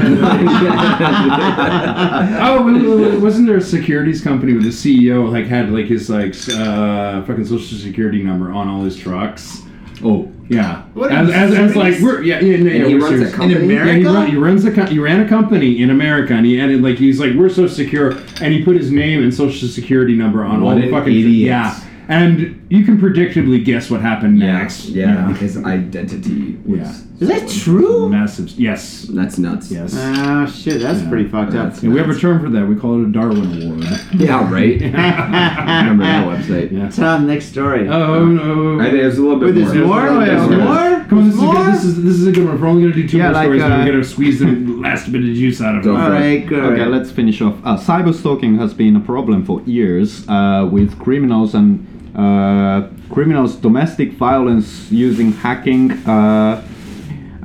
Speaker 3: Oh, wait, wait, wait, wasn't there a securities company where the CEO like had like his like s- uh, fucking social security number on all his trucks?
Speaker 8: Oh,
Speaker 3: Yeah,
Speaker 5: What
Speaker 3: as,
Speaker 5: are
Speaker 3: as,
Speaker 5: you
Speaker 3: as like
Speaker 5: serious?
Speaker 3: we're yeah yeah, no, yeah
Speaker 4: And he
Speaker 3: we're
Speaker 4: runs a
Speaker 3: serious.
Speaker 4: company?
Speaker 5: In America?
Speaker 3: Yeah, he, run, he runs a co- he ran a company in America, and he added like he's like we're so secure, and he put his name and social security number on
Speaker 4: What
Speaker 3: all the
Speaker 4: an
Speaker 3: fucking
Speaker 4: idiot.
Speaker 3: yeah, and you can predictably guess what happened
Speaker 4: yeah,
Speaker 3: next.
Speaker 4: yeah, his identity was.
Speaker 5: Is that true?
Speaker 3: massive. Yes,
Speaker 4: That's nuts.
Speaker 3: yes.
Speaker 5: Ah, shit, that's pretty fucked up.
Speaker 4: That's
Speaker 3: Yeah, we have a
Speaker 4: nuts.
Speaker 3: term for that. We call it a Darwin Award.
Speaker 4: Yeah, right? I remember that website.
Speaker 3: Yeah.
Speaker 5: Tom, next story.
Speaker 3: Oh no!
Speaker 4: I think there's a little bit
Speaker 5: Wait, there's
Speaker 4: more.
Speaker 5: more?
Speaker 3: Oh, yeah,
Speaker 5: There's
Speaker 3: okay.
Speaker 5: more?
Speaker 3: Come on, this is, a
Speaker 5: More?
Speaker 3: good, this is this is a good one. If we're only gonna do two
Speaker 8: Yeah,
Speaker 3: more
Speaker 8: like,
Speaker 3: stories, then
Speaker 8: uh,
Speaker 3: we're gonna squeeze the last bit of juice out of
Speaker 4: Go
Speaker 3: it.
Speaker 5: All right, good.
Speaker 8: Okay, let's finish off. Uh, cyber stalking has been a problem for years uh, with criminals and uh, criminals domestic violence using hacking, uh,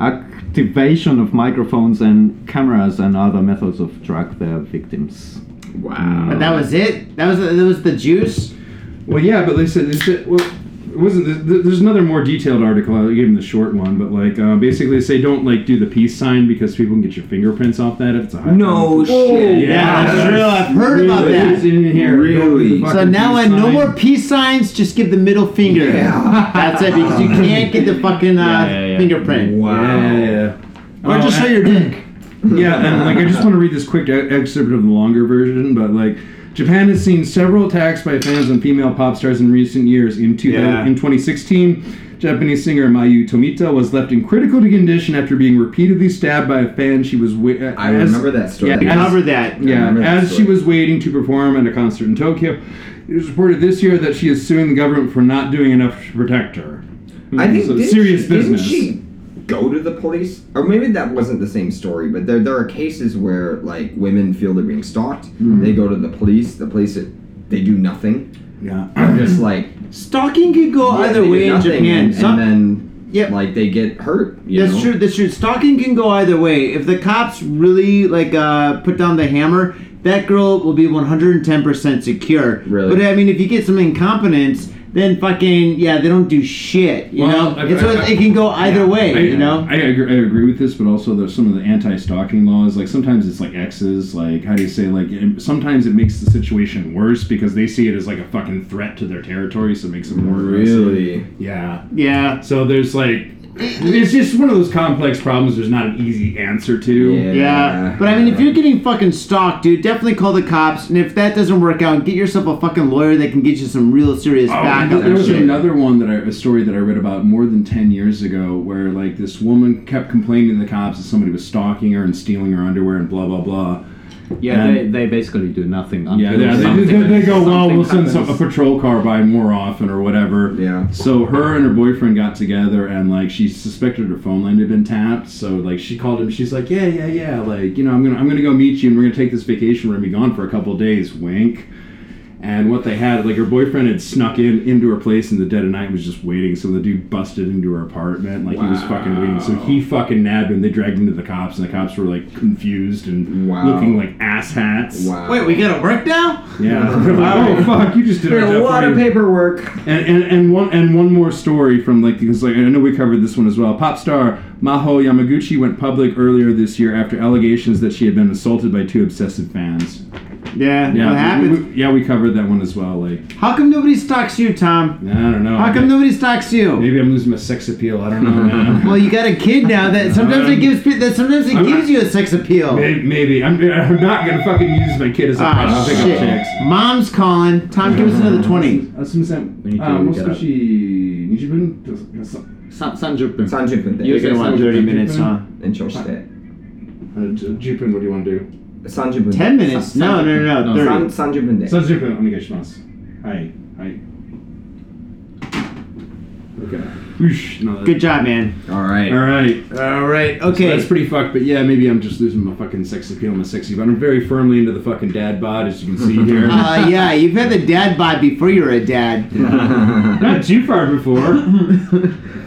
Speaker 8: activation of microphones and cameras, and other methods of track their victims.
Speaker 4: Wow.
Speaker 5: But that was it. That was that was the juice.
Speaker 3: Well, yeah, but they said they said well, it wasn't. th- th- There's another more detailed article. I gave him the short one, but like uh, basically they say don't like do the peace sign because people can get your fingerprints off that if it's a high
Speaker 4: No shit.
Speaker 5: Yeah, Oh, that's real. I've heard about
Speaker 3: Really?
Speaker 5: that.
Speaker 3: It's in here.
Speaker 4: Really?
Speaker 3: The
Speaker 5: So
Speaker 3: fucking
Speaker 5: now
Speaker 3: peace
Speaker 5: on no
Speaker 3: sign.
Speaker 5: more peace signs, just give the middle finger.
Speaker 4: Yeah.
Speaker 5: That's it, because you can't get the fucking uh,
Speaker 8: yeah, yeah.
Speaker 5: fingerprint.
Speaker 3: Yeah, yeah,
Speaker 4: Wow.
Speaker 3: yeah.
Speaker 5: Or just show
Speaker 3: and-
Speaker 5: your dick.
Speaker 3: Yeah, and like I just want to read this quick e- excerpt of the longer version, but like Japan has seen several attacks by fans on female pop stars in recent years. In two
Speaker 5: Yeah.
Speaker 3: in 2016, Japanese singer Mayu Tomita was left in critical condition after being repeatedly stabbed by a fan she was with.
Speaker 4: I remember that story.
Speaker 3: Yeah,
Speaker 4: I
Speaker 3: as-
Speaker 5: Cover that.
Speaker 3: yeah,
Speaker 4: remember that
Speaker 3: as she
Speaker 4: story.
Speaker 3: was waiting to perform at a concert in Tokyo, it was reported this year that she is suing the government for not doing enough to protect her.
Speaker 4: I think
Speaker 3: So
Speaker 4: didn't
Speaker 3: serious
Speaker 4: she,
Speaker 3: business.
Speaker 4: Didn't she go to the police? Or maybe that wasn't the same story, but there there are cases where like women feel they're being stalked.
Speaker 5: Mm-hmm.
Speaker 4: They go to the police. The police they do nothing.
Speaker 3: Yeah.
Speaker 4: Just like
Speaker 5: Stalking could go
Speaker 4: yeah,
Speaker 5: either
Speaker 4: they do
Speaker 5: way in
Speaker 4: nothing,
Speaker 5: Japan.
Speaker 4: and, and
Speaker 5: Some-
Speaker 4: then
Speaker 5: Yep.
Speaker 4: like they get hurt. You
Speaker 5: That's
Speaker 4: know?
Speaker 5: true. That's true. Stalking can go either way. If the cops really like uh, put down the hammer, that girl will be 110% secure.
Speaker 4: Really?
Speaker 5: But I mean, if you get some incompetence, then fucking yeah, they don't do shit. You
Speaker 3: Well,
Speaker 5: know,
Speaker 3: I-
Speaker 5: it's, so
Speaker 3: I-
Speaker 5: it can go either way.
Speaker 3: I,
Speaker 5: you know,
Speaker 3: I, agree, I agree with this, but also there's some of the anti-stalking laws. Like sometimes it's like exes. Like how do you say? Like it- sometimes it makes the situation worse because they see it as like a fucking threat to their territory, so it makes them more aggressive.
Speaker 4: Really.
Speaker 3: Yeah.
Speaker 5: yeah.
Speaker 3: So there's like, it's just one of those complex problems. There's not an easy answer to.
Speaker 4: Yeah.
Speaker 5: Yeah, but I mean, if you're getting fucking stalked, dude, definitely call the cops. And if that doesn't work out, get yourself a fucking lawyer that can get you some real serious
Speaker 3: Oh,
Speaker 5: backup.
Speaker 3: there was
Speaker 5: and shit.
Speaker 3: another one that I, a story that I read about more than ten years ago, where like this woman kept complaining to the cops that somebody was stalking her and stealing her underwear and blah blah blah.
Speaker 8: Yeah,
Speaker 3: And-
Speaker 8: they, they basically do nothing. Until
Speaker 3: Yeah, yeah they,
Speaker 8: something-
Speaker 3: they, they go, well,
Speaker 8: something
Speaker 3: we'll send some, a
Speaker 8: happens."
Speaker 3: patrol car by more often or whatever.
Speaker 4: Yeah.
Speaker 3: So her and her boyfriend got together and, like, she suspected her phone line had been tapped. So, like, she called him. She's like, yeah, yeah, yeah. Like, you know, I'm going to I'm gonna go meet you and we're going to take this vacation. We're going to be gone for a couple of days. Wink. And what they had, like, her boyfriend had snuck in into her place in the dead of night and was just waiting. So the dude busted into her apartment. Like, he was fucking waiting. So he fucking nabbed him. They dragged him to the cops and the cops were, like, confused and
Speaker 4: Wow.
Speaker 3: looking like asshats.
Speaker 4: wow.
Speaker 5: Wait, we gotta work now?
Speaker 3: Yeah. They're like, oh fuck, you just did
Speaker 4: There's
Speaker 3: our
Speaker 4: a
Speaker 3: job
Speaker 4: lot
Speaker 3: for
Speaker 4: of
Speaker 3: you."
Speaker 4: paperwork.
Speaker 3: And, and and one and one more story from like because like I know we covered this one as well. Pop star Maho Yamaguchi went public earlier this year after allegations that she had been assaulted by two obsessive fans.
Speaker 5: Yeah,
Speaker 3: Yeah,
Speaker 5: what
Speaker 3: we-
Speaker 5: happens?
Speaker 3: we- yeah, we covered that one as well. Like
Speaker 5: How come nobody stalks you, Tom?
Speaker 3: I don't know.
Speaker 5: How come nobody stalks you?
Speaker 3: Maybe I'm losing my sex appeal. I don't know, man.
Speaker 5: Well, you got a kid now that sometimes it gives pe- that sometimes it
Speaker 3: I'm-
Speaker 5: gives you a sex appeal.
Speaker 3: May- Maybe I'm, I'm not gonna fucking use my kid as a
Speaker 5: Ah,
Speaker 3: ah, pickup
Speaker 5: shit.
Speaker 3: chicks.
Speaker 5: Mom's calling. Tom, give us another twenty.
Speaker 3: Uh, あすみません。あもう少し20分。
Speaker 8: Sa- 30分。
Speaker 4: Sanju Kunde.
Speaker 8: You're gonna want
Speaker 5: 30
Speaker 3: minutes, huh?
Speaker 4: And Choshite.
Speaker 3: uh, Jupin, what do you want to do?
Speaker 4: Sanju Kunde.
Speaker 5: Ten minutes? No, no, no, no.
Speaker 8: No,
Speaker 5: Thirty.
Speaker 4: San, Sanju Kunde.
Speaker 3: 30分お願いします。はい。はい。Okay. No,
Speaker 5: Good job, man.
Speaker 4: All right.
Speaker 3: All right.
Speaker 5: All right.
Speaker 3: So
Speaker 5: Okay.
Speaker 3: that's pretty fucked, but yeah, maybe I'm just losing my fucking sex appeal, my sexy. But I'm very firmly into the fucking dad bod, as you can see here.
Speaker 5: uh, yeah, you've had the dad bod before you were a dad.
Speaker 3: Not too far before.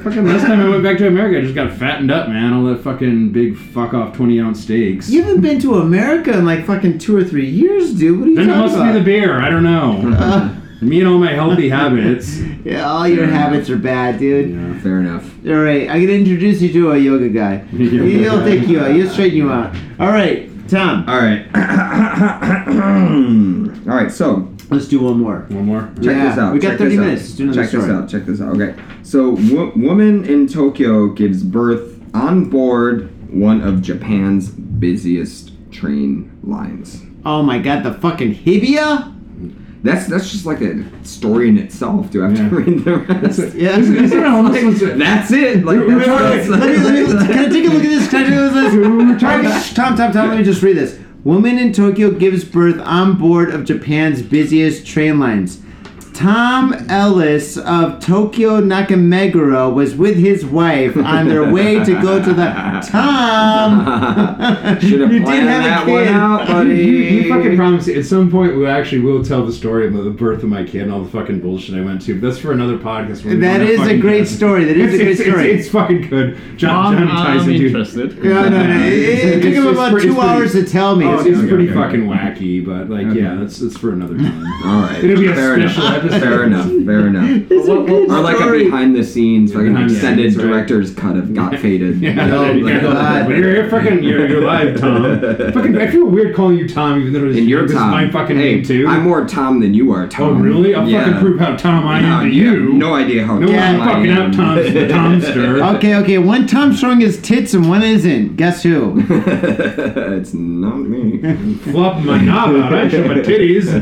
Speaker 3: fucking last time I went back to America, I just got fattened up, man. All that fucking big fuck off 20 ounce steaks.
Speaker 5: You haven't been to America in like fucking two or three years, dude. What are you
Speaker 3: Then it
Speaker 5: talking
Speaker 3: must
Speaker 5: about?
Speaker 3: be the beer. I don't know.
Speaker 5: Uh,
Speaker 3: Me and all my healthy habits.
Speaker 5: yeah, all your habits are bad, dude.
Speaker 3: Yeah.
Speaker 4: Fair enough.
Speaker 5: All right, I'm gonna introduce you to a yoga guy.
Speaker 3: Yeah.
Speaker 5: He'll take you out. He'll straighten you out. All right, Tom.
Speaker 4: All right. All right. So
Speaker 5: Let's do one more.
Speaker 3: One more.
Speaker 4: check
Speaker 5: Yeah,
Speaker 4: this out.
Speaker 5: we got
Speaker 4: check
Speaker 5: 30
Speaker 4: this out.
Speaker 5: minutes. Let's do another
Speaker 4: check this
Speaker 5: story.
Speaker 4: out. Check this out. Okay. So, wo- woman in Tokyo gives birth on board one of Japan's busiest train lines.
Speaker 5: Oh my god, the fucking Hibia?
Speaker 4: That's that's just like a story in itself. Do I have
Speaker 3: Yeah.
Speaker 4: to read the rest?
Speaker 5: Yeah.
Speaker 3: Isn't it almost-
Speaker 4: That's it. Like
Speaker 3: We're-
Speaker 4: that's,
Speaker 5: Alright,
Speaker 4: that's,
Speaker 5: let me, let me, let- can I take a look at this? Can I take a look at this? Alright, shh, Tom, Tom, Tom, let me just read this. Woman in Tokyo gives birth on board of Japan's busiest train lines. Tom Ellis of Tokyo Nakameguro was with his wife on their way to go to the Tom.
Speaker 4: should have
Speaker 5: You did
Speaker 4: planned
Speaker 5: have
Speaker 4: that
Speaker 5: a
Speaker 4: one
Speaker 5: kid.
Speaker 4: out,
Speaker 3: You,
Speaker 4: buddy.
Speaker 3: you- you fucking promised at some point we actually will tell the story about the birth of my kid and all the fucking bullshit I went to. But that's for another podcast. when we
Speaker 5: That
Speaker 3: wanna
Speaker 5: is a
Speaker 3: fucking-
Speaker 5: great story. That is
Speaker 3: It's-
Speaker 5: a great
Speaker 3: it's- it's-
Speaker 5: story.
Speaker 3: It's, fucking good. John,
Speaker 8: I'm,
Speaker 3: John Tyson,
Speaker 8: I'm
Speaker 3: dude.
Speaker 8: interested.
Speaker 5: no, no, no. It, it took him
Speaker 3: It's- it's
Speaker 5: about
Speaker 3: pretty-
Speaker 5: two
Speaker 3: it's pretty-
Speaker 5: hours to tell me.
Speaker 3: Oh, it's
Speaker 5: It's-
Speaker 4: okay,
Speaker 3: pretty
Speaker 4: okay.
Speaker 3: fucking wacky, but like, yeah, that's that's for another time. Oh
Speaker 4: All right.
Speaker 3: It'll be a
Speaker 4: fair
Speaker 3: special
Speaker 4: enough.
Speaker 3: episode.
Speaker 4: Fair enough. Fair enough.
Speaker 5: it's a good
Speaker 4: Or like a
Speaker 5: story.
Speaker 4: behind the scenes, like an
Speaker 3: behind the
Speaker 4: extended
Speaker 3: scenes, right.
Speaker 4: director's cut of Got Faded.
Speaker 3: Yeah,
Speaker 5: No,
Speaker 3: there you
Speaker 5: my
Speaker 3: go.
Speaker 5: Oh, God.
Speaker 3: But you're, you're fucking, you're, you're live, Tom. fucking, I feel weird calling you Tom, even though this,
Speaker 4: And you're
Speaker 3: this
Speaker 4: Tom.
Speaker 3: is my fucking
Speaker 4: hey,
Speaker 3: name too.
Speaker 4: I'm more Tom than you are,
Speaker 3: oh,
Speaker 4: Tom.
Speaker 3: really? I'll
Speaker 4: Yeah.
Speaker 3: fucking prove how Tom I
Speaker 4: No,
Speaker 3: am to
Speaker 4: you have
Speaker 3: you.
Speaker 4: No idea how
Speaker 3: No,
Speaker 4: Tom
Speaker 3: I'm
Speaker 4: I
Speaker 3: fucking
Speaker 4: am.
Speaker 3: out Tom's the Tomster.
Speaker 5: Okay, okay. One Tom's showing his tits and one isn't. Guess who?
Speaker 4: it's not me.
Speaker 3: Flop my knob out. I show my titties.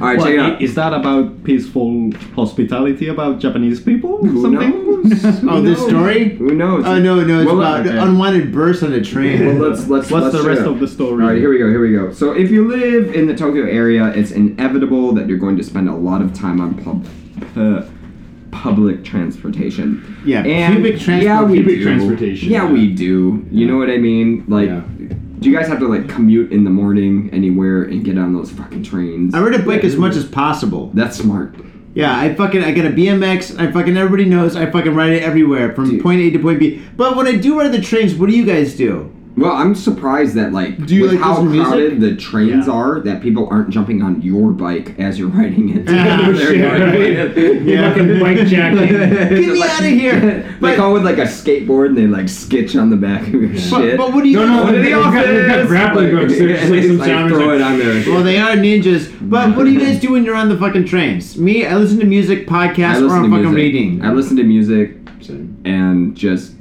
Speaker 4: All right,
Speaker 8: What,
Speaker 4: check it
Speaker 8: i-
Speaker 4: out.
Speaker 8: Is that about peaceful hospitality about Japanese people or
Speaker 4: Who
Speaker 8: something?
Speaker 4: knows?
Speaker 5: Oh, this story?
Speaker 4: Who knows?
Speaker 5: Oh no, no, it's
Speaker 4: Well,
Speaker 5: about
Speaker 4: okay.
Speaker 5: unwanted bursts on a train.
Speaker 4: Well, let's let's.
Speaker 8: What's
Speaker 4: let's
Speaker 8: the
Speaker 4: check it
Speaker 8: rest
Speaker 4: out.
Speaker 8: of the story?
Speaker 4: All right, here we go. Here we go. So, if you live in the Tokyo area, it's inevitable that you're going to spend a lot of time on pub, pu- public transportation.
Speaker 5: Yeah,
Speaker 4: and
Speaker 5: pubic transport-
Speaker 4: Yeah, we
Speaker 5: pubic
Speaker 4: do.
Speaker 3: transportation,
Speaker 4: Yeah,
Speaker 3: yeah.
Speaker 4: we do. You know what I mean? Like,
Speaker 3: Yeah.
Speaker 4: do you guys have to like commute in the morning anywhere and get on those fucking trains?
Speaker 5: I ride a bike as much as possible.
Speaker 4: That's smart.
Speaker 5: Yeah, I fucking I got a BMX. I fucking everybody knows I fucking ride it everywhere from
Speaker 4: Dude.
Speaker 5: point A to point B. But when I do ride the trains, what do you guys do?
Speaker 4: Well, I'm surprised that like
Speaker 5: Do you
Speaker 4: with
Speaker 5: like
Speaker 4: how
Speaker 5: listen to music?
Speaker 4: crowded the trains are that people aren't jumping on your bike as you're riding it.
Speaker 5: Oh,
Speaker 4: They're going-
Speaker 5: Yeah.
Speaker 10: Bike jacking.
Speaker 5: Get me out of here!
Speaker 4: They
Speaker 5: But,
Speaker 4: come with like a skateboard and they like skitch on the back of your
Speaker 5: but,
Speaker 4: shit.
Speaker 5: but what do you
Speaker 10: No,
Speaker 5: do?
Speaker 10: no,
Speaker 4: Go
Speaker 10: no,
Speaker 4: to the
Speaker 10: they've got- they've got
Speaker 4: office!
Speaker 10: grappling
Speaker 4: Like,
Speaker 10: hooks. There's-
Speaker 4: and
Speaker 10: there's some
Speaker 4: like,
Speaker 10: genres
Speaker 4: throw
Speaker 10: like-
Speaker 4: it on there.
Speaker 5: Well, they are ninjas. But what do you guys do when you're on the fucking trains? Me, I listen to music,
Speaker 4: I
Speaker 5: podcasts, or
Speaker 4: listen
Speaker 5: I'm
Speaker 4: to
Speaker 5: fucking
Speaker 4: music.
Speaker 5: reading.
Speaker 4: I listen to music
Speaker 3: Same.
Speaker 4: and just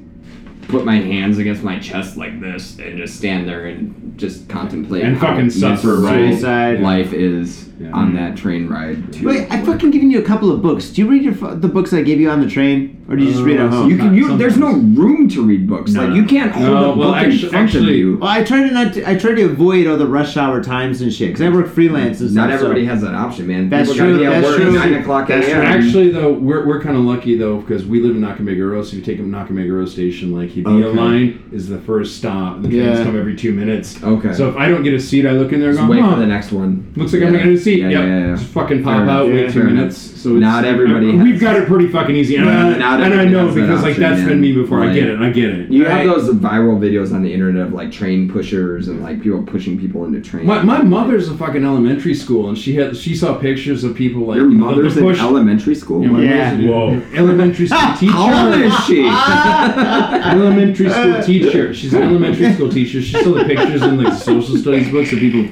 Speaker 4: put my hands against my chest like this and just stand there and just contemplate
Speaker 3: And
Speaker 4: how
Speaker 3: fucking suffer,
Speaker 4: miserable
Speaker 3: right?
Speaker 5: Suicide.
Speaker 4: life is
Speaker 3: Yeah.
Speaker 4: on that train ride. to-
Speaker 5: Wait, I fucking given you a couple of books. Do you read your fu- the books I gave you on the train, or do you just read at home?
Speaker 4: Uh, You can, you, there's no room to read books.
Speaker 8: No,
Speaker 4: like
Speaker 8: no.
Speaker 4: you can't hold
Speaker 3: No,
Speaker 4: a
Speaker 3: well,
Speaker 4: book in
Speaker 3: actu-
Speaker 4: front of
Speaker 3: actually-
Speaker 4: you.
Speaker 5: Well, Oh, I try to not. To, I try to avoid all the rush hour times and shit because I work freelance and stuff.
Speaker 4: Not everybody
Speaker 5: so.
Speaker 4: has that option, man.
Speaker 5: That's
Speaker 4: People
Speaker 5: true,
Speaker 4: Gotta be at
Speaker 5: that's
Speaker 4: work
Speaker 5: true.
Speaker 4: at Nine o'clock
Speaker 5: That's
Speaker 4: a.m.
Speaker 5: true.
Speaker 3: Actually, though, we're, we're kind of lucky though because we live in Nakameguro, so if you take Nakameguro Station, like Hibiya
Speaker 4: Okay.
Speaker 3: Line is the first stop. and The trains
Speaker 5: Yeah.
Speaker 3: come every two minutes.
Speaker 4: Okay.
Speaker 3: So if I don't get a seat, I look in there and
Speaker 4: Just
Speaker 3: go,
Speaker 4: wait
Speaker 3: huh,
Speaker 4: for the next one.
Speaker 3: uh-huh. looks like I'm
Speaker 4: Yeah.
Speaker 3: not gonna get a seat.
Speaker 4: Yeah,
Speaker 3: yep.
Speaker 4: yeah, yeah.
Speaker 3: Just fucking
Speaker 4: Fair
Speaker 3: pop
Speaker 4: enough.
Speaker 3: out,
Speaker 4: Yeah,
Speaker 3: wait two
Speaker 4: fair enough.
Speaker 3: minutes. So it's,
Speaker 4: Not everybody has
Speaker 3: we've got it pretty fucking easy, and, I,
Speaker 4: Not
Speaker 3: and I
Speaker 4: everybody
Speaker 3: know
Speaker 4: has that
Speaker 3: because like
Speaker 4: option,
Speaker 3: that's
Speaker 4: man.
Speaker 3: been me before. I
Speaker 4: Like,
Speaker 3: get it. I get it.
Speaker 4: You
Speaker 3: Right?
Speaker 4: have those viral videos on the internet of like train pushers and like people pushing people into trains.
Speaker 3: My, my mother's a fucking elementary school, and she had she saw pictures of people like
Speaker 4: Your
Speaker 3: you know, the- the
Speaker 4: mother's in
Speaker 3: push-
Speaker 4: elementary school.
Speaker 3: Yeah, my
Speaker 5: Yeah.
Speaker 3: mother's- Whoa. elementary school teacher.
Speaker 4: How old is she?
Speaker 5: Ah.
Speaker 3: elementary school teacher. She's an elementary school teacher. She saw the pictures in like social studies books of people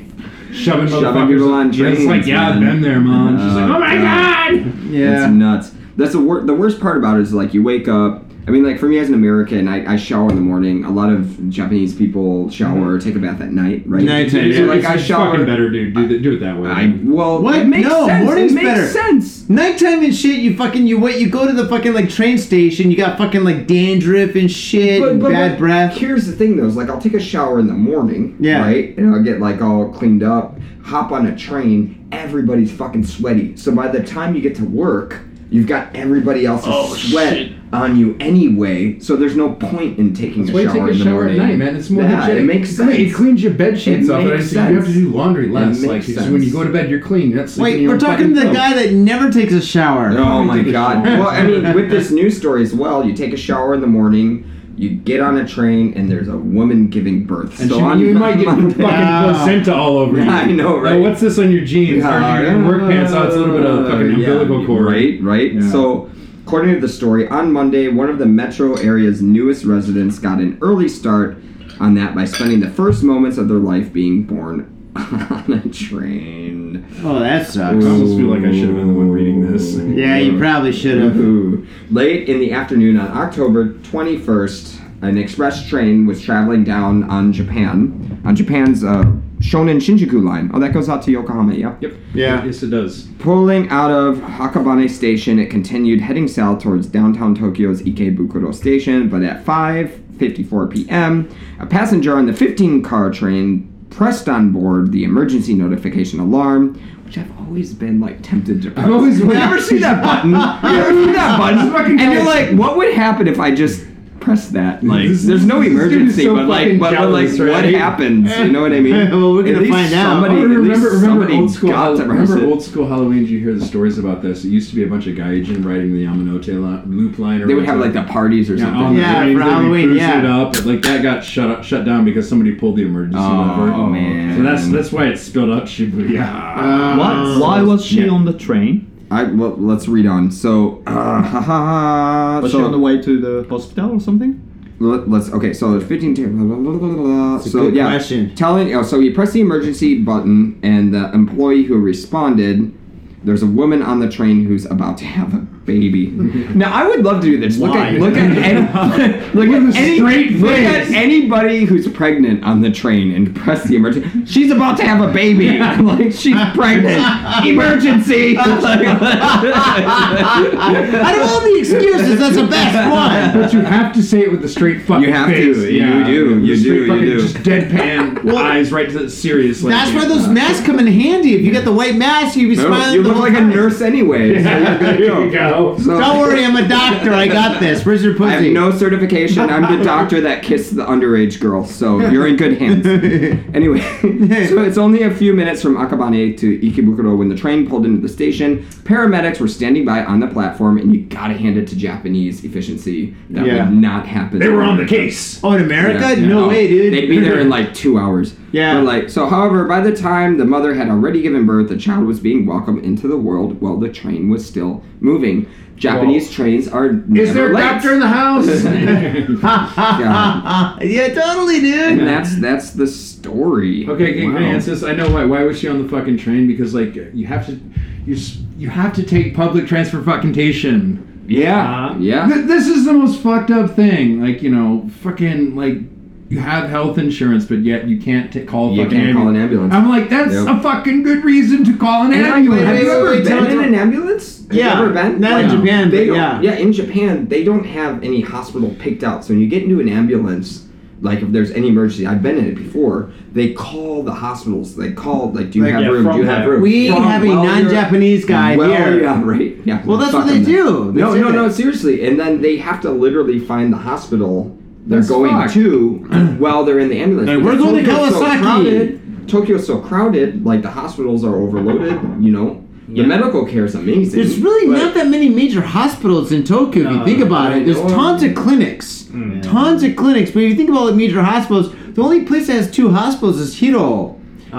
Speaker 3: shoving motherfuckers
Speaker 4: people on
Speaker 3: Yeah, It's like,
Speaker 4: trains,
Speaker 3: yeah, I've
Speaker 4: man.
Speaker 3: been there, mom. She's like,
Speaker 4: Oh,
Speaker 3: oh my god.
Speaker 4: It's nuts. That's the wor- the worst part about it is like you wake up. I mean, like for me as an American, I, I shower in the morning. A lot of Japanese people shower or take a bath at night, right?
Speaker 5: Nighttime,
Speaker 4: So
Speaker 3: Yeah,
Speaker 4: like
Speaker 3: it's
Speaker 4: I
Speaker 3: it's
Speaker 4: shower.
Speaker 3: Fucking better, dude. Do, th- do it that way.
Speaker 4: I well,
Speaker 5: What?
Speaker 4: it makes
Speaker 5: No,
Speaker 4: sense.
Speaker 5: morning's
Speaker 4: it makes
Speaker 5: better.
Speaker 4: sense.
Speaker 5: Nighttime and shit, you fucking you wait. You go to the fucking like train station. You got fucking like dandruff and shit, and bad
Speaker 4: like,
Speaker 5: breath.
Speaker 4: Here's the thing, though: is like I'll take a shower in the morning,
Speaker 5: Yeah.
Speaker 4: right, and I'll get like all cleaned up, hop on a train. Everybody's fucking sweaty, so by the time you get to work, you've got everybody else's sweat on you anyway. So there's no point in taking
Speaker 3: That's
Speaker 4: a
Speaker 3: why you
Speaker 4: shower
Speaker 3: take a
Speaker 4: in the
Speaker 3: shower
Speaker 4: morning.
Speaker 3: at night, man. It's more
Speaker 4: Yeah,
Speaker 3: hygienic.
Speaker 4: it makes
Speaker 3: I mean,
Speaker 4: sense.
Speaker 3: It cleans your bed sheets
Speaker 4: It
Speaker 3: off. and I
Speaker 4: makes
Speaker 3: think You have to
Speaker 4: sense.
Speaker 3: do laundry less.
Speaker 4: makes
Speaker 3: Like because when
Speaker 4: sense.
Speaker 3: you go to bed, you're clean. You're not sleeping in
Speaker 5: Wait,
Speaker 3: your
Speaker 5: we're
Speaker 3: own
Speaker 5: talking to the
Speaker 3: fucking
Speaker 5: guy that never takes a shower.
Speaker 4: Oh my god.
Speaker 3: shower.
Speaker 4: Well, I mean, with this news story as well, you take a shower in the morning, you get on a train, and there's a woman giving birth.
Speaker 3: And
Speaker 4: so
Speaker 3: she,
Speaker 4: on
Speaker 3: you might get fucking
Speaker 5: Yeah.
Speaker 3: placenta all over you.
Speaker 4: I know,
Speaker 3: Now,
Speaker 4: right?
Speaker 3: what's this on your jeans? or your work pants? Oh, it's a little bit of fucking
Speaker 4: Yeah,
Speaker 3: umbilical cord.
Speaker 4: Right, right.
Speaker 3: Yeah.
Speaker 4: So, according to the story, on Monday, one of the metro area's newest residents got an early start on that by spending the first moments of their life being born on a train.
Speaker 5: Oh, that sucks.
Speaker 3: I almost feel like I should have been the one reading this.
Speaker 5: Yeah, you probably should have.
Speaker 4: Ooh. Late in the afternoon on October 21st, an express train was traveling down on Japan, on Japan's uh, Shonen Shinjuku line. Oh, that goes out to Yokohama, yeah?
Speaker 3: Yep.
Speaker 5: Yeah.
Speaker 3: Yes, it does.
Speaker 4: Pulling out of Hakabane Station, it continued heading south towards downtown Tokyo's Ikebukuro Station, but at 5.54 p.m., a passenger on the 15-car train pressed on board the emergency notification alarm, which I've always been, like, tempted to press. I've
Speaker 3: always-
Speaker 4: you ever see that button? You ever see that button? And you're like, what would happen if I just pressed that? Like,
Speaker 3: This is-
Speaker 4: there's no
Speaker 3: this dude is
Speaker 4: emergency,
Speaker 3: so
Speaker 4: but, like,
Speaker 3: fucking
Speaker 4: but, but, like
Speaker 3: jealous,
Speaker 4: what
Speaker 3: right?
Speaker 4: happens? You know what I mean?
Speaker 5: Well, we're
Speaker 4: At
Speaker 5: gonna
Speaker 4: least
Speaker 5: find out.
Speaker 4: somebody-
Speaker 3: Oh,
Speaker 4: at least
Speaker 3: remember, remember
Speaker 4: somebody
Speaker 3: old school.
Speaker 4: got to press
Speaker 3: remember
Speaker 4: it.
Speaker 3: old school Halloween? You hear the stories about this. It used to be a bunch of gaijin riding the Yamanote li- loop line. Or
Speaker 4: They would have
Speaker 3: whatever.
Speaker 4: like the parties or
Speaker 3: Yeah,
Speaker 4: something.
Speaker 3: on the
Speaker 5: Yeah,
Speaker 3: trains,
Speaker 5: for
Speaker 3: they'd be
Speaker 5: Halloween,
Speaker 3: cruising
Speaker 5: yeah.
Speaker 3: it up, but, like that got shut up, shut down because somebody pulled the emergency
Speaker 4: Oh,
Speaker 3: lever.
Speaker 4: man.
Speaker 3: So that's that's why it spilled out Shibuya.
Speaker 5: Uh,
Speaker 8: Why, why was she
Speaker 3: Yeah.
Speaker 8: on the train?
Speaker 4: I well, let's read on. So, uh, ha ha ha.
Speaker 8: Was she on the
Speaker 4: so
Speaker 8: way to the hospital or something?
Speaker 4: let, let's okay. So fifteen. ta- Blah, blah, blah, blah, blah, blah.
Speaker 5: a
Speaker 4: So
Speaker 5: good
Speaker 4: yeah,
Speaker 5: question.
Speaker 4: telling. Oh, so you press the emergency button, and the employee who responded. There's a woman on the train who's about to have a baby. Now I would love to do this. Look at look at any, look at any,
Speaker 3: straight
Speaker 4: look at anybody who's pregnant on the train and press the emergency. She's about to have a baby. I'm like she's pregnant. Emergency.
Speaker 5: Out of all the excuses, that's the best one.
Speaker 3: But you have to say it with a straight fucking
Speaker 4: You have to.
Speaker 3: face.
Speaker 4: You do. You
Speaker 3: The
Speaker 4: do.
Speaker 3: straight
Speaker 4: You
Speaker 3: fucking
Speaker 4: do.
Speaker 3: Just deadpan eyes right to the serious. like,
Speaker 5: That's where those masks come in handy. If you get the white mask, you'd be smiling.
Speaker 4: you
Speaker 5: the
Speaker 4: look
Speaker 5: whole
Speaker 4: like a
Speaker 5: time.
Speaker 4: nurse anyway. So you're good
Speaker 3: There
Speaker 4: to
Speaker 3: you
Speaker 4: go.
Speaker 3: go.
Speaker 4: So-
Speaker 5: Don't worry, I'm a doctor. I got this. Where's your
Speaker 4: I
Speaker 5: pussy?
Speaker 4: have no certification. I'm the doctor that kissed the underage girl, so you're in good hands. anyway, so it's only a few minutes from Akabane to Ikebukuro when the train pulled into the station. Paramedics were standing by on the platform, and you gotta hand it to Japanese efficiency. That
Speaker 5: Yeah.
Speaker 4: would not happen.
Speaker 3: They were on the case.
Speaker 5: oh, in America?
Speaker 4: Yeah, yeah.
Speaker 5: no way, dude.
Speaker 4: They'd be there in like two hours.
Speaker 5: Yeah.
Speaker 4: But, like so. However, by the time the mother had already given birth, the child was being welcomed into the world while the train was still moving. Japanese trains are.
Speaker 3: Is there
Speaker 4: never
Speaker 3: a
Speaker 4: late.
Speaker 3: doctor in the house?
Speaker 4: God.
Speaker 5: Ah, yeah, totally, dude.
Speaker 4: And that's that's the story.
Speaker 3: Okay, can, can I
Speaker 4: Wow.
Speaker 3: answer this? I know why. Why was she on the fucking train? Because like you have to, you s- you have to take public transport fucking tation.
Speaker 4: Yeah.
Speaker 3: Uh-huh.
Speaker 4: Yeah.
Speaker 3: Th- this is the most fucked up thing. Like you know, fucking like you have health insurance, but yet you can't t- call. A
Speaker 4: You
Speaker 3: fucking
Speaker 4: can't call an ambulance.
Speaker 3: I'm like, that's
Speaker 4: Yep.
Speaker 3: a fucking good reason to call an
Speaker 4: And like,
Speaker 3: ambulance.
Speaker 4: have
Speaker 5: wait,
Speaker 4: you
Speaker 5: wait,
Speaker 4: ever
Speaker 5: wait, tell
Speaker 4: been
Speaker 5: us
Speaker 4: in
Speaker 5: what-
Speaker 4: an ambulance? Have
Speaker 5: Yeah,
Speaker 4: you ever been?
Speaker 5: not in Japan,
Speaker 4: They
Speaker 5: but
Speaker 4: don't-
Speaker 5: yeah.
Speaker 4: Yeah, in Japan, they don't have any hospital picked out. So when you get into an ambulance, like if there's any emergency, I've been in it before. They call the hospitals. They call like, do you
Speaker 5: Like,
Speaker 4: have
Speaker 5: yeah,
Speaker 4: room?
Speaker 8: from
Speaker 4: Do you have
Speaker 8: there.
Speaker 4: room?
Speaker 5: We
Speaker 4: From
Speaker 5: have a
Speaker 4: while you're-
Speaker 5: non-Japanese guy
Speaker 4: well,
Speaker 5: here.
Speaker 4: Yeah, right. Yeah.
Speaker 5: Well, that's
Speaker 4: fuck
Speaker 5: what they
Speaker 4: them then.
Speaker 5: do. They
Speaker 4: no,
Speaker 5: say
Speaker 4: no, no.
Speaker 5: that.
Speaker 4: Seriously, and then they have to literally find the hospital they're
Speaker 3: That's
Speaker 4: going
Speaker 3: fucked.
Speaker 4: to while they're in the ambulance.
Speaker 5: Like, we're
Speaker 4: Because
Speaker 5: going to
Speaker 4: Tokyo's so
Speaker 5: Kawasaki.
Speaker 4: crowded- Tokyo's so crowded, like the hospitals are overloaded. You know, the medical care is amazing.
Speaker 5: There's really
Speaker 4: but-
Speaker 5: not that many major hospitals in Tokyo. if you think about
Speaker 4: I
Speaker 5: it, there's
Speaker 4: know.
Speaker 5: tons of clinics,
Speaker 4: Hmm,
Speaker 5: tons of clinics. But if you think about the major hospitals, the only place that has two hospitals is Hiro.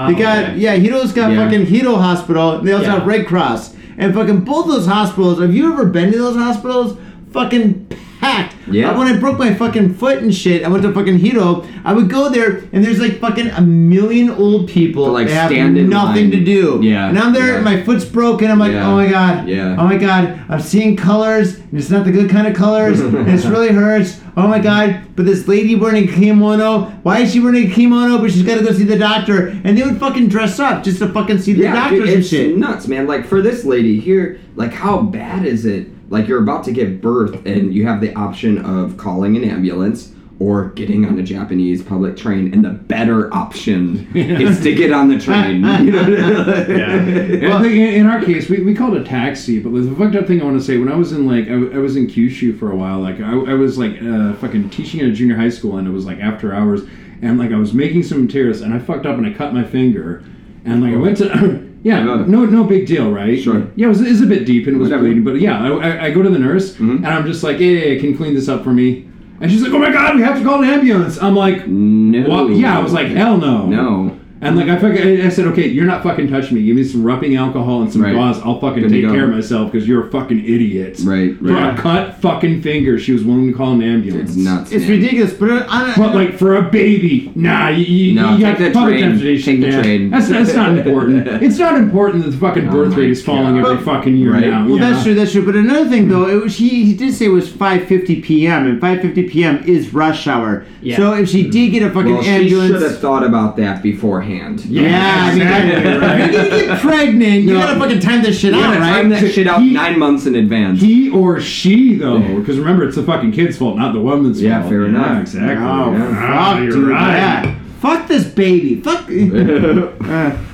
Speaker 5: they got yeah, Hiro's got
Speaker 4: Ah, Yeah.
Speaker 5: fucking Hiro Hospital. and They also have Red Cross, and fucking both those hospitals. Have you ever been to those hospitals? Fucking packed.
Speaker 4: Yeah.
Speaker 5: I- when I broke my fucking foot and shit, I went to fucking Hiro. I would go there, and there's like fucking a million old people.
Speaker 4: To, like,
Speaker 5: they have
Speaker 4: stand in
Speaker 5: nothing
Speaker 4: line.
Speaker 5: to do.
Speaker 4: Yeah,
Speaker 5: And I'm there,
Speaker 4: yeah.
Speaker 5: my foot's broken. I'm like,
Speaker 4: Yeah.
Speaker 5: oh my god.
Speaker 4: Yeah.
Speaker 5: Oh my god. I'm seeing colors, and it's not the good kind of colors, and it's really hurts. Oh my god. But this lady wearing a kimono. Why is she wearing a kimono? But she's got to go see the doctor. And they would fucking dress up just to fucking see the
Speaker 4: Yeah,
Speaker 5: doctors
Speaker 4: dude,
Speaker 5: and
Speaker 4: it's
Speaker 5: shit.
Speaker 4: nuts, man. Like for this lady here, like how bad is it? Like you're about to give birth and you have the option of calling an ambulance or getting on a Japanese public train, and the better option is to get on the train. You know?
Speaker 3: Yeah, I think in in our case, we, we called a taxi, but the fucked up thing I want to say, when I was in like, I, w- I was in Kyushu for a while, like I, I was like uh, fucking teaching at a junior high school, and it was like after hours, and like I was making some materials, and I fucked up and I cut my finger, and like I went to. Yeah,
Speaker 4: Yeah.
Speaker 3: no, no big deal, right?
Speaker 4: Sure.
Speaker 3: Yeah, it was, it was a bit deep and it was
Speaker 4: Whatever.
Speaker 3: bleeding, but yeah, I, I, I go to the nurse and I'm just like, "Hey, can you clean this up for me?" And she's like, "Oh my god, we have to call an ambulance." I'm like,
Speaker 4: No.
Speaker 3: "What?" Yeah, I was like, "Hell no."
Speaker 4: no.
Speaker 3: And like I fucking, I said, okay, you're not fucking touching me. Give me some rubbing alcohol and some
Speaker 4: Right.
Speaker 3: gauze. I'll fucking
Speaker 4: Good to
Speaker 3: take
Speaker 4: go.
Speaker 3: care of myself because you're a fucking idiot.
Speaker 4: Right,
Speaker 3: For
Speaker 4: right.
Speaker 3: a cut fucking finger, she was willing to call an ambulance.
Speaker 4: It's nuts.
Speaker 5: It's
Speaker 4: man.
Speaker 5: ridiculous. But uh, I,
Speaker 3: But like for a baby, nah, you, you,
Speaker 4: No,
Speaker 3: you got
Speaker 4: take the
Speaker 3: public
Speaker 4: train.
Speaker 3: transportation.
Speaker 4: Take the
Speaker 3: yeah.
Speaker 4: train. Oh
Speaker 3: That's, that's not important. It's not important that the fucking birth
Speaker 4: my
Speaker 3: rate is falling
Speaker 4: God.
Speaker 3: every fucking year
Speaker 4: Right.
Speaker 3: now.
Speaker 5: Well,
Speaker 3: yeah.
Speaker 5: that's true. That's true. But another thing, though, it was, he he did say it was five fifty p.m. and five fifty p.m. is rush hour. So if she did get a fucking
Speaker 4: Well, she
Speaker 5: ambulance,
Speaker 4: should have thought about that beforehand.
Speaker 5: yeah,
Speaker 3: Exactly,
Speaker 5: I mean,
Speaker 3: right.
Speaker 5: if you're gonna get pregnant, you
Speaker 3: No.
Speaker 5: gotta fucking time this shit out,
Speaker 4: Time
Speaker 5: right?
Speaker 4: that shit out
Speaker 3: He-
Speaker 4: nine months in advance.
Speaker 3: He or she though, because remember, it's the fucking kid's fault, not the woman's
Speaker 4: Yeah,
Speaker 3: fault.
Speaker 4: fair enough.
Speaker 3: Exactly.
Speaker 5: Oh,
Speaker 3: yeah.
Speaker 5: fuck,
Speaker 3: Ah, you're
Speaker 5: dude,
Speaker 3: right.
Speaker 5: yeah. Fuck this baby. Fuck.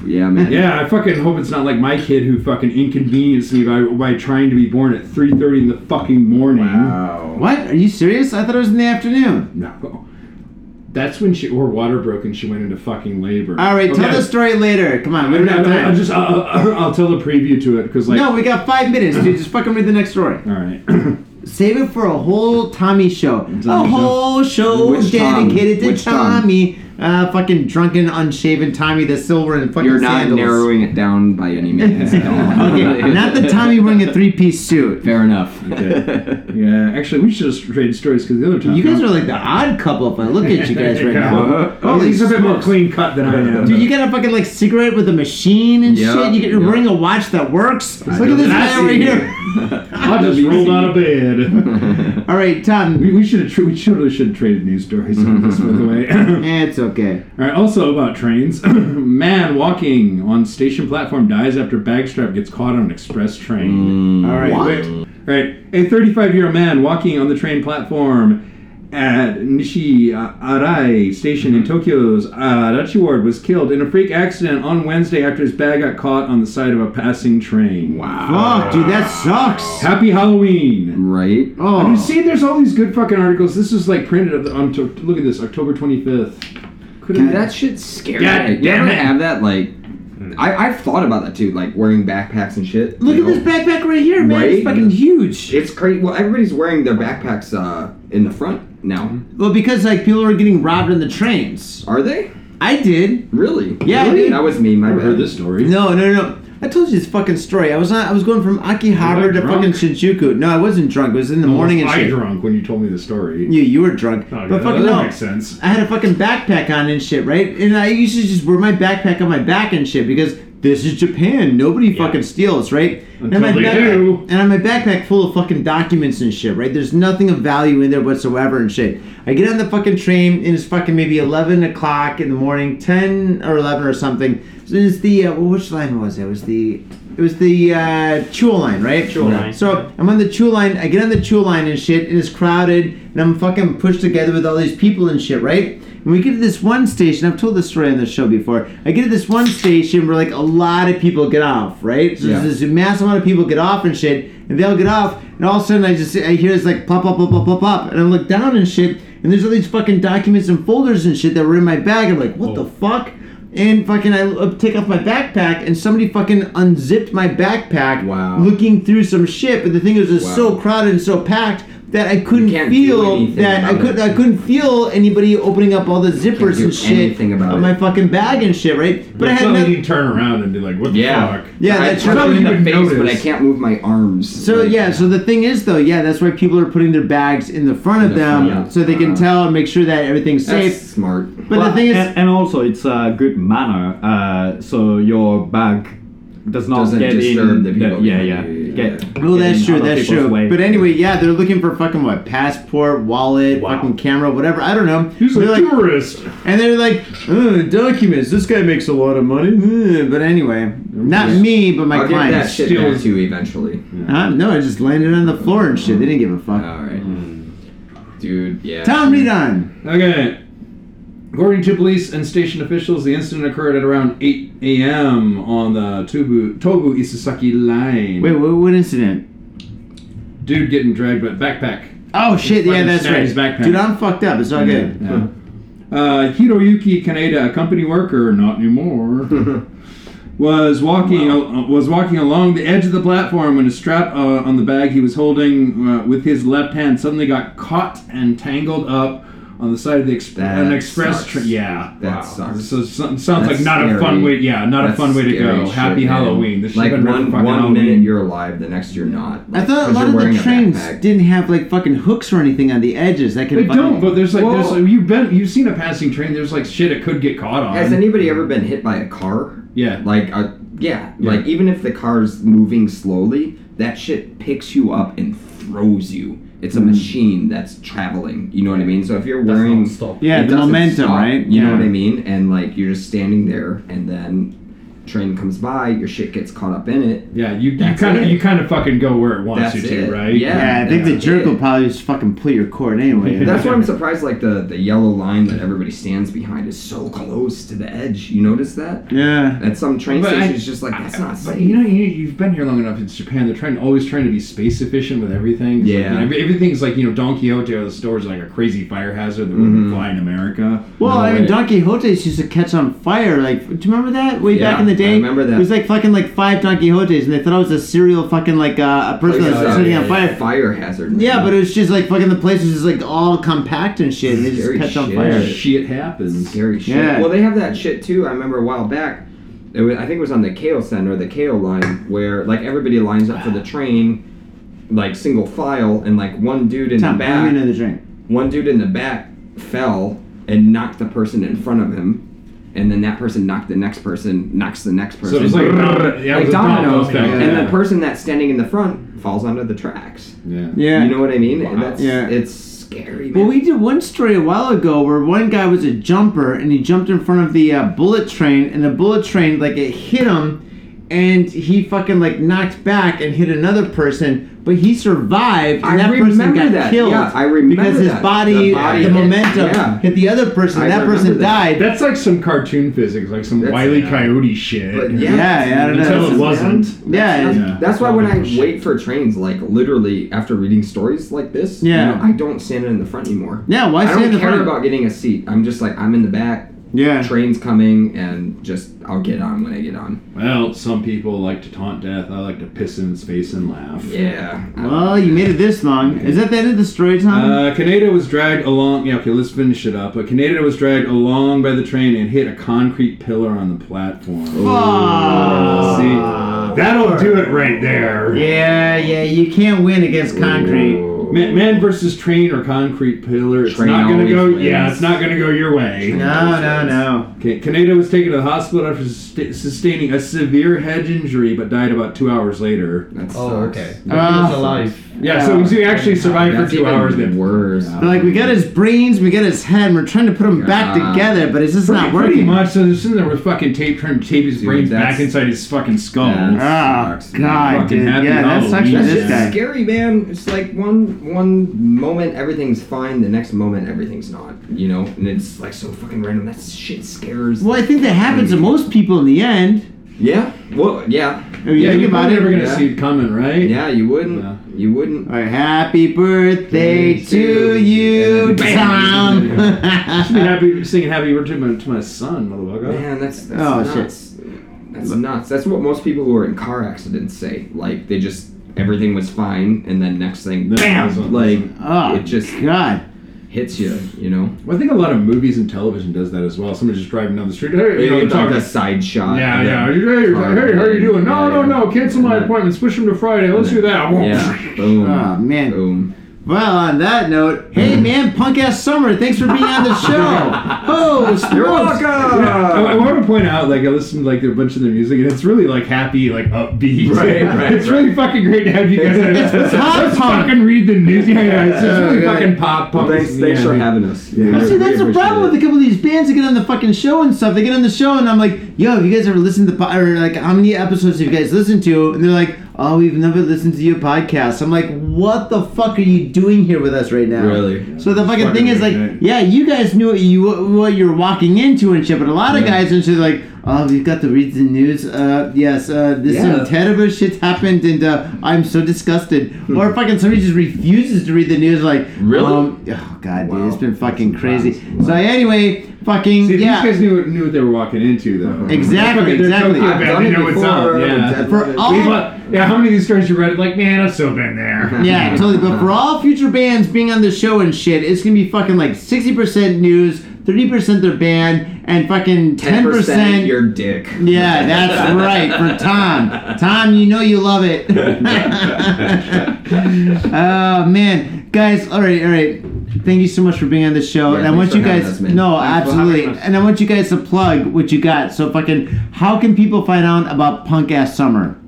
Speaker 4: yeah, man.
Speaker 3: Yeah, I fucking hope it's not like my kid who fucking inconvenienced me by, by trying to be born at 3.30 in the fucking morning.
Speaker 4: Wow.
Speaker 5: what? Are you serious? I thought it was in the afternoon.
Speaker 3: No. That's when she, her water broke and she went into fucking labor.
Speaker 5: All right, tell
Speaker 3: Okay.
Speaker 5: the story later. Come on, we
Speaker 3: No,
Speaker 5: don't
Speaker 3: no,
Speaker 5: have
Speaker 3: no, I'll
Speaker 5: time.
Speaker 3: just, I'll, I'll- I'll tell the preview to it, because like...
Speaker 5: No, we got five minutes, dude. Just fucking read the next story.
Speaker 3: All right.
Speaker 5: Save it for a whole Tommy show. a
Speaker 3: Tommy show?
Speaker 5: whole show
Speaker 4: Which Tom?
Speaker 5: dedicated to
Speaker 4: Which Tom?
Speaker 5: Tommy. uh, fucking drunken, unshaven Tommy the Silver and fucking
Speaker 4: You're not
Speaker 5: sandals.
Speaker 4: narrowing it down by any means.
Speaker 5: okay, not the Tommy wearing a three piece suit.
Speaker 4: Fair enough.
Speaker 3: Yeah, actually, we should just trade stories because the other time.
Speaker 5: You guys are like the odd couple if I look at you guys right
Speaker 3: Yeah.
Speaker 5: now.
Speaker 3: Oh, he's a bit more clean cut than I am.
Speaker 5: Dude, you got a fucking like cigarette with a machine and
Speaker 4: Yeah,
Speaker 5: shit. You get, you're
Speaker 4: yeah.
Speaker 5: wearing a watch that works. Look at this
Speaker 3: I
Speaker 5: guy
Speaker 3: see
Speaker 5: over
Speaker 3: you.
Speaker 5: here.
Speaker 3: I just rolled out of bed.
Speaker 5: All right, Tom.
Speaker 3: we we should have tra- we totally should have traded news stories on this, by the way.
Speaker 5: Eh, it's okay.
Speaker 3: All right. Also about trains, man walking on station platform dies after bagstrap gets caught on an express train. All right. Wait. All right. A 35-year-old man walking on the train platform at Nishiarai Station in Tokyo's Adachi Ward was killed in a freak accident on Wednesday after his bag got caught on the side of a passing train. Wow.
Speaker 5: Fuck, dude, that sucks.
Speaker 3: Happy Halloween.
Speaker 4: Right?
Speaker 3: You
Speaker 5: Oh,
Speaker 3: see, there's all these good fucking articles. This is like printed up on. To- look at this, October 25th. Could
Speaker 4: Dude, that shit scares
Speaker 3: God
Speaker 4: me. Like, you
Speaker 3: damn
Speaker 4: ever
Speaker 3: it.
Speaker 4: have that, like, I, I've thought about that too, like wearing backpacks and shit.
Speaker 5: Hmm. look
Speaker 4: you
Speaker 5: at
Speaker 4: know?
Speaker 5: this backpack right here, man. It's
Speaker 4: Right?
Speaker 5: fucking huge.
Speaker 4: It's crazy. Well, everybody's wearing their backpacks uh, in the front now.
Speaker 5: Well, because like people are getting robbed on the trains.
Speaker 4: Are they?
Speaker 5: I did.
Speaker 4: Really?
Speaker 5: Yeah, I
Speaker 4: Really?
Speaker 5: did.
Speaker 4: That was me. My
Speaker 3: I've
Speaker 4: bad.
Speaker 3: heard this story.
Speaker 5: No, no, no. I told you this fucking story. I was not. I was going from Akihabara
Speaker 3: You're
Speaker 5: to
Speaker 3: not
Speaker 5: fucking
Speaker 3: drunk.
Speaker 5: Shinjuku. No, I wasn't drunk. It was in the morning and
Speaker 3: I
Speaker 5: shit.
Speaker 3: drunk when you told me the story.
Speaker 5: You, you were drunk.
Speaker 3: Oh,
Speaker 5: but
Speaker 3: yeah,
Speaker 5: fucking
Speaker 3: that
Speaker 5: no.
Speaker 3: makes sense.
Speaker 5: I had a fucking backpack on and shit, right? And I used to just wear my backpack on my back and shit because this is Japan. Nobody fucking steals, right?
Speaker 3: Until
Speaker 5: and my
Speaker 3: they
Speaker 5: backpack,
Speaker 3: do.
Speaker 5: And on my backpack full of fucking documents and shit, right? There's nothing of value in there whatsoever and shit. I get on the fucking train and it's fucking maybe 11 o'clock in the morning, 10 or 11 or something. So it's the, uh, well, which line was it? It was the, it was the uh, Chuo line, right? Chuo
Speaker 8: line.
Speaker 5: So I'm on the Chuo line. I get on the Chuo line and shit, and it's crowded, and I'm fucking pushed together with all these people and shit, right? And we get to this one station. I've told this story on the show before. I get to this one station where like a lot of people get off, right? So
Speaker 4: Yeah.
Speaker 5: there's this massive amount of people get off and shit, and they all get off, and all of a sudden I just I hear this like pop, pop, pop, pop, pop, pop, and I look down and shit, and there's all these fucking documents and folders and shit that were in my bag. I'm like, what
Speaker 4: Oh.
Speaker 5: the fuck? And fucking, I uh, take off my backpack, and somebody fucking unzipped my backpack,
Speaker 4: Wow.
Speaker 5: looking through some shit. But the thing was, it was
Speaker 4: Wow.
Speaker 5: so crowded and so packed that I couldn't
Speaker 4: can't do
Speaker 5: feel
Speaker 4: anything
Speaker 5: that I
Speaker 4: about
Speaker 5: could
Speaker 4: it.
Speaker 5: I couldn't feel anybody opening up all the zippers
Speaker 4: do
Speaker 5: and shit
Speaker 4: anything about
Speaker 5: on
Speaker 4: it.
Speaker 5: my fucking bag and shit, right?
Speaker 3: But
Speaker 5: But I had
Speaker 3: suddenly
Speaker 5: nothing.
Speaker 3: you turn around and be like, what the
Speaker 4: Yeah.
Speaker 3: fuck?
Speaker 5: Yeah,
Speaker 4: I
Speaker 5: that's
Speaker 4: touch
Speaker 5: probably
Speaker 4: them in the
Speaker 3: you would
Speaker 4: face, but I
Speaker 3: notice.
Speaker 4: can't move my arms.
Speaker 5: So
Speaker 4: Like,
Speaker 5: yeah, so the thing is though, yeah, that's why people are putting their bags in the front of
Speaker 4: In the
Speaker 5: them
Speaker 4: front.
Speaker 5: so they can
Speaker 4: Uh,
Speaker 5: tell and make sure that everything's
Speaker 4: That's
Speaker 5: safe.
Speaker 4: smart.
Speaker 5: But the
Speaker 8: Well,
Speaker 5: thing is,
Speaker 8: and, and also it's a good manner, uh, so your bag does not
Speaker 4: Doesn't
Speaker 8: get
Speaker 4: disturb
Speaker 8: in
Speaker 4: the people.
Speaker 8: yeah, yeah,
Speaker 4: Yeah, yeah,
Speaker 8: Get,
Speaker 5: Well,
Speaker 8: get
Speaker 5: that's
Speaker 8: in
Speaker 5: true.
Speaker 8: other
Speaker 5: That's
Speaker 8: people's
Speaker 5: true.
Speaker 8: way.
Speaker 5: But anyway, yeah, they're looking for fucking what? Passport, wallet, fucking camera, whatever. I don't know.
Speaker 3: He's
Speaker 5: They're
Speaker 3: a
Speaker 5: like-
Speaker 3: tourist.
Speaker 5: and they're like, "Uh, documents. This guy makes a lot of money. Uh, But anyway, not me, but my
Speaker 4: I'll get that
Speaker 5: clients.
Speaker 4: shit
Speaker 3: still-
Speaker 4: back to you eventually.
Speaker 3: Mm.
Speaker 5: Huh? no, I just landed on the floor and shit. They didn't give a fuck.
Speaker 4: All right.
Speaker 3: Mm.
Speaker 4: Dude, yeah.
Speaker 5: Tom, read on.
Speaker 3: Okay. According to police and station officials, the incident occurred at around 8 a.m. on the Tobu, Tobu Isasaki line.
Speaker 5: Wait, what, what incident?
Speaker 3: Dude getting dragged by backpack.
Speaker 5: Oh shit! Yeah,
Speaker 3: fucking
Speaker 5: that's
Speaker 3: snagged
Speaker 5: right.
Speaker 3: his backpack.
Speaker 5: Dude, I'm fucked up. It's all good.
Speaker 3: Yeah. Uh, Hiroyuki Kaneda, a company worker, not anymore, was walking uh, was walking along the edge of the platform when a strap uh, on the bag he was holding uh, with his left hand suddenly got caught and tangled up on the side of the exp-
Speaker 4: That
Speaker 3: an express
Speaker 4: sucks.
Speaker 3: train. Yeah,
Speaker 4: That
Speaker 3: Wow.
Speaker 4: sucks.
Speaker 3: So, so- sounds
Speaker 4: That's
Speaker 3: like not a fun way.
Speaker 4: scary.
Speaker 3: Yeah, not
Speaker 4: That's
Speaker 3: a fun way to
Speaker 4: scary
Speaker 3: go.
Speaker 4: shit,
Speaker 3: Happy
Speaker 4: man.
Speaker 3: Halloween. This should
Speaker 4: like
Speaker 3: have been
Speaker 4: one
Speaker 3: fucking
Speaker 4: one
Speaker 3: Halloween.
Speaker 4: minute you're alive, the next you're not.
Speaker 5: I
Speaker 4: Like,
Speaker 5: thought a
Speaker 4: 'cause
Speaker 5: lot
Speaker 4: you're
Speaker 5: of
Speaker 4: wearing
Speaker 5: the
Speaker 4: a
Speaker 5: trains
Speaker 4: backpack.
Speaker 5: didn't have like fucking hooks or anything on the edges that can.
Speaker 3: They
Speaker 5: fucking-
Speaker 3: don't. But there's like there's
Speaker 4: Well-
Speaker 3: you've been you've seen a passing train. There's like shit it could get caught on.
Speaker 4: Has anybody ever been hit by a car?
Speaker 3: Um, yeah.
Speaker 4: Like, uh, yeah, Like even if the car's moving slowly, that shit picks you up and throws you. It's a machine that's traveling. You know what I mean? So if you're wearing
Speaker 5: Yeah,
Speaker 4: it
Speaker 5: the
Speaker 4: doesn't
Speaker 5: momentum,
Speaker 4: stop,
Speaker 5: right?
Speaker 4: You know
Speaker 5: Yeah.
Speaker 4: what I mean? And like you're just standing there, and then train comes by, your shit gets caught up in it.
Speaker 3: Yeah, you, you
Speaker 4: That's
Speaker 3: kind of
Speaker 4: it.
Speaker 3: you kind of fucking go where it wants
Speaker 4: That's
Speaker 3: you to,
Speaker 4: it.
Speaker 3: right?
Speaker 4: Yeah.
Speaker 5: Yeah, I think the
Speaker 4: that's it.
Speaker 5: jerk will probably just fucking pull your cord anyway.
Speaker 4: That's why I'm surprised. Like the the yellow line that everybody stands behind is so close to the edge. You notice that?
Speaker 5: Yeah.
Speaker 4: At some train
Speaker 3: But I-
Speaker 4: stations, it's just like that's not
Speaker 3: But
Speaker 4: safe.
Speaker 3: you know, you, you've been here long enough. It's Japan. They're trying, always trying to be space efficient with everything. 'Cause, like,
Speaker 4: Yeah.
Speaker 3: you know, every- everything's like you know, Don Quixote or the store's like a crazy fire hazard that
Speaker 4: Mm-hmm.
Speaker 3: wouldn't fly in America.
Speaker 5: Well,
Speaker 3: No
Speaker 5: I
Speaker 3: way.
Speaker 5: mean, Don Quixote used to catch on fire. Like, do you remember that way back
Speaker 4: Yeah.
Speaker 5: in the day.
Speaker 4: I remember that.
Speaker 5: It was like fucking like five Don Quixotes, and they thought I was a serial fucking like uh, a person that was
Speaker 4: Yeah,
Speaker 5: setting
Speaker 4: yeah,
Speaker 5: on fire.
Speaker 4: yeah. Fire hazard. man.
Speaker 5: Yeah, but it was just like fucking the place was just like all compact and shit, and they just
Speaker 4: Scary
Speaker 5: catch on
Speaker 4: shit.
Speaker 5: fire.
Speaker 7: Shit happens.
Speaker 4: Scary shit.
Speaker 5: Yeah.
Speaker 4: Well, they have that shit too. I remember a while back. It was, I think it was on the KO Center, the KO line, where like everybody lines up for the train, like single file, and like one dude in
Speaker 5: Tom,
Speaker 4: the
Speaker 5: I'm
Speaker 4: back,
Speaker 5: another drink.
Speaker 4: one dude in the back fell and knocked the person in front of him, and then that person knocked the next person, knocks the next person.
Speaker 7: So it was like, yeah, it
Speaker 4: Like
Speaker 7: was a
Speaker 4: dominoes,
Speaker 7: domino effect.
Speaker 4: and the
Speaker 7: Yeah.
Speaker 4: person that's standing in the front falls onto the tracks.
Speaker 7: Yeah.
Speaker 5: Yeah.
Speaker 4: You know what I mean? That's,
Speaker 5: Yeah.
Speaker 4: It's scary. Man.
Speaker 5: Well, we did one story a while ago where one guy was a jumper and he jumped in front of the uh, bullet train, and the bullet train like it hit him, and he fucking like knocked back and hit another person, but he survived, and
Speaker 4: I
Speaker 5: that person
Speaker 4: remember
Speaker 5: got
Speaker 4: that.
Speaker 5: killed.
Speaker 4: Yeah, I remember
Speaker 5: because his
Speaker 4: that.
Speaker 5: body, the,
Speaker 4: The body hit.
Speaker 5: momentum
Speaker 4: Yeah.
Speaker 5: hit the other person.
Speaker 4: I
Speaker 5: and that
Speaker 4: remember
Speaker 5: person
Speaker 4: that.
Speaker 5: died.
Speaker 3: That's like some cartoon physics, like some
Speaker 4: That's-
Speaker 3: wily coyote shit.
Speaker 4: But
Speaker 3: yeah.
Speaker 4: yeah,
Speaker 5: yeah, yeah, I don't
Speaker 3: Until
Speaker 5: know.
Speaker 3: it wasn't.
Speaker 5: Yeah,
Speaker 4: That's,
Speaker 3: Yeah.
Speaker 4: that's why when I
Speaker 3: Shit.
Speaker 4: wait for trains, like literally after reading stories like this, you
Speaker 5: Yeah.
Speaker 4: know, I don't stand in the front anymore.
Speaker 5: yeah. Why
Speaker 4: I
Speaker 5: stand
Speaker 4: don't
Speaker 5: in
Speaker 4: care
Speaker 5: front? of-
Speaker 4: about getting a seat. I'm just like I'm in the back.
Speaker 5: yeah.
Speaker 4: Train's coming, and just I'll get on when I get on.
Speaker 3: Well, some people like to taunt death. I like to piss in its face and laugh.
Speaker 4: Yeah.
Speaker 5: Well, you made it this long. Is that the end of the story, Tom?
Speaker 3: Uh, Kaneda was dragged along. Yeah, okay, let's finish it up. But Kaneda was dragged along by the train and hit a concrete pillar on the platform. Uh, See, that'll do it right there.
Speaker 5: Yeah, yeah, you can't win against concrete.
Speaker 3: Man, man versus train or concrete pillar. It's
Speaker 4: Train
Speaker 3: not gonna go.
Speaker 4: always
Speaker 3: Yeah,
Speaker 4: wins.
Speaker 3: it's not gonna go your way.
Speaker 5: No, no, no.
Speaker 3: Okay, Kaneda was taken to the hospital after sus- sustaining a severe head injury, but died about two hours later.
Speaker 4: That sucks.
Speaker 5: Uh,
Speaker 3: Yeah, so he actually survived
Speaker 4: Oh, That's
Speaker 3: for two
Speaker 4: even
Speaker 3: hours. Then
Speaker 4: worse.
Speaker 5: But like we got his brains, we got his head, we're trying to put them back
Speaker 4: Yeah.
Speaker 5: together, but it's just not
Speaker 3: Pretty
Speaker 5: working.
Speaker 3: much. So there's something there with fucking tape, trying to tape his brains back
Speaker 4: that's-
Speaker 3: inside his fucking skull.
Speaker 4: Yeah.
Speaker 5: Oh
Speaker 4: Sucks.
Speaker 5: god,
Speaker 3: Fucking
Speaker 5: dude.
Speaker 3: happy
Speaker 5: Yeah, that's actually
Speaker 3: Halloween.
Speaker 4: That's just
Speaker 5: this guy.
Speaker 4: scary, man. It's like one one moment everything's fine, the next moment everything's not. You know, and it's like so fucking random. That shit scares.
Speaker 5: Well, I think that happens to most people in the end.
Speaker 4: Yeah. Well, yeah.
Speaker 5: If you
Speaker 3: Yeah,
Speaker 5: think
Speaker 3: you're
Speaker 5: about
Speaker 3: probably never
Speaker 5: it.
Speaker 3: gonna
Speaker 4: Yeah.
Speaker 3: see it coming, right?
Speaker 4: Yeah, you wouldn't. You wouldn't.
Speaker 5: All right, happy birthday to you, Tom.
Speaker 3: Should be happy singing "Happy Birthday" to my, to my son, motherfucker.
Speaker 4: Man, that's, that's
Speaker 5: Oh,
Speaker 4: nuts. That's nuts. That's what most people who are in car accidents say. Like they just everything was fine, and then next thing,
Speaker 3: Then it
Speaker 4: bam!
Speaker 3: was on-
Speaker 4: Like
Speaker 5: oh,
Speaker 4: it just
Speaker 5: god.
Speaker 4: hits you. You know.
Speaker 3: Well, I think a lot of movies and television does that as well. Somebody's just driving down the street. Hey, you know,
Speaker 4: It's like
Speaker 3: talking.
Speaker 4: a side shot.
Speaker 3: Yeah,
Speaker 4: and
Speaker 3: yeah.
Speaker 4: then-
Speaker 3: Hey, hey,
Speaker 4: car
Speaker 3: how are you doing? No,
Speaker 4: accident.
Speaker 3: no,
Speaker 4: Yeah,
Speaker 3: no.
Speaker 4: yeah.
Speaker 3: Cancel my
Speaker 4: And then-
Speaker 3: appointments. Push them to Friday. Let's do that.
Speaker 4: Yeah. Boom.
Speaker 5: Oh man.
Speaker 4: Boom.
Speaker 5: Well, on that note, hey man, punk ass summer, thanks for being on the show. Oh, smokes.
Speaker 3: I, I want to point out, like, I listened to like a bunch of their music, and it's really like happy, like upbeat.
Speaker 4: Right, right,
Speaker 3: it's really fucking great to have you guys. on.
Speaker 5: It's- it's hot
Speaker 3: Let's
Speaker 5: punk.
Speaker 3: fucking read the news. Yeah, yeah, it's just really
Speaker 4: Yeah.
Speaker 3: fucking pop punk.
Speaker 4: Thanks, thanks
Speaker 3: Yeah,
Speaker 4: for
Speaker 3: I mean,
Speaker 4: having us.
Speaker 5: Well, see, that's the
Speaker 4: Really
Speaker 5: problem
Speaker 4: appreciate
Speaker 5: with a couple of these bands that get on the fucking show and stuff. They get on the show and I'm like, yo, have you guys ever listened to, po- or like, how many episodes have you guys listened to? And they're like, oh, we've never listened to your podcast. I'm like, what the fuck are you doing here with us right now?
Speaker 4: Really.
Speaker 5: So the fucking
Speaker 3: fucking
Speaker 5: thing is like,
Speaker 3: weird, right?
Speaker 5: yeah, you guys knew what you what you're walking into and shit, but a lot of guys are just like, oh, we've got to read the news. Uh, yes, uh, this some
Speaker 4: Yeah.
Speaker 5: terrible shit happened, and uh, I'm so disgusted. Or fucking somebody just refuses to read the news, like,
Speaker 4: Hmm. Really?
Speaker 5: um, oh god, dude, it's
Speaker 4: Wow.
Speaker 5: been fucking
Speaker 4: That's
Speaker 5: crazy.
Speaker 4: wild.
Speaker 5: So anyway, fucking
Speaker 3: See,
Speaker 5: yeah.
Speaker 3: these guys knew, knew what they were walking into, though. Fucking-
Speaker 5: Exactly,
Speaker 3: they're
Speaker 5: exactly.
Speaker 3: Tokyo
Speaker 5: I've
Speaker 3: Band,
Speaker 4: done
Speaker 3: they
Speaker 4: it
Speaker 3: know what's
Speaker 4: before.
Speaker 3: up. Yeah.
Speaker 4: I've
Speaker 5: for all,
Speaker 3: We've, uh, yeah, how many of these stories you read? Like, man, I've still been
Speaker 4: Mm-hmm.
Speaker 3: there.
Speaker 5: yeah, totally. But for all future bands being on the show and shit, it's gonna be fucking like sixty percent news, thirty percent their band, and fucking ten percent
Speaker 4: your dick.
Speaker 5: Yeah, that's right for Tom. Tom, you know you love it. oh man, guys! All right, all right. Thank you so much for being on the show,
Speaker 4: Yeah,
Speaker 5: and I
Speaker 4: thanks
Speaker 5: want
Speaker 4: for
Speaker 5: you
Speaker 4: having
Speaker 5: guys.
Speaker 4: us, man.
Speaker 5: no,
Speaker 4: Thanks for
Speaker 5: absolutely,
Speaker 4: having us.
Speaker 5: and I want you guys to plug what you got. So fucking, how can people find out about Punk Ass Summer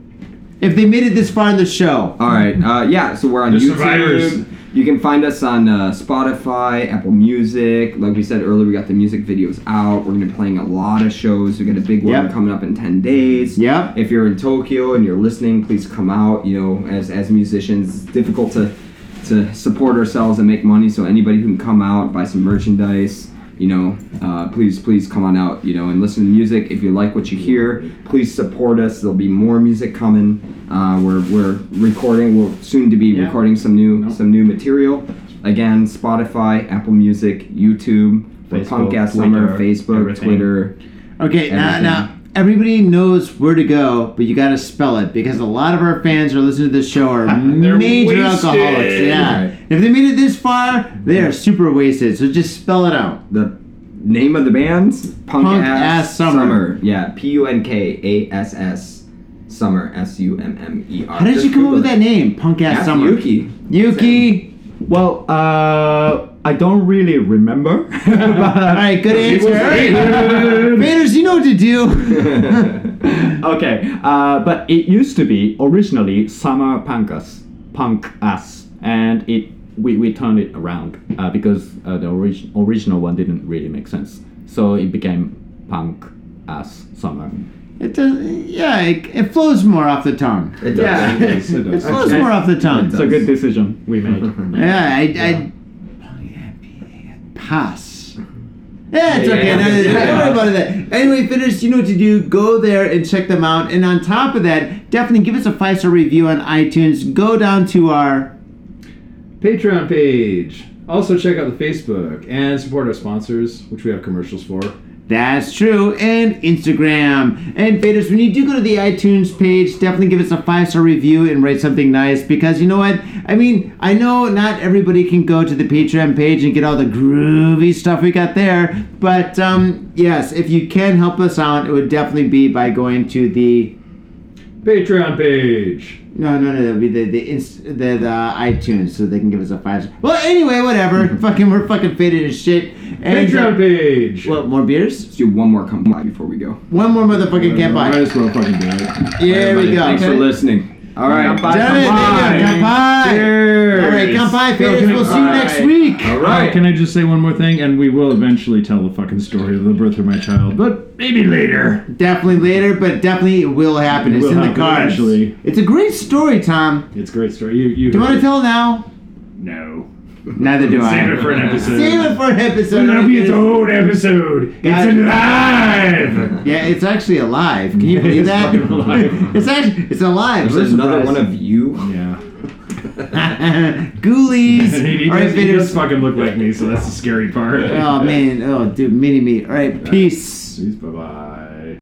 Speaker 5: if they made it this far in the show?
Speaker 4: All right. Uh, yeah. So we're on
Speaker 3: The
Speaker 4: YouTube.
Speaker 3: survivors.
Speaker 4: You can find us on uh, Spotify, Apple Music. Like we said earlier, we got the music videos out. We're gonna be playing a lot of shows. We got a big one
Speaker 5: Yep.
Speaker 4: coming up in ten days.
Speaker 5: Yep.
Speaker 4: If you're in Tokyo and you're listening, please come out. You know, as as musicians, it's difficult to to support ourselves and make money. So anybody who can come out, buy some merchandise. You know, uh, please, please come on out. You know, and listen to music. If you like what you hear, please support us. There'll be more music coming. Uh, we're we're recording. We'll soon to be recording some new some new material. Again, Spotify, Apple Music, YouTube, Facebook,
Speaker 8: Facebook,
Speaker 4: Punk Ass Summer,
Speaker 8: Twitter,
Speaker 4: Facebook,
Speaker 8: everything.
Speaker 4: Twitter.
Speaker 5: Okay, now,
Speaker 4: Everything.
Speaker 5: now Everybody knows where to go, but you got to spell it because a lot of our fans who are listening to this show are
Speaker 3: They're
Speaker 5: major
Speaker 3: wasted.
Speaker 5: alcoholics. Yeah.
Speaker 4: Right.
Speaker 5: If they made it this far, they are super wasted. So just spell it out.
Speaker 4: The name of the band's Punk,
Speaker 5: Punk
Speaker 4: Ass,
Speaker 5: Ass Summer.
Speaker 4: Yeah, P U N K A S S Summer S U M M E R.
Speaker 5: How did you come up with that name, Punk Ass
Speaker 4: Ask
Speaker 5: Summer?
Speaker 4: Yuki.
Speaker 5: Yuki.
Speaker 8: Well, uh, I don't really remember.
Speaker 5: All right, good answer. Faders, you know what to do.
Speaker 8: okay, uh, but it used to be originally Summer Punkus, Punk Us, and it we, we turned it around uh, because uh, the orig- original one didn't really make sense. So it became Punk Us Summer.
Speaker 5: It does. Yeah, it, it flows more off the tongue.
Speaker 4: It does.
Speaker 5: Yeah.
Speaker 4: It does.
Speaker 3: It
Speaker 5: It
Speaker 3: does.
Speaker 5: flows more off the tongue.
Speaker 8: It's a good decision we made.
Speaker 5: Yeah, I. I pass. Yeah, it's
Speaker 4: Yeah,
Speaker 5: okay.
Speaker 4: yeah,
Speaker 5: no,
Speaker 4: yeah.
Speaker 5: Don't worry about that. Anyway, finished. You know what to do. Go there and check them out. And on top of that, definitely give us a five star review on iTunes. Go down to our
Speaker 3: Patreon page. Also check out the Facebook and support our sponsors, which we have commercials for.
Speaker 5: That's true. And Instagram. And Faders, when you do go to the iTunes page, definitely give us a five star review and write something nice because you know what? I mean, I know not everybody can go to the Patreon page and get all the groovy stuff we got there, but um, yes, if you can help us out, it would definitely be by going to the.
Speaker 3: Patreon page.
Speaker 5: No, no, no. That would be the the, inst- the the iTunes, so they can give us a five. star Well, anyway, whatever. fucking, we're fucking faded as shit. And, uh,
Speaker 3: Patreon page.
Speaker 5: What more beers?
Speaker 4: Let's do one more come by before we go.
Speaker 5: One more motherfucking can't
Speaker 3: Might
Speaker 5: buy.
Speaker 3: as well fucking do it.
Speaker 5: Here we
Speaker 4: Everybody,
Speaker 5: go.
Speaker 4: Thanks for listening. All right.
Speaker 5: Gentlemen, thank you. Kanpai.
Speaker 3: Cheers.
Speaker 5: All right, Kanpai, faders. We'll see you next
Speaker 4: Alright.
Speaker 5: week.
Speaker 4: All
Speaker 3: Uh, can
Speaker 4: right.
Speaker 3: I just say one more thing? And we will eventually tell the fucking story of the birth of my child, but maybe later.
Speaker 5: Definitely later, but definitely it will happen. It's
Speaker 3: will
Speaker 5: in the
Speaker 3: happen
Speaker 5: cards.
Speaker 3: eventually.
Speaker 5: It's a great story, Tom.
Speaker 3: It's a great story. You, you
Speaker 5: Do you want to tell now?
Speaker 3: No.
Speaker 5: Neither do I.
Speaker 3: Save it for an episode.
Speaker 5: Save it for an episode.
Speaker 3: That'll be its own episode.
Speaker 5: Got
Speaker 3: it's
Speaker 5: it.
Speaker 3: alive.
Speaker 5: Yeah, it's actually alive. Can you believe
Speaker 3: It's
Speaker 5: that?
Speaker 3: fucking alive.
Speaker 5: It's actually it's alive.
Speaker 4: There's another one
Speaker 5: surprised.
Speaker 4: of you.
Speaker 3: Yeah.
Speaker 5: Ghoulies.
Speaker 3: He, he
Speaker 5: All right,
Speaker 3: does, he does
Speaker 5: faders.
Speaker 3: fucking look like me, so that's the scary part.
Speaker 5: Oh man. Oh dude, mini me. All right, peace.
Speaker 3: Bye bye.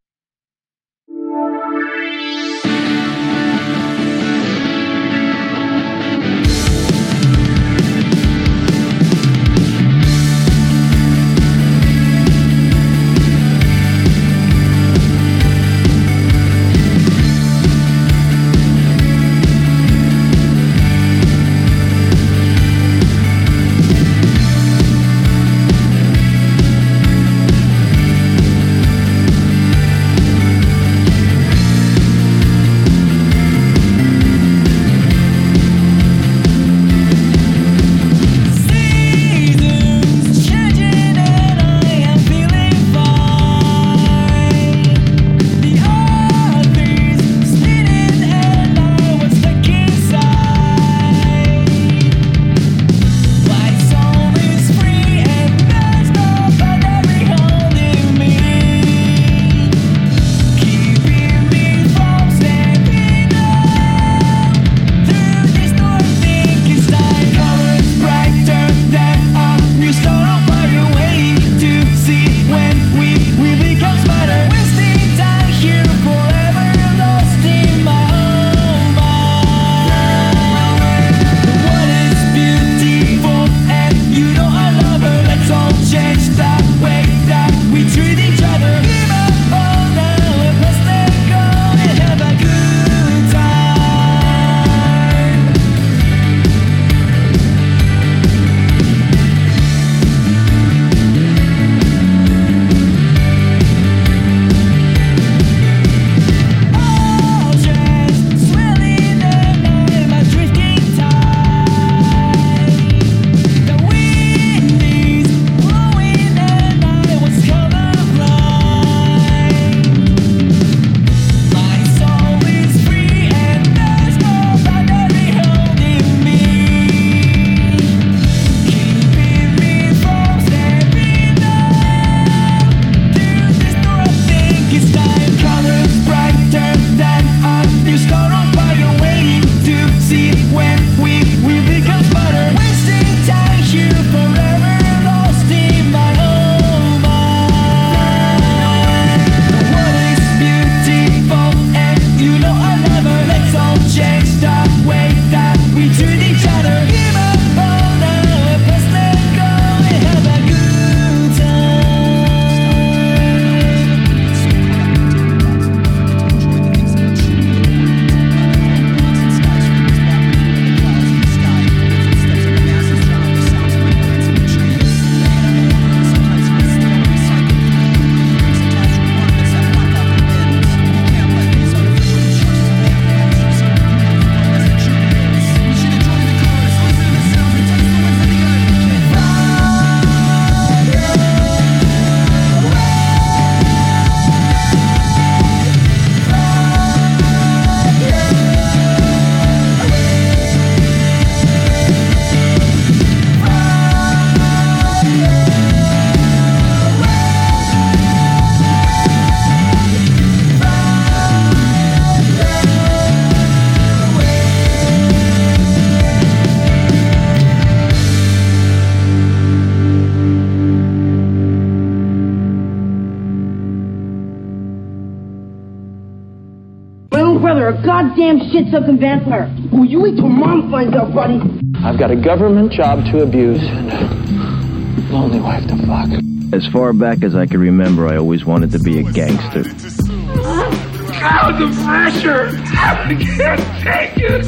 Speaker 8: You're a goddamn shit-sucking vampire. Will you wait till mom finds out, buddy?
Speaker 11: I've got a government job to abuse and a lonely wife to fuck.
Speaker 12: As far back as I can remember, I always wanted to be a gangster.
Speaker 13: God, the pressure! I can't take it!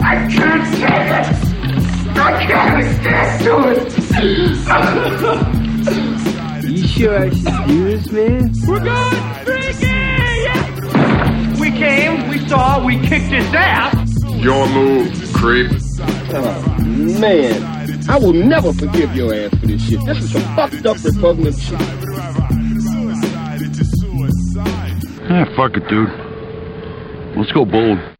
Speaker 13: I can't take it! I can't get to it!
Speaker 14: you sure I should use me?
Speaker 13: We're going freaking! We came, we saw, we kicked his ass!
Speaker 3: Your move, creep.
Speaker 15: Oh, man. I will never forgive your ass for this shit. This is some fucked up repugnant shit.
Speaker 3: Ah, fuck it, dude. Let's go bold.